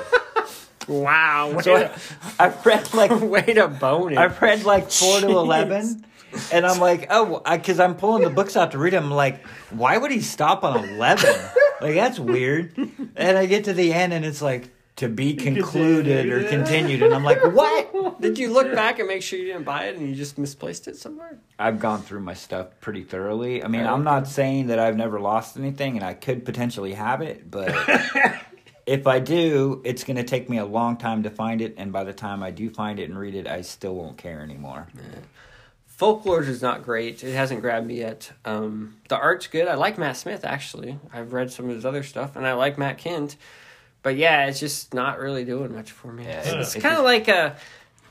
Wow. Way,
So I, I've read like
to, way to bone it.
I've read like four to
Jeez.
eleven, and I'm like, oh, because I'm pulling the books out to read. 'em, I'm like, why would he stop on eleven? like that's weird. And I get to the end, and it's like to be concluded or
Continued.
continued, and I'm like, what?
Did you look back and make sure you didn't buy it and you just misplaced it somewhere?
I've gone through my stuff pretty thoroughly. I mean,
Right.
I'm not saying that I've never lost anything, and I could potentially have it, but if I do, it's going to take me a long time to find it. And by the time I do find it and read it, I still won't care anymore.
Folklore is not great. It hasn't grabbed me yet. Um, the art's good. I like Matt Smith actually. I've read some of his other stuff, and I like Matt Kent. But yeah, it's just not really doing much for me.
Yeah,
It's-
it-
it's
it
kind of like
just-
a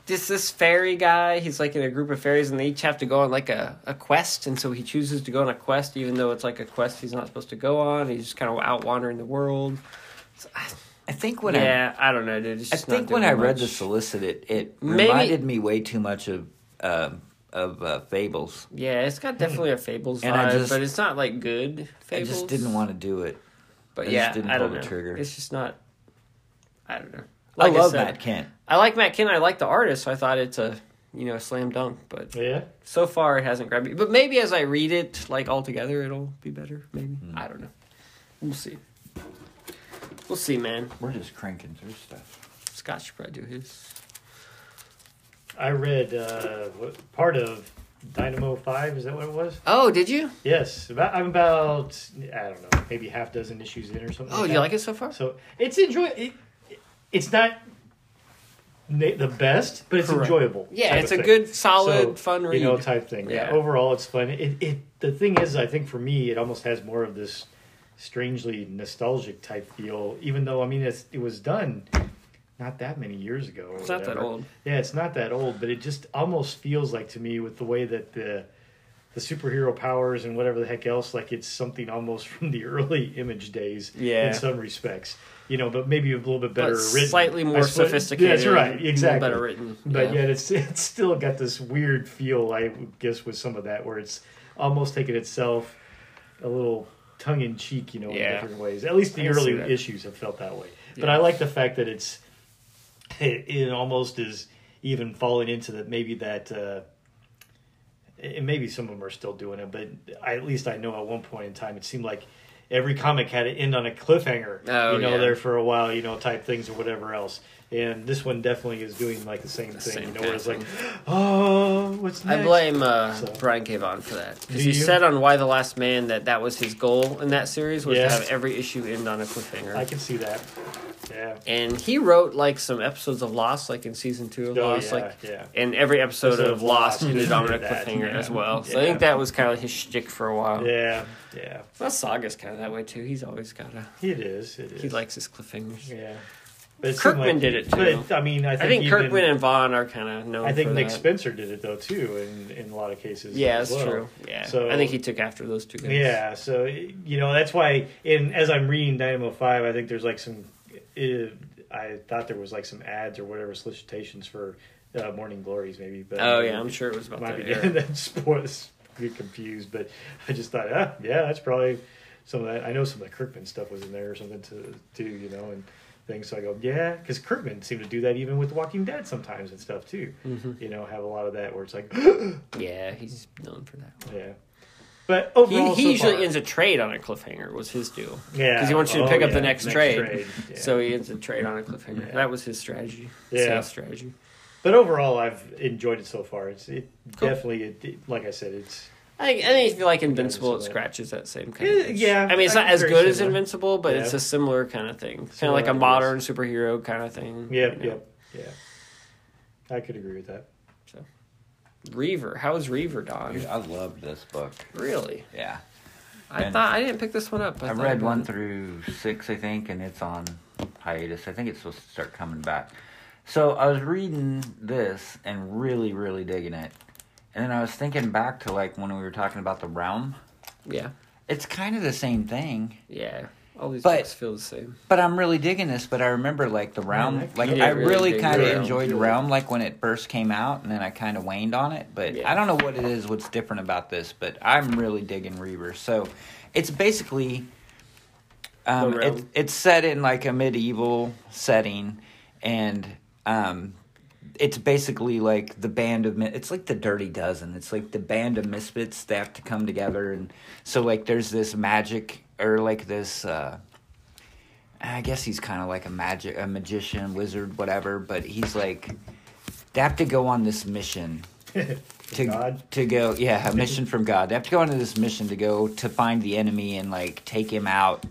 this this fairy guy. He's like in a group of fairies, and they each have to go on like a, a quest. And so he chooses to go on a quest, even though it's like a quest he's not supposed to go on. He's just kind of out wandering the world. So, I-
I think when I
yeah, I, don't know, dude. It's
I
just not
think when
doing
I read
much.
the solicit, it, it
Maybe-
reminded me way too much of um of uh, fables.
Yeah, it's got definitely a Fables
And I
vibe,
just-
but it's not like good Fables.
I just didn't want to do it.
But
I just
yeah,
didn't
I
pull
don't
the
know.
trigger.
It's just not. I don't know. Like
I love
said,
Matt Kent.
I like Matt Kent. I like the artist. So I thought it's a you know a slam dunk, but
Yeah. Yeah.
so far it hasn't grabbed me. But maybe as I read it like all together, it'll be better. Maybe
Mm.
I don't know. We'll see. We'll see, man.
We're just cranking through stuff.
Scott should probably do his.
I read uh, what, part of Dynamo Five. Is that what it was?
Oh, did you?
Yes. About, I'm about I don't know, maybe half dozen issues in or something.
Oh, you
that.
like it so far?
So it's enjoy. It, it's not na- the best, but it's
Correct.
enjoyable.
Yeah,
type
it's
of
a
thing.
good, solid,
So,
fun read.
you know type thing. Yeah.
Yeah.
Overall, it's fun. It, it the thing is, I think for me, it almost has more of this strangely nostalgic type feel. Even though I mean, it's, it was done not that many years ago. or
it's not that
whatever.
old.
Yeah, it's not that old, but it just almost feels like to me with the way that the the superhero powers and whatever the heck else, like it's something almost from the early image days.
Yeah.
In some respects. You know, but maybe a little bit better
but
written.
slightly
I
more
suppose-
sophisticated.
That's right,
a little
exactly.
Better written.
But
yeah.
yet it's it's still got this weird feel, I would guess, with some of that where it's almost taking itself a little tongue in cheek, you know,
Yeah.
in different ways. At least
I
the
can see
early
that.
issues have felt that way. But
Yeah.
I like the fact that it's it, it almost is even falling into that maybe that uh and maybe some of them are still doing it, but I, at least I know at one point in time it seemed like every comic had to end on a cliffhanger.
Oh,
you know,
yeah.
there for a while, you know, type things or whatever else. And this one definitely is doing like the same thing,
same
you know, where it's
kind
like,
of
oh, what's next?
I blame uh,
So-
Brian K. Vaughan for that because
Do
he
you?
said on Why the Last Man that that was his goal in that series was
Yeah.
to have every issue end on a cliffhanger.
I can see that. Yeah.
and he wrote like some episodes of Lost, like in season two of
Oh,
Lost,
yeah,
like
yeah.
and every episode
Episode
of
of
Lost
Lost
ended
is
on a
under that,
cliffhanger
yeah.
as well. So I
Yeah.
think that was kind of his shtick for a while.
Yeah. Yeah.
Well, Saga's kind of that way too. He's always got a
It is. It is.
he likes his cliffhangers.
yeah. But it seemed
Kirkman did it, too.
But I mean, I think,
I think
even-
Kirkman and Vaughn are kind of known.
I think
for
Nick
that.
Spencer did it though too, in in a lot of cases.
Yeah,
as
that's
well.
true. Yeah,
So-
I think he took after those two guys.
Yeah, so you know that's why. In as I'm reading Dynamo Five, I think there's like some. eh, I thought there was like some ads or whatever solicitations for uh, Morning Glories, maybe. But
Oh yeah, I'm sure it was about
might
that.
be
era.
doing that sports. Get confused, but I just thought, ah, yeah, that's probably some of that. I know some of the Kirkman stuff was in there or something to too, you know, and things. So I go, yeah, because Kirkman seemed to do that even with Walking Dead sometimes and stuff too.
Mm-hmm.
You know, have a lot of that where it's like,
Yeah, he's known for that.
yeah. But
He,
overall,
he
so
usually
far-
ends a trade on a cliffhanger was his deal.
Yeah,
'Cause he wants you to
Oh,
pick up the
yeah.
next trade.
yeah.
So he ends a trade on a cliffhanger.
Yeah.
That was his strategy.
Yeah.
Sales strategy.
but overall, I've enjoyed it so far. It's it
Cool.
definitely, it, it- like I said, it's
I think I think if you like Invincible, it
so-
scratches that same kind.
Yeah,
of itch.
yeah,
I mean it's
I
not
think
as good
very
as
similar.
Invincible, but it's
Yeah.
a similar kind of thing. Kind of
Similar
like a
ideas.
modern superhero kind of thing.
yep,
you know.
yep, yeah. I could agree with that.
Reaver, how is Reaver
Dude,
Don?
I loved this book.
Really?
Yeah.
I
And-
thought I didn't pick this one up. I
I've
thought
read
about
one
it.
through six, I think, and it's on hiatus. I think it's supposed to start coming back. So I was reading this and really, really digging it. And then I was thinking back to like when we were talking about the realm.
Yeah,
It's kind of the same thing.
yeah. All these
But-
books feel the same.
But I'm really digging this. But I remember like the realm,
I
like
really
I really
dig
kind of
Realm.
enjoyed realm, like when it first came out, and then I kind of waned on it. But
Yeah.
I don't know what it is, what's different about this, but I'm really digging Reaver. So it's basically, um,
The Realm.
it, it's set in like a medieval setting, and um, it's basically like the band of mi- it's like the dirty dozen it's like the band of misfits they have to come together and so like there's this magic or like this uh i guess he's kind of like a magic a magician wizard whatever but he's like they have to go on this mission to
God.
to go yeah a mission from god they have to go on this mission to go to find the enemy and like take him out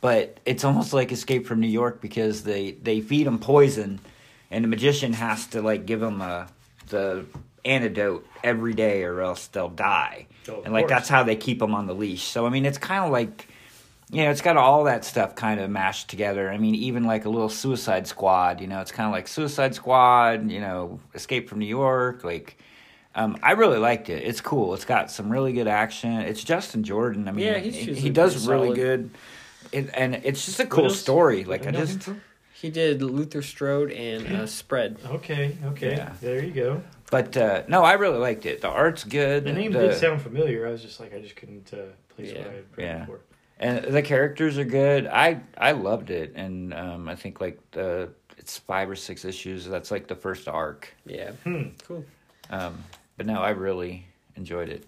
but it's almost like escape from new york because they they feed him poison and the magician has to like give him a the antidote every day or else they'll die
Oh, of
and like
course.
that's how they keep him on the leash so i mean it's kind of like you know, it's got all that stuff kind of mashed together. I mean, even like a little Suicide Squad, you know, it's kind of like Suicide Squad, you know, Escape from New York. Like, um, I really liked it. It's cool. It's got some really good action. It's Justin Jordan. I mean,
Yeah, he's
he,
usually
he does
pretty solid.
really good. It, and it's just a
What
cool
else?
story. Like, I
know him
just,
from-
He did Luther Strode and uh, Spread.
Okay, okay.
Yeah.
There you go.
but uh, no, I really liked it. The art's good.
The name did sound familiar. I was just like, I just couldn't uh, place
Yeah.
what I had read
Yeah.
before.
and the characters are good. I I loved it, and um, I think like the it's five or six issues. That's like the first arc.
Yeah,
Hmm.
cool.
Um, but no, I really enjoyed it.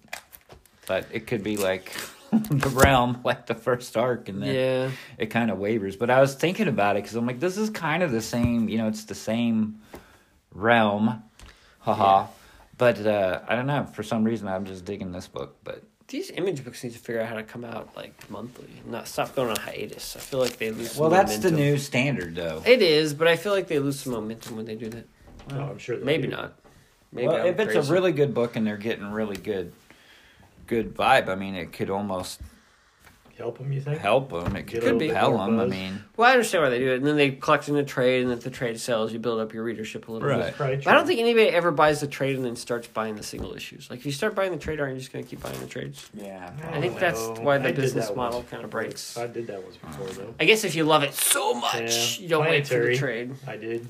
But it could be like the realm, like the first arc, and then
Yeah,
it kind of wavers. But I was thinking about it because I'm like, this is kind of the same. You know, it's the same realm, haha.
Yeah.
But uh, I don't know. For some reason, I'm just digging this book. But
these image books need to figure out how to come out like monthly, not stop going on hiatus. I feel like they lose. some
well, that's the
momentum.
new standard, though.
It is, but I feel like they lose some momentum when they do that.
No, Oh, I'm sure. they'll
Maybe
do.
not. Maybe
well,
I'm
if it's
crazy.
a really good book and they're getting really good, good vibe, I mean, it could almost
help them. You think?
help them. It could,
Get a
little bit
propel
more
them. I
buzz.
mean,
well, I understand why they do it, and then they collect in a trade, and if the trade sells, you build up your readership a little
Right.
bit.
Probably
But I don't
true.
think anybody ever buys the trade and then starts buying the single issues. Like if you start buying the trade, aren't you just going to keep buying the trades?
yeah.
I think
don't
that's
know.
why the
I did
business
that
model
once
kind of
before.
breaks.
I did that once before though.
I guess if you love it so much,
Yeah.
you don't wait for
Planetary.
the trade.
I did.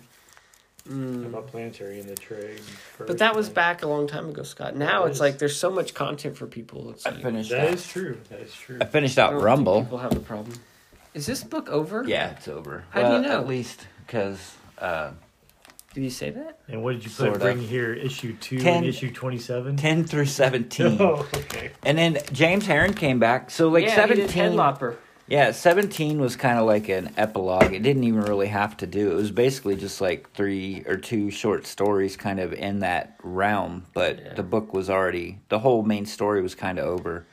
Mm.
I bought Planetary in the trade. first,
But that was
and-
back a long time ago, Scott. Now
It
it's
is.
like there's so much content for people. It's
I
like,
finished
That
out.
is true. That is true.
I finished
I
out
don't think
Rumble.
People have a problem. Is this book over?
Yeah, it's over.
How do you
Well,
know?
At least because uh,
Did you say that?
And what did you
Sort
put?
of.
Bring here issue two
Ten-
and issue twenty-seven.
ten through seventeen,
Oh, okay.
and then James Heron came back. So like
yeah, he did
seventeen,
Headlopper.
yeah, seventeen was kind of like an epilogue. It didn't even really have to do. It was basically just like three or two short stories, kind of in that realm. But
Yeah.
the book was already the whole main story was kind of over.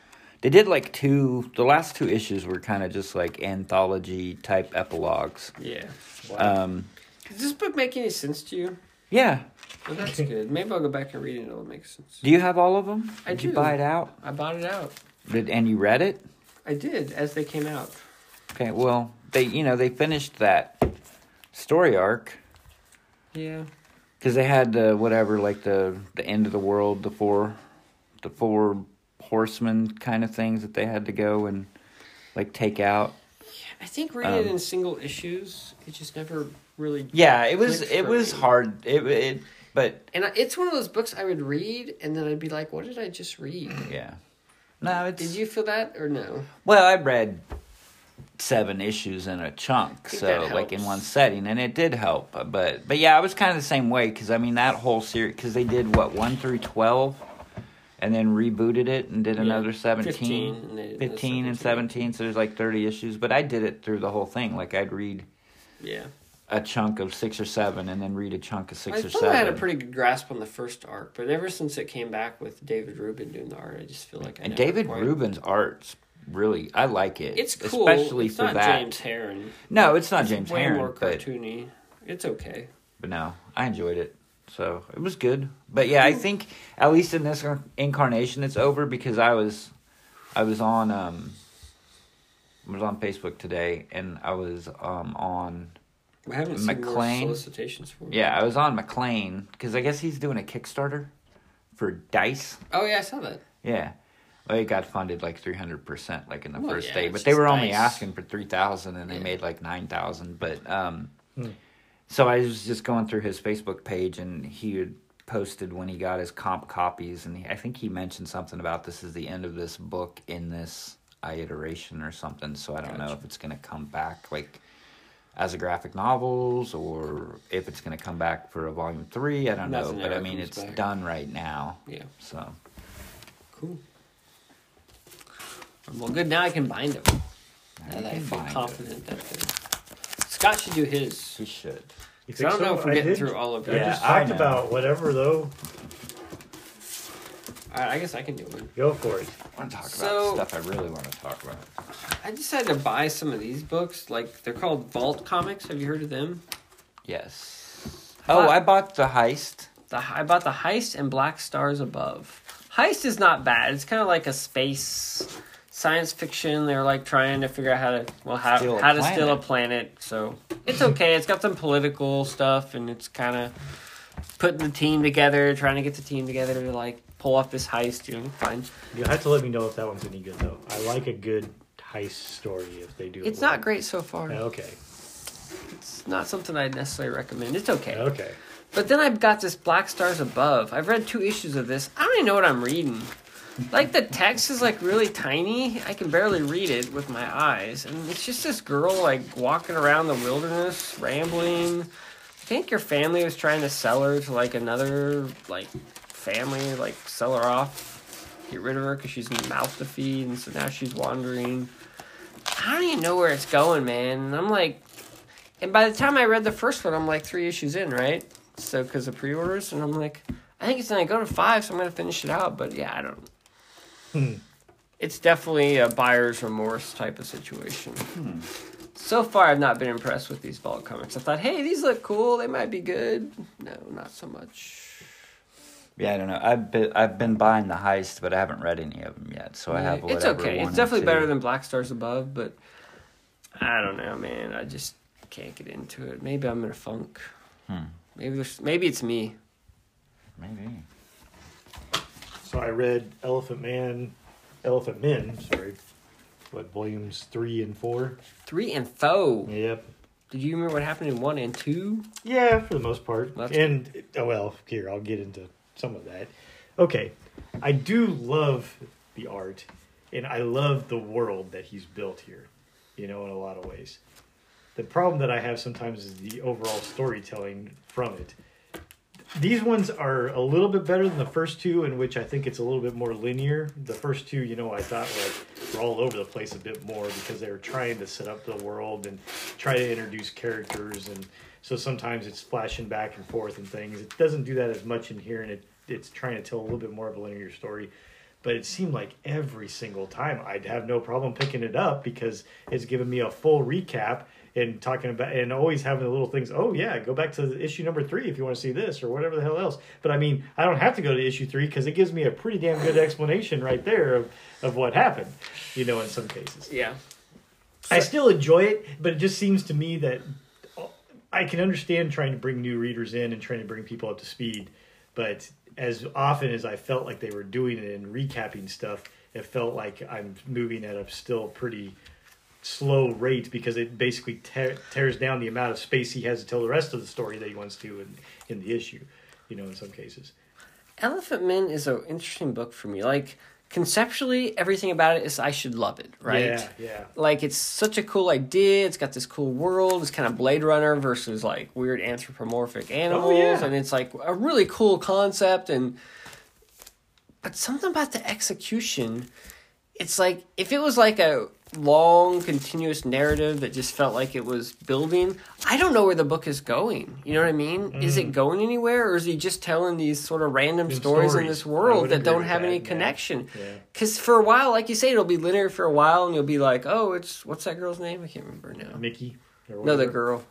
They did like two. The last two issues were kind of just like anthology type epilogues.
Yeah.
Wow.
Um,
Does this book make any sense to you?
yeah.
Well, that's good. Maybe I'll go back and read it. and It'll make sense.
Do you have all of them?
I
Did you
do.
buy it out?
I bought it out.
Did and you read it?
I did as they came out.
Okay, well they you know they finished that story arc
Yeah.
because they had the whatever like the the end of the world the four the four horsemen kind of things that they had to go and like take out.
I think reading it
Um,
in single issues, it just never really.
Yeah, it was
clicked
it
for
was
me.
hard. It it but
And I- it's one of those books I would read, and then I'd be like, "What did I just read?"
yeah. No, it's
Did you feel that or no?
Well, I read seven issues in a chunk,
think
so
that
like in
helps.
one setting, and it did help. uh, But but yeah, I was kind of the same way because I mean that whole series because they did what one through twelve, and then rebooted it and did
Yeah,
another 17,
15,
15,
and they did
and 17. So there's like thirty issues, but I did it through the whole thing. Like I'd read
Yeah.
a chunk of six or seven, and then read a chunk of six
I
or
thought I had a
seven.
pretty good grasp on the first arc, but ever since it came back with David Rubin doing the art, I just feel like I
and
never
David
quite-
Rubin's art's really I like it.
It's cool,
especially
it's
for
not
that.
James Heron.
No, it's not James
way
Heron,
more
but-
cartoony. It's okay.
but no, I enjoyed it. So it was good. But yeah, I think at least in this incarnation, it's over because I was, I was on, um, I was on Facebook today, and I was um on,
I haven't seen
McLean?
more solicitations for. it.
yeah, I was on McLean because I guess he's doing a Kickstarter for Dice.
Oh yeah, I saw that.
Yeah. Well, it got funded like three hundred percent, like in the
Well,
first
yeah,
day.
it's
But they were
just
only
nice.
asking for three thousand, and they
Yeah.
made like nine thousand. But um, so I was just going through his Facebook page, and he had posted when he got his comp copies, and he, I think he mentioned something about this is the end of this book in this iteration or something. So I don't know
Gotcha.
if it's gonna come back like as a graphic novels or if it's gonna come back for a volume three. I don't
Nothing
know, but I
ever
mean
comes
it's
back.
done right now.
Yeah.
So
Cool. Well, good. Now I can bind them. Now
you
that I
can
feel
bind it.
confident that they're- Scott should do his.
we should.
You
I don't know if we're
I
getting
did-
through all of
I
it.
just
Yeah, I
talked
know.
about whatever though.
All right, I guess I can do one.
Go for it.
I want to talk
So-
about stuff I really want to talk about.
I decided to buy some of these books. Like they're called Vault Comics. Have you heard of them?
Yes. Oh,
Huh.
I bought the heist.
The I bought the Heist and Black Stars Above. Heist is not bad. It's kind of like a space science fiction. They're like trying to figure out how to well how
Steal a
how to steal a
planet.
planet. So it's okay. it's got some political stuff and it's kind of putting the team together, trying to get the team together to like pull off this heist. You know, fine.
You'll have to let me know if that one's any good though. I like a good heist story if they do. it
It's
well.
not great so far.
Okay.
It's not something I'd necessarily recommend. It's okay.
Okay.
But then I've got this Black Stars Above. I've read two issues of this. I don't even know what I'm reading. Like the text is like really tiny. I can barely read it with my eyes. And it's just this girl like walking around the wilderness, rambling. I think your family was trying to sell her to like another like family, like sell her off, get rid of her because she's mouth to feed, and so now she's wandering. I don't even know where it's going, man. And I'm like, and by the time I read the first one, I'm like three issues in, right? So because of pre-orders, and I'm like, I think it's gonna go to five, so I'm gonna finish it out. But yeah, I don't. It's definitely a buyer's remorse type of situation.
Hmm.
So far, I've not been impressed with these vault comics. I thought, hey, these look cool. They might be good. No, not so much.
Yeah, I don't know. I've been I've been buying the heist, but I haven't read any of them yet. So I have.
Eh, it's
whatever
okay.
one
It's
and
definitely
two.
better than Black Stars Above, but I don't know, man. I just can't get into it. Maybe I'm in a funk.
Hmm.
Maybe there's maybe it's me.
maybe.
So I read Elephant Man, Elephant Men. Sorry. What volumes three and four?
Three and foe.
Yep.
Did you remember what happened in one and two?
Yeah, for the most part.
That's-
and oh well, here I'll get into some of that. Okay, I do love the art, and I love the world that he's built here. You know, in a lot of ways. The problem that I have sometimes is the overall storytelling from it. These ones are a little bit better than the first two, in which I think it's a little bit more linear. The first two, you know, I thought like were all over the place a bit more because they were trying to set up the world and try to introduce characters, and so sometimes it's flashing back and forth and things. It doesn't do that as much in here, and it it's trying to tell a little bit more of a linear story. But it seemed like every single time I'd have no problem picking it up because it's given me a full recap and talking about and always having the little things. Oh yeah, go back to issue number three if you want to see this or whatever the hell else. But I mean, I don't have to go to issue three because it gives me a pretty damn good explanation right there of of what happened. You know, in some cases.
Yeah.
I still enjoy it, but it just seems to me that I can understand trying to bring new readers in and trying to bring people up to speed, but as often as I felt like they were doing it and recapping stuff, it felt like I'm moving at a still pretty slow rate because it basically tear, tears down the amount of space he has to tell the rest of the story that he wants to in, in the issue, you know, in some cases.
Elephant Men is an interesting book for me. Like conceptually, everything about it is I should love it, right?
Yeah, yeah.
Like it's such a cool idea. It's got this cool world. It's kind of Blade Runner versus like weird anthropomorphic animals,
Oh, yeah.
and it's like a really cool concept. And but something about the execution, it's like if it was like a long continuous narrative that just felt like it was building i don't know where the book is going you know what i mean is
Mm.
it going anywhere or is he just telling these sort of random
Good
stories, in
stories.
this
I
world
would
that
agree
don't
with
have
that,
any
yeah.
connection
Yeah.
because for a while, like you say, it'll be linear for a while, and you'll be like, "Oh, it's what's that girl's name? I can't remember now."
Mickey. Or
No, the
whatever.
girl.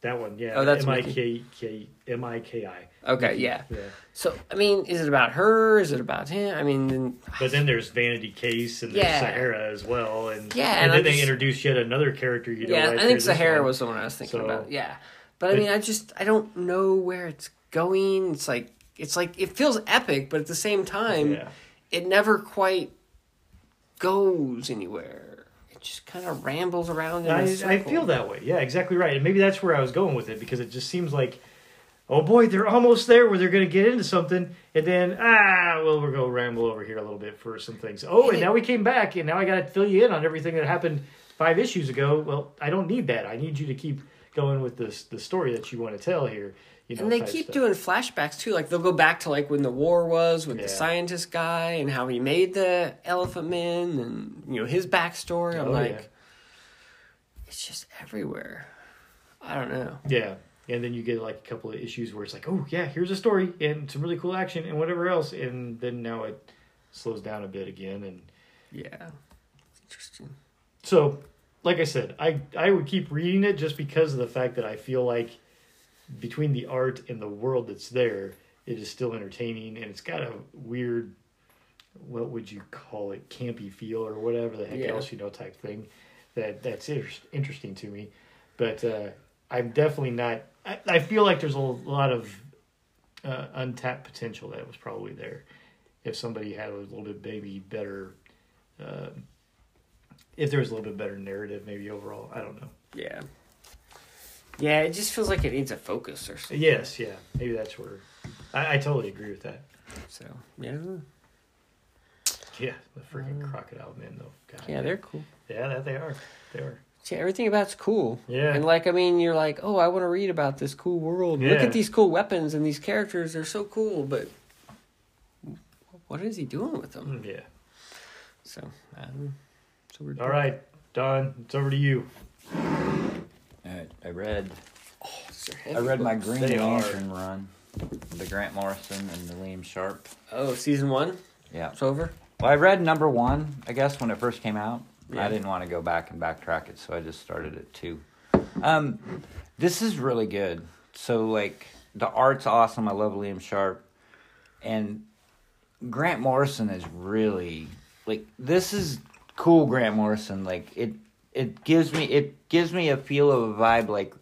That one, yeah.
Oh, that's
M-I-K- K- M-I-K-I.
Okay, yeah.
Yeah.
So, I mean, is it about her? Is it about him? I mean, then,
But then there's Vanity Case and there's
Yeah.
Sahara as well, and
Yeah,
and,
and
then
I'm
they
just-
introduced yet another character. You know,
yeah,
right
I think
through this
Sahara
one.
was the one I was thinking
So-
about. Yeah, but I mean, I just I don't know where it's going. It's like it's like it feels epic, but at the same time,
Yeah.
it never quite goes anywhere. It just kind of rambles around. In a
I, I
circle.
feel that way. Yeah, exactly right. And maybe that's where I was going with it because it just seems like, oh boy, they're almost there where they're going to get into something, and then ah, well, we're going to ramble over here a little bit for some things. Oh, and now we came back, and now I got to fill you in on everything that happened five issues ago. Well, I don't need that. I need you to keep going with this the story that you want to tell here. You know,
And they
type
keep
stuff.
doing flashbacks too. Like they'll go back to like when the war was with
Yeah.
the scientist guy and how he made the elephant man and you know his backstory. I'm
Oh,
like,
yeah.
it's just everywhere. I don't know.
Yeah. And then you get like a couple of issues where it's like, oh yeah, here's a story and some really cool action and whatever else, and then now it slows down a bit again. And
Yeah, interesting.
so, like I said, I I would keep reading it just because of the fact that I feel like between the art and the world that's there, it is still entertaining and it's got a weird, what would you call it, campy feel or whatever the heck
Yeah.
else you know type thing, that that's inter- interesting to me. But uh, I'm definitely not. I, I feel like there's a lot of uh, untapped potential that was probably there if somebody had a little bit maybe better. Uh, if there was a little bit better narrative, maybe overall, I don't know.
Yeah, yeah. It just feels like it needs a focus or something.
Yes, yeah, maybe that's where I, I totally agree with that.
So yeah,
Yeah, the freaking crocodile men though. God,
Mm. yeah, they're cool.
yeah, that they are. They are.
Yeah, everything about it's cool.
Yeah.
And like I mean, you're like, oh, I want to read about this cool world. Look
Yeah.
at these cool weapons and these characters. They're so cool, but what is he doing with them?
Mm, Yeah.
So, um, so we're
All right, Don, it's over to you.
I, I read.
Sir,
I read my Green
They are.
Lantern run, the Grant Morrison and the Liam Sharp.
Oh, season one.
Yeah.
It's over.
Well, I read number one, I guess, when it first came out.
Yeah.
I didn't want to go back and backtrack it, so I just started at two. Um, this is really good. So, like, the art's awesome. I love Liam Sharp. And Grant Morrison is really, like, this is cool, Grant Morrison. Like, it. It gives me it gives me a feel of a vibe like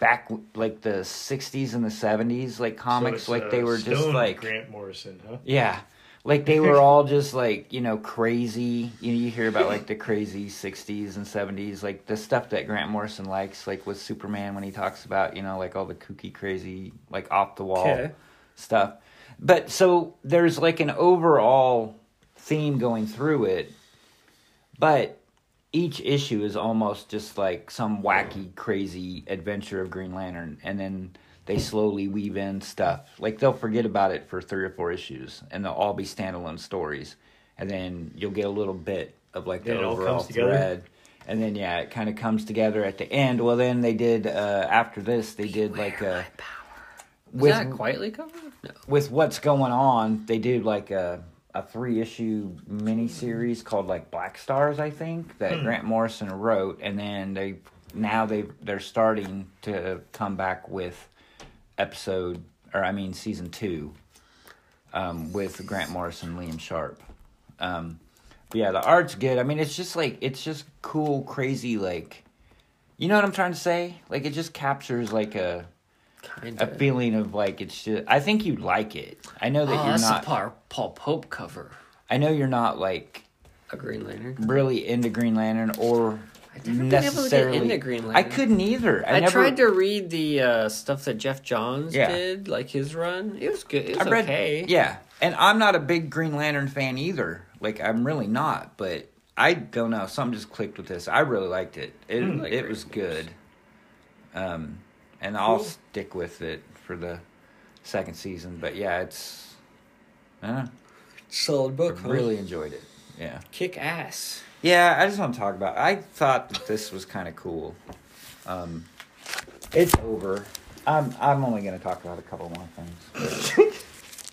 back like the '60s and the '70s, like comics,
So
like
it's, uh,
they were just
Stone
like
Grant Morrison, huh?
yeah. Like they were all just like, you know, crazy. You know, you hear about like the crazy 60s and 70s, like the stuff that Grant Morrison likes, like with Superman when he talks about, you know, like all the kooky crazy, like off the wall
Okay.
stuff. But so there's like an overall theme going through it, but each issue is almost just like some wacky, crazy adventure of Green Lantern, and then they slowly weave in stuff. Like they'll forget about it for three or four issues, and they'll all be standalone stories, and then you'll get a little bit of like the
It all
overall
comes together?
thread. And then yeah, it kind of comes together at the end. Well, then they did uh, after this, they did like a
Was
with
that quietly covered? No.
with what's going on, they did like a a three issue miniseries called like Black Stars, I think, that Grant Morrison wrote, and then they now they they're starting to come back with episode or I mean season two um, with Grant Morrison, Liam Sharp. Um, but yeah, the art's good. I mean, it's just like it's just cool, crazy, like you know what I'm trying to say. Like it just captures like a
Kind
a
of.
feeling of like it's just I think you like it. I know that
Oh,
you're
that's
not
the Paul, Paul Pope cover.
I know you're not like
A Green Lantern.
really into Green Lantern or
I've never been able to get
necessarily
into Green
I
Lantern.
couldn't either. I,
I,
never,
tried to read the uh, stuff that Jeff Johns
Yeah.
did, like his run. It was good. It was
I read
okay.
Yeah. And I'm not a big Green Lantern fan either. Like I'm really not, but I don't know, something just clicked with this. I really liked it. It
like
it
Green Lanterns.
was good. Um and I'll
Cool.
stick with it for the second season, but yeah, it's I don't know.
Solid book.
I really enjoyed it. Yeah.
kick ass.
Yeah, I just want to talk about. I thought that this was kind of cool. Um, it's over. I'm I'm only going to talk about a couple more things.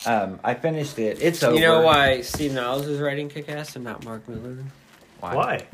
but, um, I finished it. It's over.
You know why Steve Niles is writing Kick Ass and not Mark Miller?
Why?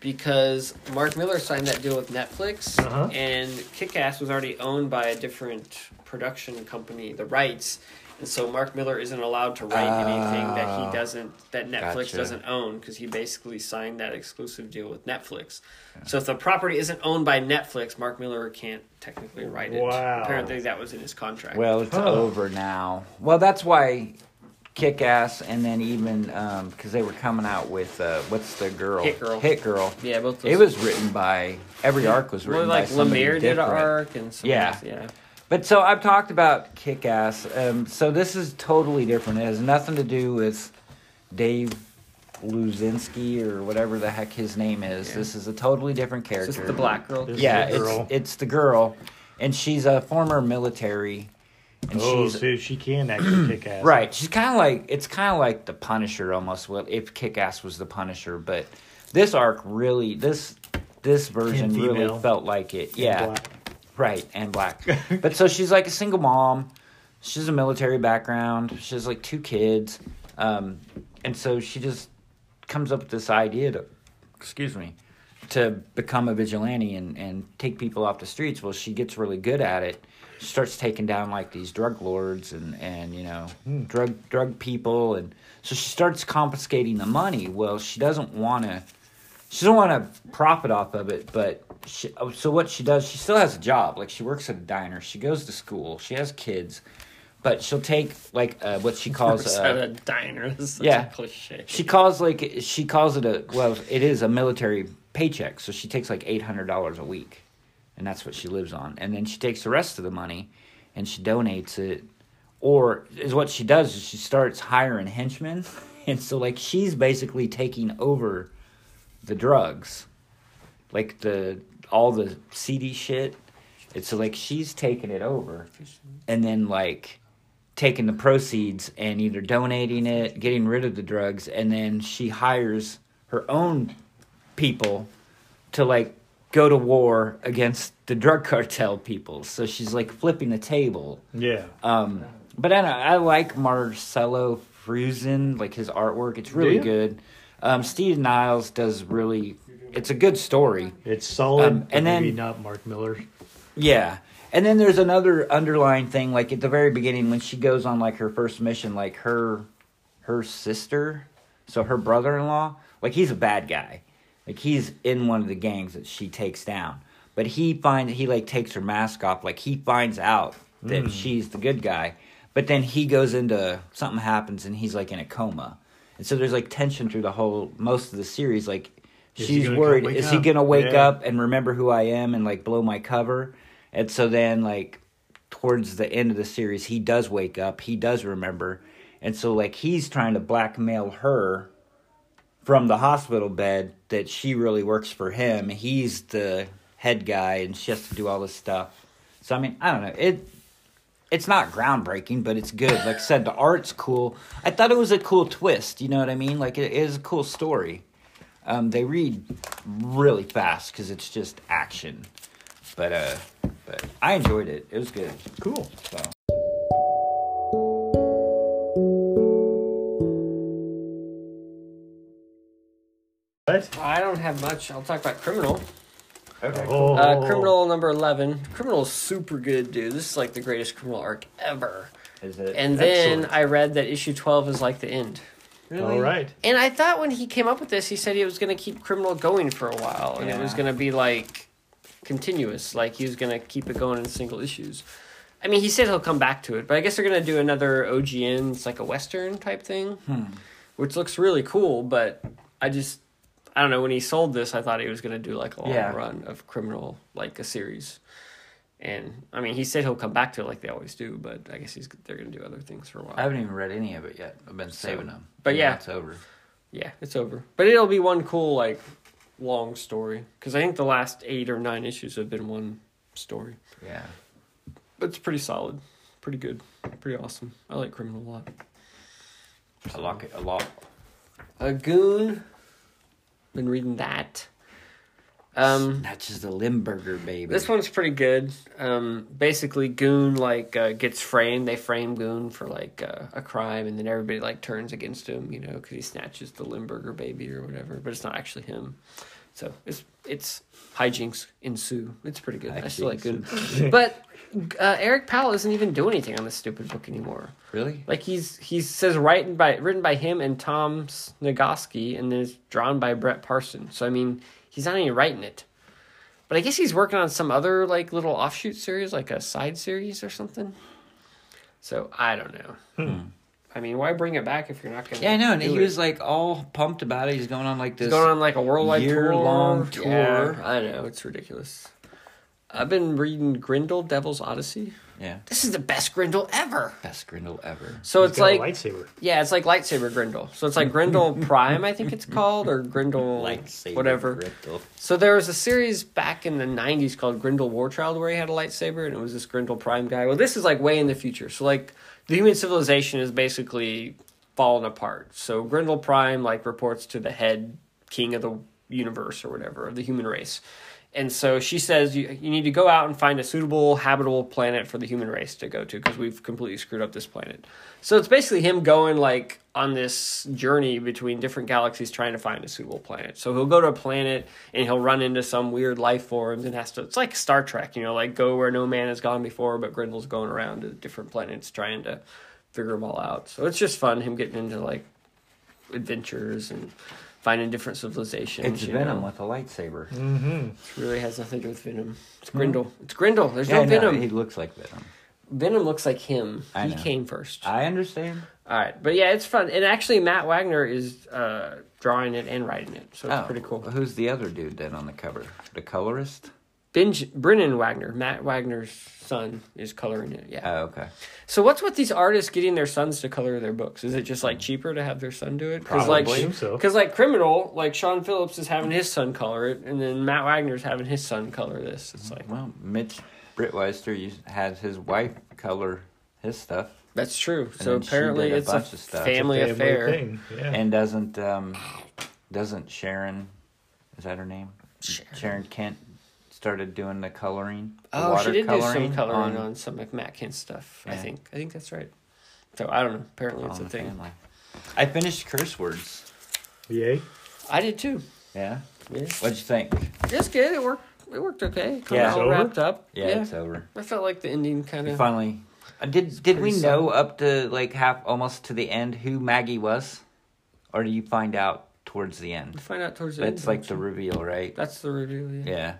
Because Mark Miller signed that deal with Netflix,
Uh-huh.
and Kick Ass was already owned by a different production company, the rights. And so Mark Miller isn't allowed to write anything that
Oh.
he doesn't, that Netflix
Gotcha.
doesn't own, because he basically signed that exclusive deal with Netflix. So if the property isn't owned by Netflix, Mark Miller can't technically write it.
Wow.
Apparently that was in his contract.
Well, it's
Huh.
over now. Well, that's why Kick Ass, and then even because they were coming out with uh, what's the girl
Hit Girl.
Hit Girl.
Yeah, both those.
It was written by every arc was
Well,
written
like
by somebody
Lemire did an
different.
arc and some
Yeah.
else, yeah.
But so I've talked about Kick Ass. Um, so this is totally different. It has nothing to do with Dave Luzinski or whatever the heck his name is.
Yeah.
This is a totally different
It's
character.
just the black girl.
This-
yeah,
It's the girl.
it's it's the girl, and she's a former military, and
oh,
she's
so she can actually kick ass.
Right. She's kind of like it's kind of like the Punisher almost. Well, if Kick Ass was the Punisher, but this arc really this this version really
female.
felt like it.
And
Yeah.
black.
Right, and black. but so she's like a single mom. She has a military background. She has like two kids. Um, and so she just comes up with this idea to, excuse me, to become a vigilante and, and take people off the streets. Well, she gets really good at it. She starts taking down like these drug lords and, and you know, drug drug people. And so she starts confiscating the money. Well, she doesn't want to she doesn't want to profit off of it, but she, oh, so what she does, she still has a job. Like she works at a diner, she goes to school, she has kids, but she'll take like uh, what she calls
Works at
uh,
a diner. That's such
yeah.
a cliche.
she calls like she calls it a well, it is a military paycheck. So she takes like eight hundred dollars a week, and that's what she lives on. And then she takes the rest of the money, and she donates it, or is what she does is she starts hiring henchmen, and so like she's basically taking over the drugs, like the all the seedy shit. It's so like she's taking it over, and then like taking the proceeds and either donating it, getting rid of the drugs, and then she hires her own people to like go to war against the drug cartel people. So she's like flipping the table.
Yeah.
Um, but I don't know, I like Marcelo Frusin, like his artwork. It's really
you?
good. Um, Steve Niles does really. It's a good story.
It's solid,
Um,
but
and then-
maybe not Mark Miller.
Yeah. And then there's another underlying thing, like at the very beginning when she goes on like her first mission, like her her sister, so her brother in law, like he's a bad guy. Like he's in one of the gangs that she takes down. But he finds he like takes her mask off, like he finds out
Hmm.
that she's the good guy. But then he goes into something happens and he's like in a coma. And so there's like tension through the whole most of the series, like
Is he
she's
gonna
worried
wake
is he
up?
gonna wake
Yeah.
up and remember who i am and like blow my cover and so then like towards the end of the series he does wake up he does remember and so like he's trying to blackmail her from the hospital bed that she really works for him he's the head guy and she has to do all this stuff so i mean i don't know it it's not groundbreaking, but it's good. Like I said, the art's cool. I thought it was a cool twist. You know what I mean? Like it is a cool story. Um, they read really fast because it's just action. But uh, but I enjoyed it. It was good.
Cool.
So
What?
Uh,
I don't have much. I'll talk about Criminal.
okay.
Oh,
Uh, Criminal number 11. Criminal is super good, dude. This is like the greatest criminal arc ever.
Is it?
And then I read that issue 12 is like the end.
All right.
And I thought when he came up with this, he said he was going to keep Criminal going for a while. And it
Yeah.
was going to be like continuous. Like he was going to keep it going in single issues. I mean, he said he'll come back to it, but I guess they're going to do another OGN. It's like a Western type thing,
Hmm.
which looks really cool. But I just, I don't know. When he sold this, I thought he was going to do like a long
Yeah.
run of Criminal, like a series. And I mean, he said he'll come back to it like they always do, but I guess he's they're going to do other things for a while.
I haven't even read any of it yet. I've been saving them.
but
And
yeah.
now it's over.
Yeah, it's over. But it'll be one cool, like, long story. Because I think the last eight or nine issues have been one story.
Yeah.
But it's pretty solid. Pretty good. Pretty awesome. I like Criminal a lot.
I like it a lot.
A Goon. Been reading that. Um,
That's just a Limburger baby.
This one's pretty good. Um, basically, Goon like uh, gets framed. They frame Goon for like uh, a crime, and then everybody like turns against him, you know, because he snatches the Limburger baby or whatever. But it's not actually him. So it's it's hijinks ensue. It's pretty good. I still like Goon, but uh, Eric Powell doesn't even do anything on this stupid book anymore.
really?
Like he's he says written by written by him and Tom Snigoski, and then it's drawn by Brett Parson. So I mean, he's not even writing it. But I guess he's working on some other like little offshoot series, like a side series or something. So I don't know. I mean, why bring it back if you're not going to?
Hmm. Yeah, I know. And
do
he
it?
was like all pumped about it. He's going on like
He's
this.
going on like a worldwide
year-long
tour.
tour.
Yeah, I know it's ridiculous. I've been reading Grindel, Devil's Odyssey.
yeah,
This is the best Grindel ever.
best Grindle ever.
So
He's
it's
got a
like
lightsaber.
yeah, it's like lightsaber Grindel. So it's like Grindel Prime, I think it's called, or Grindel
Lightsaber,
whatever.
Grindle.
So there was a series back in the '90s called Grindel War Child, where he had a lightsaber, and it was this Grindel Prime guy. Well, this is like way in the future. So like the human civilization is basically fallen apart. So Grindel Prime like reports to the head king of the universe or whatever of the human race, and so she says you you need to go out and find a suitable habitable planet for the human race to go to because we've completely screwed up this planet. So it's basically him going like on this journey between different galaxies trying to find a suitable planet. So he'll go to a planet and he'll run into some weird life forms and has to it's like Star Trek, you know, like go where no man has gone before, but Grindel's going around to different planets trying to figure them all out. So it's just fun him getting into like adventures and finding different civilizations.
It's
you
Venom
know. Mm-hmm.
with a lightsaber.
It really has nothing to do with Venom. It's Grindel. It's Grindel. There's
Hmm? Yeah,
no
I know,
Venom.
He looks like Venom.
Venom looks like him.
I
he
know.
came first.
I understand.
All right, but yeah, it's fun, and actually Matt Wagner is uh, drawing it and writing it, so it's
Oh,
pretty cool.
Who's the other dude then on the cover? The colorist?
Benj- Brennan Wagner, Matt Wagner's son, is coloring it. Yeah.
Oh, okay.
So what's with these artists getting their sons to color their books? Is it just like cheaper to have their son do it? Because like,
Probably. I assume so.
because like criminal, like Sean Phillips is having his son color it, and then Matt Wagner's having his son color this. It's like
Well, Mitch Brittweister used- has his wife color his stuff,
that's true. So
then she
apparently,
did a
it's a
bunch of stuff.
family affair.
thing. Yeah.
and doesn't um, doesn't Sharon? Is that her name?
Sharon.
Kent started doing the coloring. the
Oh, she did do some
watercoloring
coloring on, some McMackin stuff. I
Yeah.
think. I think that's right. So I don't know. Apparently, it's
on
a
the
thing.
family. I finished curse words.
Yay.
I did too.
Yeah.
Yeah,
What'd you think?
it's good. It worked. It worked okay. Kind
Yeah.
of
It's
all
over?
wrapped up.
Yeah,
Yeah,
it's over.
I felt like the ending kind
We
of.
finally. Uh, did did we
pretty
know up to like half almost to the end who Maggie was, or do you find out towards the end?
Find out towards the end.
That's like the reveal, right?
That's the reveal. Yeah.
Yeah.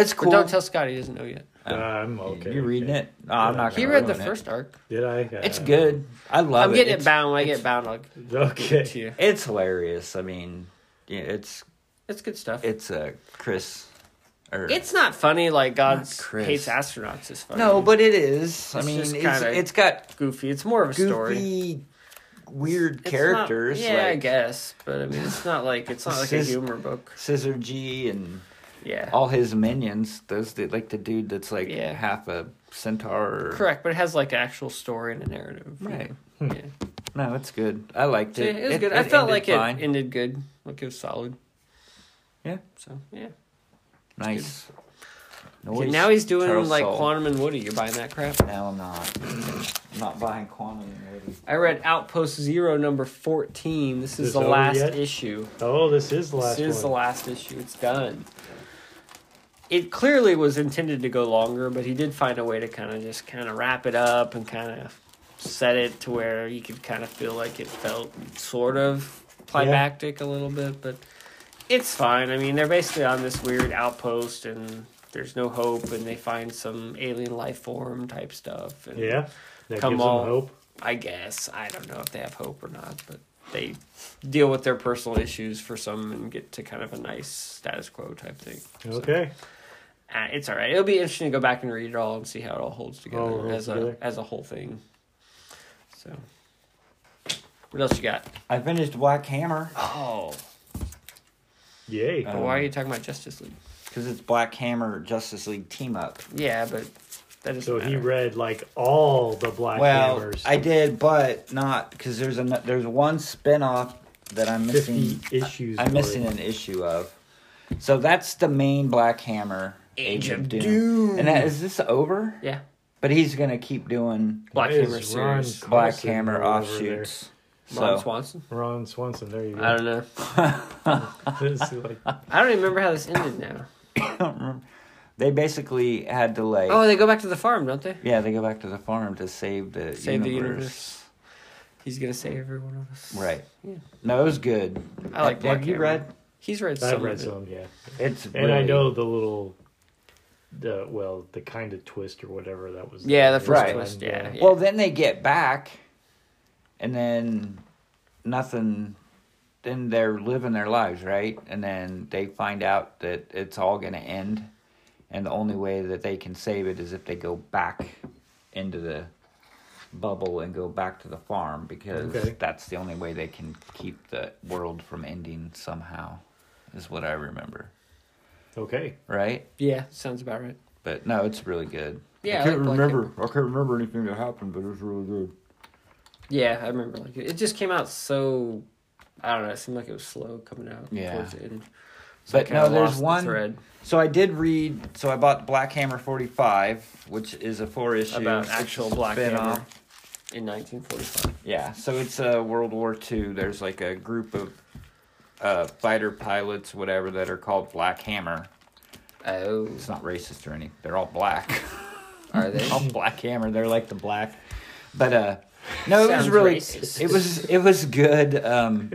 It's
But
cool.
don't tell Scott he doesn't know yet.
Oh.
I'm okay.
you reading
okay.
it? No, I'm not.
He
gonna
read the
ruin it.
first arc.
Did I? Uh,
It's good. I love
I'm
it.
getting
it's,
it bound. When I get bound, I'll give it to
Okay.
you.
It's hilarious. I mean, yeah, it's
It's good stuff.
it's uh, Chris. er, Or,
it's not funny like God
Not Chris.
hates astronauts is funny.
no, but it is. I
It's
mean, it's,
just kinda
it's got
goofy. It's more of a
goofy,
story.
weird
It's not-
characters.
yeah, I
like
guess, but I mean, it's not like it's not like
It's
a
just-
humor book.
Scissor G and
Yeah,
all his minions. Those the, like the dude that's like
Yeah.
half a centaur. Or,
correct. But it has like actual story and a narrative. you
Right.
know? Yeah.
No, it's good. I liked
So,
it.
yeah, it was good. I
it
felt
ended
like
fine.
it ended good. Like it was solid.
Yeah.
So yeah.
Nice.
Okay,
Noise,
now he's doing
turtle
like
soul.
Quantum and Woody. You're buying that crap.
No, I'm not. I'm not buying quantum already.
I read Outpost Zero number fourteen. This is
Is
the
it over
last
yet?
issue.
Oh, this is the last
This is the
one.
last issue. It's done. It clearly was intended to go longer, but he did find a way to kind of just kind of wrap it up and kind of set it to where you could kind of feel like it felt sort of climactic a little bit, but it's fine. I mean, they're basically on this weird outpost and there's no hope and they find some alien life form type stuff and
Yeah. That
Come
gives
on.
them hope.
I guess. I don't know if they have hope or not, but they deal with their personal issues for some and get to kind of a nice status quo type thing. So,
Okay.
uh, it's all right. It'll be interesting to go back and read it all and see how it all holds together
All holds
as a
together.
as a whole thing. So, what else you got?
I finished Black Hammer
Oh,
Yay.
Uh,
but why are you talking about Justice League?
because it's Black Hammer Justice League team up.
Yeah, but that doesn't
so he
matter.
read like all the Black
well,
Hammers.
I did, but not because there's an, there's one spinoff that I'm missing.
50 issues.
I'm
for
missing
it.
an issue of. So that's the main Black Hammer.
Age of
And
Hmm.
that, is this over?
yeah,
But he's gonna keep doing
Black
That
Hammer
is Ron
series.
Black
Carson
Hammer
all over there.
offshoots.
Ron
So
Swanson.
Ron Swanson. There you go.
I don't know.
This is like-
I don't even remember how this ended now.
they basically had to like.
Oh, they go back to the farm, don't they?
Yeah, they go back to the farm to save the
Save the
universe.
universe. He's gonna save every one of us.
Right.
Yeah.
No, it was good.
I like
Have
Black
you
Hammer.
read?
He's read some.
I've
of it.
read some, yeah.
It's
And I
really-
know the little, the well, the kind of twist or whatever that was.
Yeah, the
there.
first
Right.
twist. Yeah. yeah.
Well, then they get back and then nothing. Then they're living their lives, right? And then they find out that it's all going to end, and the only way that they can save it is if they go back into the bubble and go back to the farm because
Okay.
that's the only way they can keep the world from ending somehow, is what I remember,
uh, Okay.
right?
Yeah, sounds about right.
But no, it's really good.
Yeah, I
I can't
like Black
remember. I can't remember anything that happened, but it's really good.
Yeah, I remember. Like it just came out so. I don't know. It seemed like it was slow coming out.
Yeah.
towards the end. I
But
kinda
no, there's
lost the
one.
thread.
So I did read. So I bought Black Hammer 45, which is a four issue
about actual Black
spin-off.
Hammer in 1945.
Yeah, so it's uh, World War II. There's like a group of uh, fighter pilots, whatever, that are called Black Hammer.
Oh,
It's not racist or anything. They're all black.
are they?
all Black Hammer. They're like the black. But uh, no, it was
Sounds
really.
racist.
It was it was good. Um,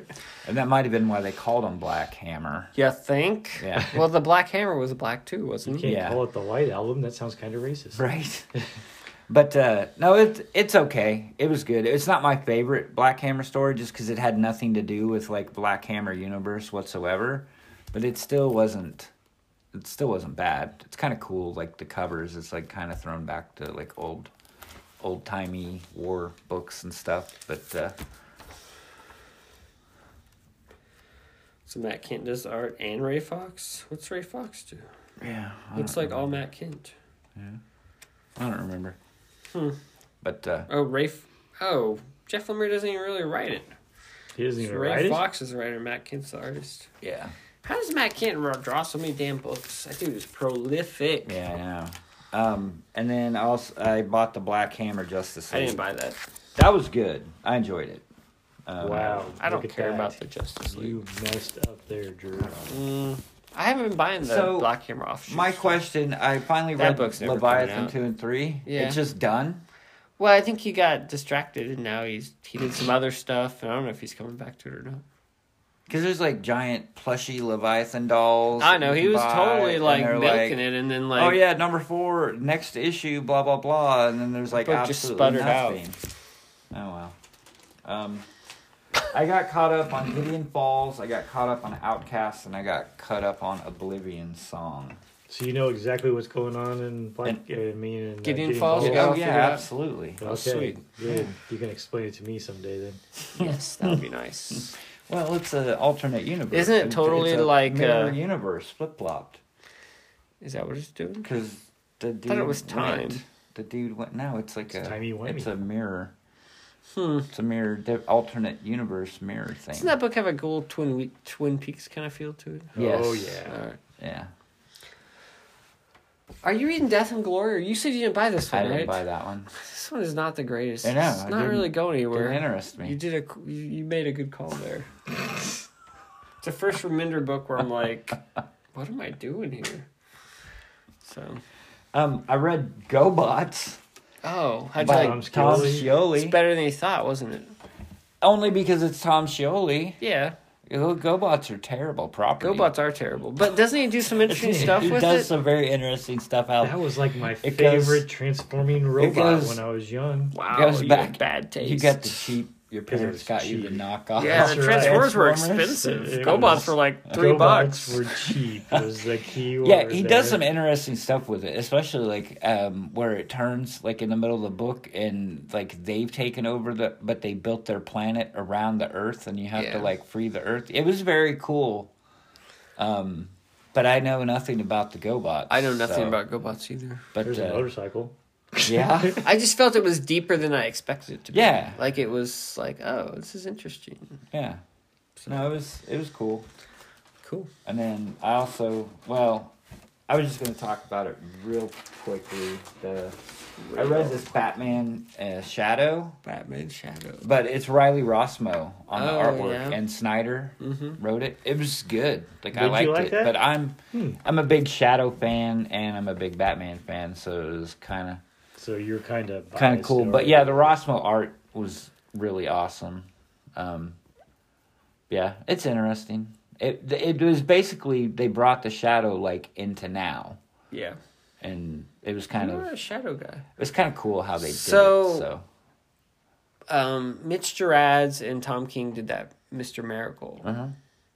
and that might have been why they called him Black Hammer.
You think?
Yeah.
Well, the Black Hammer was black too, wasn't
Can't
it?
Yeah.
call it the White Album. That sounds kind of racist.
Right. But uh, no, it, it's okay. It was good. It's not my favorite Black Hammer story just because it had nothing to do with like Black Hammer universe whatsoever. But it still wasn't. It still wasn't bad. It's kind of cool. Like the covers, it's like kind of thrown back to like old, old timey war books and stuff. But uh,
So Matt Kent does art and Ray Fox. What's Ray Fox do?
yeah, I
Looks
don't
like all Matt Kent.
remember. I don't remember.
Hmm.
But uh,
Oh, Ray. F- oh, Jeff Lemire doesn't even really write it.
He doesn't
It's
even
Ray
write it.
Fox is the writer. Matt Kent's the artist.
yeah,
How does Matt Kent ra- draw so many damn books? That dude is prolific.
yeah, I know. Um, and then also I bought the Black Hammer Justice
I
League.
didn't buy that.
That was good. I enjoyed it. Um,
Wow.
I don't
look at
care
that.
about the Justice League.
You messed up there, Drew.
Mm, I haven't been buying the
So,
Black Hammer offshoots.
My question: I finally
That
read
book's never coming
Leviathan
out.
two and three.
Yeah.
It's just done.
Well, I think he got distracted, and now he's he did some other stuff, and I don't know if he's coming back to it or not.
Because there's like giant plushy Leviathan dolls.
I
that
know
you
he
can
was
buy,
totally
and
like
they're
milking
like,
it, and then like
Oh yeah, number four, next issue, blah blah blah, and then there's like
Book just
absolutely
sputtered out.
nothing. Oh well. Um, I got caught up on Gideon Falls. I got caught up on Outcast, and I got caught up on Oblivion Song.
So you know exactly what's going on in Black.
And-
I mean, in, uh,
Gideon Falls,
Oh
you got
yeah,
figured out.
absolutely.
Okay.
sweet.
Good. You can explain it to me someday then.
yes, that would be nice.
Well, it's an alternate universe.
Isn't it
It's-
totally
it's a
like,
mirror
uh,
universe flip flopped?
Is that what it's doing?
Because the dude
it was
went-
time.
the dude went. No, it's like
It's
a
timey-wimey.
It's a mirror.
Hmm.
It's a mirror di- alternate universe mirror thing.
Doesn't that book have a gold Twin Week Twin Peaks kind of feel to it?
Yes.
Oh yeah.
Alright.
yeah,
Are you reading Death and Glory? Or you said you didn't buy this one,
I didn't
right?
buy that one.
This one is not the greatest.
I know,
It's
I
not
didn't-
really going
It didn't
anywhere.
interest me.
You did a you, you made a good call there. it's the first Reminder book where I'm like, what am I doing here? So,
Um, I read GoBots
oh, how'd you
by
like?
Tom
Tom
Scioli.
It's better than you thought, wasn't it?
Only because it's Tom Scioli.
Yeah,
Go- GoBots are terrible property.
GoBots are terrible, but doesn't he do some interesting stuff
He
with
does
it?
some very interesting stuff out.
That was like my
It goes-
favorite transforming robot
goes-
when I was young.
wow,
goes
you
back.
have bad taste.
You got the cheap. Your
Because it
parents
was
got you the
cheap.
knockoff.
yeah, the
That's right.
Transformers were
Transformers.
expensive.
It
GoBots
was-
were like three
Robots
bucks.
were cheap. Was the key word.
Yeah, he
there.
does some interesting stuff with it, especially like um, where it turns like in the middle of the book and like they've taken over the, but they built their planet around the Earth and you have
Yeah.
to like free the Earth. It was very cool, um, but I know nothing about the GoBots.
I know nothing
so-
about GoBots either.
but
There's a
uh,
motorcycle.
yeah,
I just felt it was deeper than I expected it to be.
Yeah.
like it was like, oh, this is interesting.
yeah. No, it was it was cool.
Cool.
And then I also, well, I was just going to talk about it real quickly. The I read this Batman uh, Shadow,
Batman Shadow.
but it's Riley Rossmo on the
Oh,
artwork,
yeah.
and Snyder
Mm-hmm.
wrote it. It was good. Like I
Did
liked
you like
it,
that?
but I'm
Hmm.
I'm a big Shadow fan and I'm a big Batman fan, so it was kind of
So you're kind of
kind of
biased
cool.
or-
But yeah, the Rossmo art was really awesome. Um, yeah, it's interesting. It it was basically they brought the shadow like into now,
Yeah.
and it was kind
you
of
were
it
a shadow guy.
was kind of cool how they did
So-
it. So
um, Mitch Gerads and Tom King did that Mr. Miracle
Uh huh.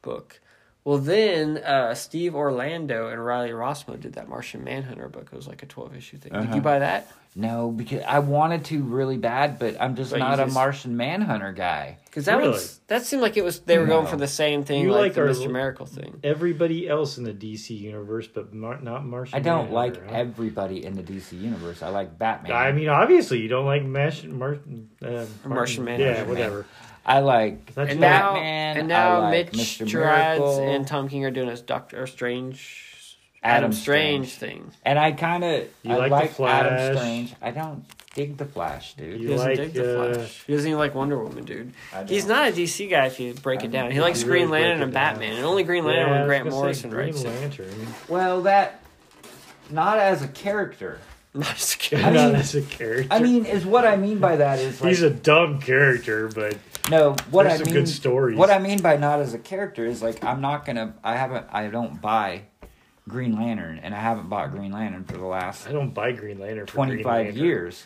book. Well, then uh, Steve Orlando and Riley Rossmo did that Martian Manhunter book. It was like a 12 issue thing. Did
Uh-huh.
you buy that?
No, because I wanted to really bad, but I'm just
But you
not a
just-
Martian Manhunter guy.
Because that was that seemed like it was they were going
No.
for the same thing,
You
like,
like
the
our-
Mr. Miracle thing.
Everybody else in the DC universe, but Mar- not Martian.
I don't
Manhunter,
like
huh?
everybody in the DC universe. I like Batman.
I mean, obviously, you don't like Mash- Mar- uh,
Martian Manhunter.
Yeah, whatever.
I like
That's
and
what-
now,
Batman,
and now
I like
Mitch
Mr.
Gerads
Miracle.
and Tom King are doing this Doctor Strange,
Adam
Adam, Strange, thing.
And I kind of
You
I
like
like,
The
Adam
Flash.
Strange. I don't dig the Flash, dude.
He
You
doesn't
like,
dig the
uh,
Flash. He doesn't even like Wonder Woman, dude.
I
He's
don't.
not a DC guy if you break
I
it down. He
don't-
likes
You
Green
really break
Lantern
it
and
down.
Batman, and only Green Lantern
Yeah, I
when
was
Grant
gonna say
Morrison writes
Green
it.
Lantern.
Well, that not as a character.
Not just
I
kidding.
mean-
Not as a character.
I mean, is what I mean by that is like
he's a dumb character, but
no. What
there's
I
some
mean,
good stories.
what I mean by not as a character is like I'm not gonna. I haven't. I don't buy Green Lantern, and I haven't bought Green Lantern for the last
I don't buy Green Lantern. for Green
25
Lantern.
years.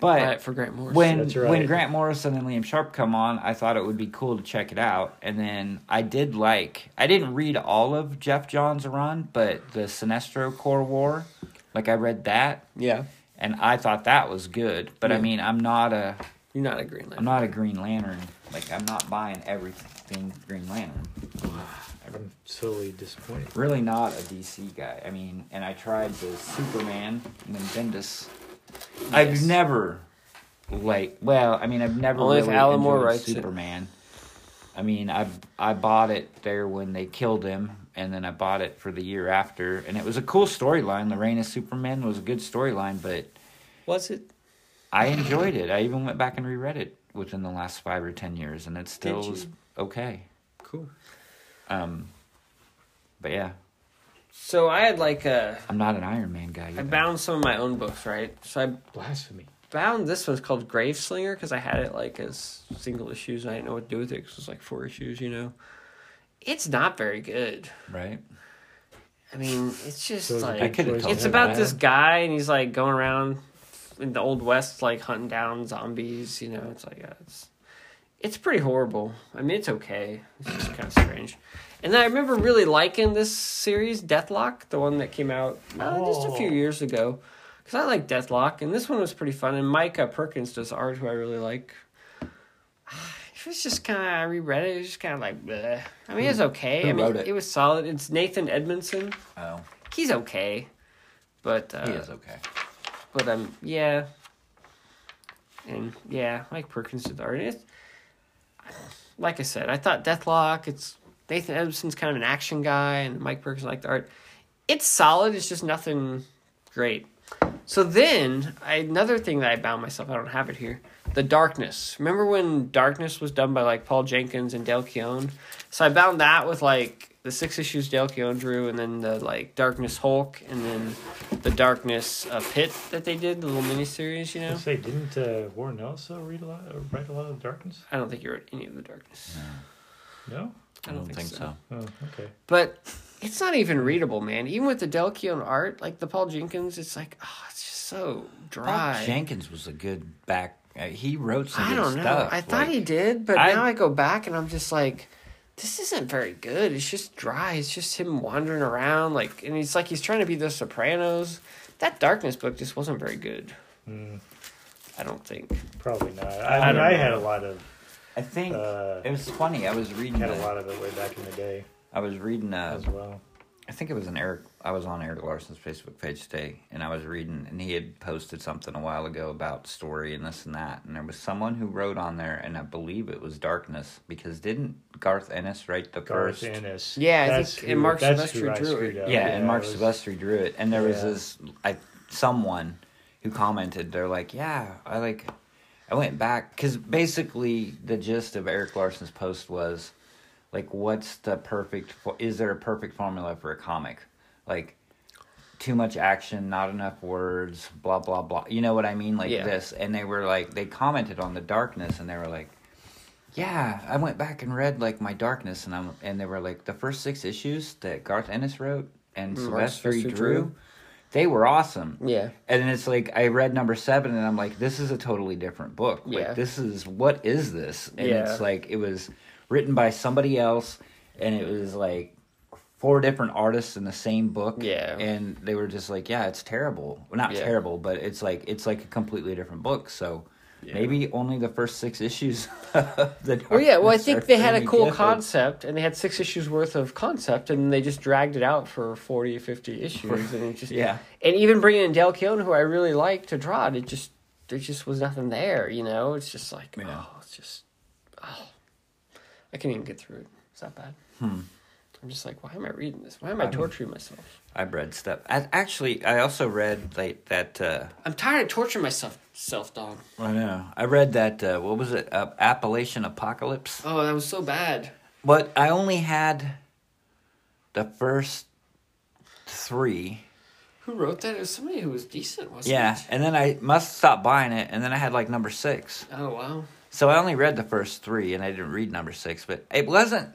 But
Right, for Grant Morrison.
when
That's right.
when Grant Morrison and Liam Sharp come on, I thought it would be cool to check it out. And then I did like I didn't read all of Jeff Johns' run, but the Sinestro Corps War, like I read that,
yeah,
and I thought that was good. But I
Yeah.
mean, I'm not a
you're not a Green
I'm
Lantern.
not a Green Lantern. Like I'm not buying everything Green Lantern.
I'm totally disappointed.
Really not a DC guy. I mean, and I tried the Superman and then Bendis. I've
Yes.
never like well, I mean, I've never
Only if
really
Alan Moore
enjoyed
writes it.
Superman. I mean, I I bought it there when they killed him, and then I bought it for the year after, and it was a cool storyline. The Reign of Superman was a good storyline, but
Was it?
I enjoyed it. I even went back and reread it within the last five or ten years, and it still
Did
was
you?
okay.
Cool.
Um, but yeah,
So I had like a.
I'm not an Iron Man guy.
I
Either.
bound some of my own books, right? So I
Blasphemy.
found this one's called Graveslinger because I had it like as single issues and I didn't know what to do with it because it was like four issues, you know. It's not very good.
right?
I mean, it's just
So it's a
like
I could have
choice.
told
it's
him
about
that.
this guy and he's like going around in the old west like hunting down zombies. You know, it's like uh, it's it's pretty horrible. I mean, it's okay. It's just kind of strange. And I remember really liking this series, Deathlock, the one that came out uh, just a few
Oh.
years ago, because I like Deathlock, and this one was pretty fun. And Micah Perkins does art, who I really like. It was just kind of I reread it. It was just kind of like, bleh. I mean, it's okay.
Hmm. who
I mean,
wrote it?
it was solid. It's Nathan Edmondson
Oh,
he's okay, but uh,
he is okay.
but um, yeah, and yeah, Mike Perkins did the art. It's, like I said, I thought Deathlock. It's Nathan Edmondson's kind of an action guy, and Mike Perkins liked the art. It's solid. It's just nothing great. So then, I, another thing that I bound myself, I don't have it here. The Darkness. Remember when Darkness was done by like Paul Jenkins and Del Keown? So I bound that with like the six issues Del Keown drew, and then the like Darkness Hulk, and then the Darkness uh, Pit that they did, the little miniseries, you know?
I say, didn't uh, Warren also read a lot, uh, write a lot of Darkness?
I don't think you wrote any of the Darkness.
No.
I don't, think, so.
Oh, okay.
But it's not even readable, man. Even with the Del Keown art, like the Paul Jenkins, it's like, oh, it's just so
Bob
dry.
Jenkins was a good back. uh, He wrote some.
I
good
don't know.
Stuff.
I thought
like-
he did, but
I-
now I go back and I'm just like, this isn't very good. It's just dry. It's just him wandering around, like, and he's like he's trying to be the Sopranos. That Darkness book just wasn't very good.
Mm,
I don't think.
probably not. I, mean,
don't
I
know.
had a lot of
I think
uh,
it was funny. I was reading.
had a
the-
lot of it way back in the day
I was reading. Uh,
as well.
I think it was an Eric. I was on Eric Larson's Facebook page today, and I was reading, and he had posted something a while ago about story and this and that, and there was someone who wrote on there, and I believe it was Darkness, because didn't Garth Ennis write the
Garth
first?
Ennis.
Yeah, I
That's
think- and Mark
that's
Silvestri
who I
drew it.
screwed up.
yeah, and Mark
it was-
Silvestri drew it, and there was
Yeah.
this I someone who commented. They're like, "Yeah, I like." I went back because basically the gist of Eric Larson's post was, like, what's the perfect? fo- Is there a perfect formula for a comic? Like, too much action, not enough words, blah blah blah. You know what I mean? Like
Yeah.
this, and they were like, they commented on the darkness, and they were like. Yeah, I went back and read like my darkness, and I'm and they were like the first six issues that Garth Ennis wrote and
Mm, Mark
Sylvester
Silvestri
drew,
drew.
they were awesome.
Yeah.
And it's like I read number seven, and I'm like, this is a totally different book. Like,
Yeah.
this is what is this? And
Yeah.
it's like it was written by somebody else, and it was like four different artists in the same book.
Yeah.
and they were just like, yeah, it's terrible. Well, not
Yeah.
terrible, but it's like it's like a completely different book. So.
Yeah.
Maybe only the first six issues. of the
Well, yeah. Well, I
Darkness
think
are
they had a
pretty
cool
good.
concept, and they had six issues worth of concept, and they just dragged it out for 40, 50 issues, and it just
Yeah,
and even bringing in Dale Keown, who I really like to draw it, it just there just was nothing there. You know, it's just like
Yeah.
oh, it's just oh, I couldn't even get through it. It's that bad.
Hmm.
I'm just like, why am I reading this? Why am I torturing myself?
I've read stuff. I, actually, I also read like that. Uh,
I'm tired of torturing myself, self dog.
I know. I read that. Uh, what was it? Uh, Appalachian Apocalypse.
Oh, that was so bad.
But I only had the first three.
Who wrote that? It was somebody who was decent, wasn't
Yeah,
it?
and then I must stop buying it. And then I had like number six.
Oh wow.
So I only read the first three, and I didn't read number six. But it wasn't.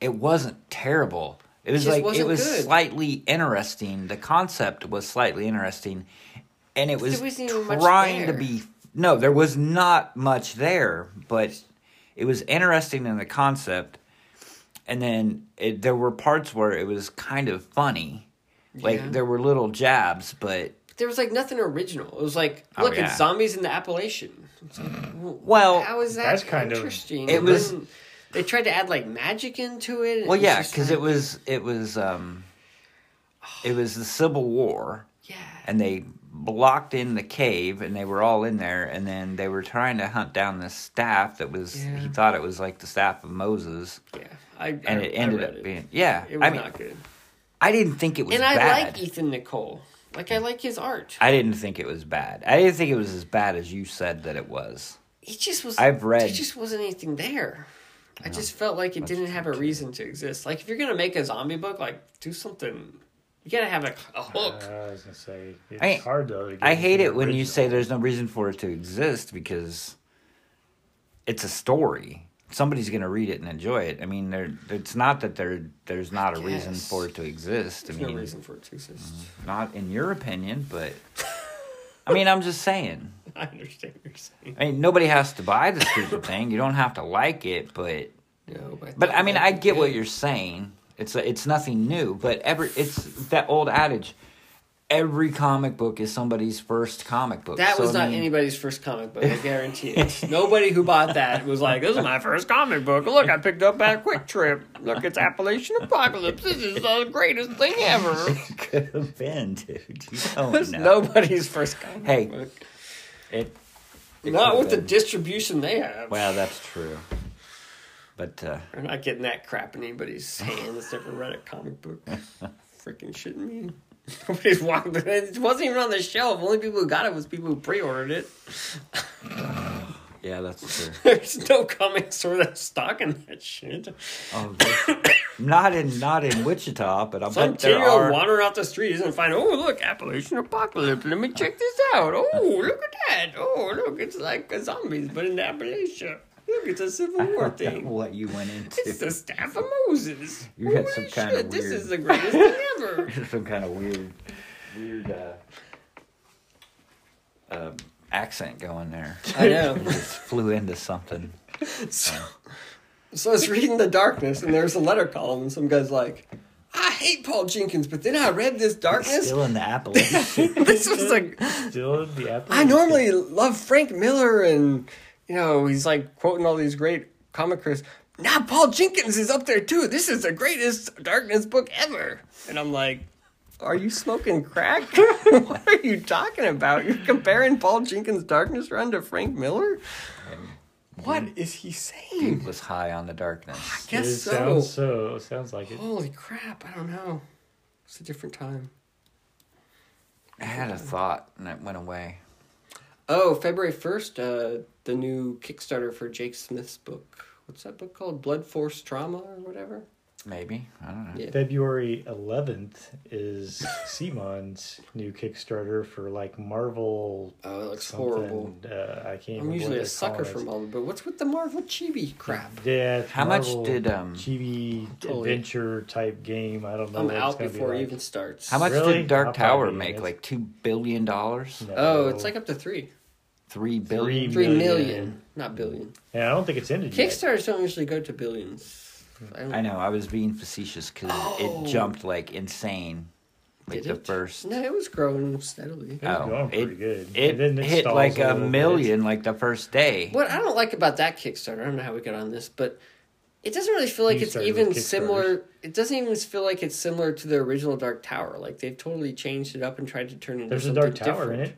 It wasn't terrible. It was
just
like it
wasn't
was
good.
slightly interesting. The concept was slightly interesting, and it was
wasn't even much
trying to
there.
be. No, there was not much there, but it was interesting in the concept. And then it, there were parts where it was kind of funny, like
Yeah.
there were little jabs, but
There was like nothing original. It was like,
Oh,
look,
yeah. Oh,
it's zombies in the Appalachian. It's like, w-
Well,
how is that
that's kind of-
interesting?
It was-
wasn't- They tried to add like magic into it. and
well,
it's
yeah,
just
because
like-
it was it was um, it was the Civil War,
Yeah.
and they blocked in the cave and they were all in there and then they were trying to hunt down this staff that was
Yeah.
he thought it was like the staff of Moses
yeah. I,
and
I-
it
I
ended
read
up
it.
being yeah
It was
I mean
not good.
I didn't think it was
And I
bad
like Ethan Nicole. Like I like his art.
I didn't think it was bad I didn't think it was as bad as you said that it was
It just was.
I've read-
There just wasn't anything there. I just felt like it didn't have a reason to exist. Like if you're gonna make a zombie book, like do something. You gotta have a, a hook.
Uh,
I was gonna say it's
I-
hard though. to get
I hate
anything
it when you
original.
say there's no reason for it to exist because it's a story somebody's going to read it and enjoy it I mean there it's not that there there's not a reason
guess.
for it to exist
There's
I mean mm.
no reason for it to exist.
Not in your opinion, but I mean, I'm just saying.
I understand what you're saying.
I mean, nobody has to buy this stupid thing. You don't have to like it, but
No, but
but I mean, I get what
you
you're saying. It's it's nothing new, but every it's that old adage. Every comic book is somebody's first comic book.
That
So,
was
I
not
mean,
anybody's first comic book. I guarantee it. Nobody who bought that was like, "This is my first comic book. Look, I picked up at Quick Trip. Look, it's Appalachian Apocalypse. This is the greatest thing ever."
Could have been, dude. You
It was
don't know.
nobody's first comic
Hey,
book.
It, it
Not
could
with the
have been.
distribution they have.
Well, that's true. But uh,
We're not getting that crap in anybody's hand that's never read a comic book. Freaking shitting me. Nobody's walking. It wasn't even on the shelf. Only people who got it was people who pre-ordered it.
yeah, that's true.
There's no comic store that's stocking that shit.
Oh, that's- not in not in Wichita, but I
Some
bet
kid
there are.
will wander out the streets and find, oh, look, Appalachian Apocalypse. Let me check this out. Oh, look at that. Oh, look, it's like a zombies, but in Appalachia. Look, it's a Civil War thing.
what you went
It's the
into.
Staff of Moses.
You had
Holy
some kind of
shit, This
weird-
is the greatest thing ever.
Some kind of weird, weird uh, um, accent going there.
I know.
You just flew into something.
So, so I was reading The Darkness, and there's a letter column, and some guy's like, I hate Paul Jenkins, but then I read this darkness.
Still in the Appalachian.
This was like
still in the Appalachian.
I normally love Frank Miller and you know he's like quoting all these great comic critics. Now Paul Jenkins is up there too. This is the greatest darkness book ever. And I'm like, are you smoking crack? what are you talking about? You're comparing Paul Jenkins' Darkness Run to Frank Miller?
Um,
What is he saying?
was high on the darkness.
It
Guess so.
sounds so. It sounds like it.
Holy crap! I don't know. It's a different time.
I had a thought and it went away.
Oh, February first, uh, the new Kickstarter for Jake Smith's book. What's that book called? Blood Force Trauma or whatever.
Maybe I don't know.
Yeah.
February 11th is Simon's new Kickstarter for like Marvel.
Oh, that looks
something.
horrible.
Uh, I can't.
I'm
remember what
usually a
they're
sucker
calling
for
it.
Marvel, but what's with the Marvel chibi crap?
Yeah. it's
How much
Marvel
did, um,
chibi
Totally.
adventure type game? I don't know.
I'm
what it's
out
gonna be
before it
like.
even starts.
How much
Really?
did Dark
I'll
Tower
probably-
make?
it's-
Like two billion dollars,
No.
Oh, it's like up to three.
three billion.
Three million,
Million.
not billion.
Yeah, I don't think it's ended yet.
Kickstarters don't usually go to billions. I don't
I know. I was being facetious because
Oh.
it jumped like insane, like
did
the
it?
first.
No, it was growing steadily.
It was
Oh,
going pretty
it-
good.
It,
And then
hit
stalls
like a
little bit.
million like the first day.
What I don't like about that Kickstarter, I don't know how we got on this, but it doesn't really feel like
You
it's
started
even
with
similar. It doesn't even feel like it's similar to the original Dark Tower. Like they've totally changed it up and tried to turn it into
There's a
something
dark tower
different.
in it.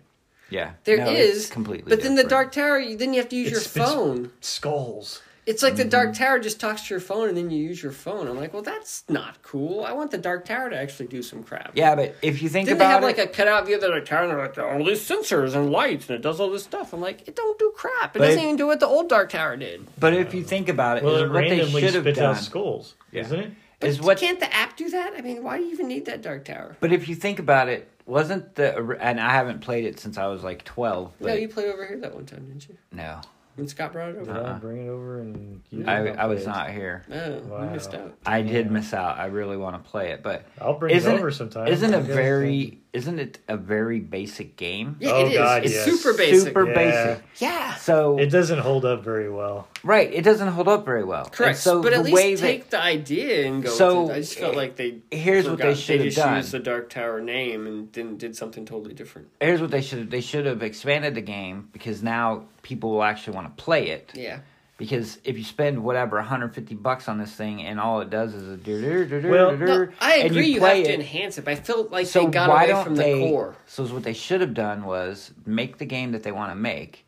Yeah,
There is
No, it's completely.
But then the Dark
different.
Tower, you, then you have to use
It
your
spits-
phone.
Skulls.
It's like the Dark
Mm-hmm.
Tower just talks to your phone, and then you use your phone. I'm like, well, that's not cool. I want the Dark Tower to actually do some crap.
Yeah, but if you think
Didn't they have
about it,
like a cutout view of the Dark Tower, and they're like, there are all these sensors and lights, and it does all this stuff. I'm like, it don't do crap. It
But-
doesn't even do what the old Dark Tower did.
but if you think about it,
Well,
is
it
what they
randomly
should have
spits out
done
skulls,
Yeah.
isn't it?
is
But
what.
can't the app do that? I mean, why do you even need that Dark Tower?
But if you think about it, wasn't the or- and I haven't played it since I was like twelve. But
no, you played over here that one time, didn't you?
no,
When Scott brought it over.
Uh-huh.
Did I bring it over and you
Uh-uh. I
didn't
I was
play it?
not here.
Oh, you
Wow.
missed out.
I did miss out. I really want to play it, but
I'll bring
Isn't
it
it-
over sometime.
isn't
I
it
guess.
very isn't it a very basic game?
Yeah,
Oh,
it is.
God,
it's
yes.
super basic.
Super
Yeah.
basic.
Yeah.
So
It doesn't hold up very well.
right, it doesn't hold up very well. And
Correct.
so
but
the
at
way
least
that
take the idea and go.
So,
with it. I just felt
eh,
like they.
here's what they
forgot-
should have
just
done.
used the Dark Tower name and didn't did something totally different.
here's what they should have they should have expanded the game because now people will actually want to play it.
Yeah.
Because if you spend whatever 150 bucks on this thing and all it does is a do do do do
Well-
do
No,
do,
I
and
agree. You,
play
have to
it,
enhance it. But I felt like
so
they got
why
away
don't
from
they,
the core.
So what they should have done was make the game that they want to make,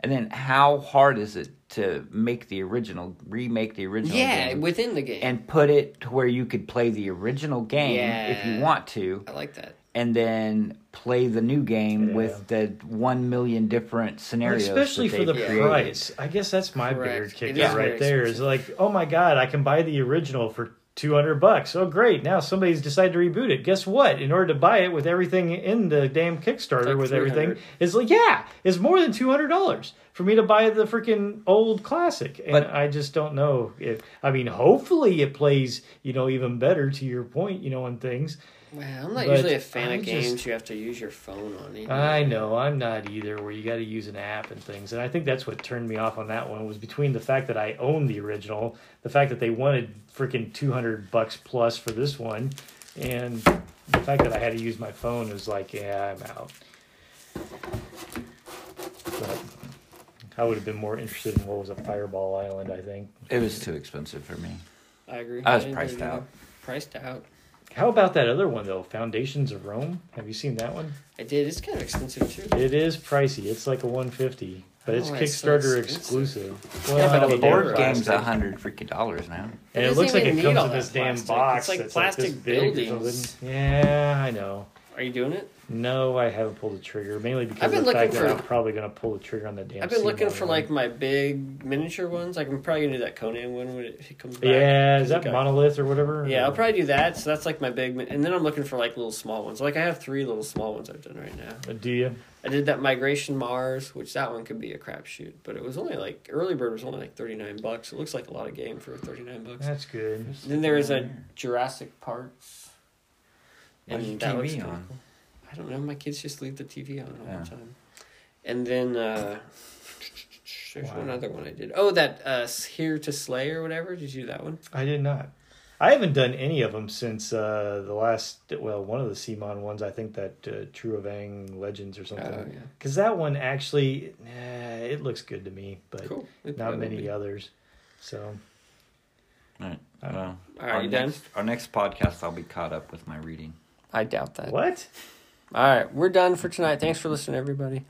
and then how hard is it to make the original, remake the original
Yeah,
game,
within the game.
and put it to where you could play the original game if
Yeah.
you want to,
I like that.
and then play the new game
Yeah.
with the one million different scenarios,
Especially
that
for the
they've created.
price. I guess that's my
Correct.
bigger kicker
It is
very
right there. Is like, oh my god, I can buy the original for two hundred bucks. Oh great! Now somebody's decided to reboot it. Guess what? In order to buy it with everything in the damn Kickstarter,
Like
with everything,
300.
is like yeah, it's more than two hundred dollars for me to buy the freaking old classic. And
But-
I just don't know if. I mean, hopefully it plays you know even better to your point, you know, on things.
Well, I'm not
But
usually a fan
I
of
just-
games you have to use your phone on. either.
I know, I'm not either, where you got to use an app and things. And I think that's what turned me off on that one was between the fact that I own the original, the fact that they wanted freaking 200 bucks plus for this one, and the fact that I had to use my phone was like, yeah, I'm out. But I would have been more interested in what was a Fireball Island, I think.
It was too expensive for me.
I agree.
I was
didn't
priced
do that.
out.
Priced out.
How about that other one, though? Foundations of Rome? Have you seen that one?
I did. It's kind of expensive too.
It is pricey. It's like a 150, but it's
Oh, it's so
Kickstarter
expensive.
exclusive.
Yeah, but a
they
board
never
Board
plastic.
game's a hundred freaking dollars now.
And it
doesn't
looks like
even
it
need
comes
all
in
that
this damn
plastic. It's
box.
like
that's this
plastic
big or
buildings.
something. Yeah, I know.
Are you doing it?
No, I haven't pulled the trigger mainly because
I've been
of the fact
looking
that
for-
I'm probably gonna pull the trigger on the damn.
I've been looking
Seymour
for
one.
like my big miniature ones. Like I'm probably gonna do that Conan one when it, it comes back.
Yeah, is that
Okay.
monolith or whatever?
Yeah, I'll
Or-
probably do that. So that's like my big, mi- and then I'm looking for like little small ones. Like I have three little small ones I've done right now.
Uh, Do you?
I did that Migration Mars, which that one could be a crapshoot, but it was only like early bird was only like thirty nine bucks. It looks like a lot of game for thirty nine bucks.
That's good.
Then there is a Jurassic Parks.
Why is your
that looks
TV
pretty
on?
cool. I don't know. My kids just leave the TV on all
Yeah.
the time. And then uh, there's one
Wow.
other one I did. Oh, that uh, Here to Slay or whatever. Did you do that one?
I did not. I haven't done any of them since uh, the last, well, one of the Simon ones. I think that uh, True Evang Legends or
Oh,
something.
yeah.
Because that one actually, nah, it looks good to me, but
Cool. It
not
probably will
many uh,
be.
others. So
Alright,
Uh,
well,
All right,
our
you done?
next, Our next podcast, I'll be caught up with my reading.
I doubt that.
what?
All right, we're done for tonight. Thanks for listening, everybody.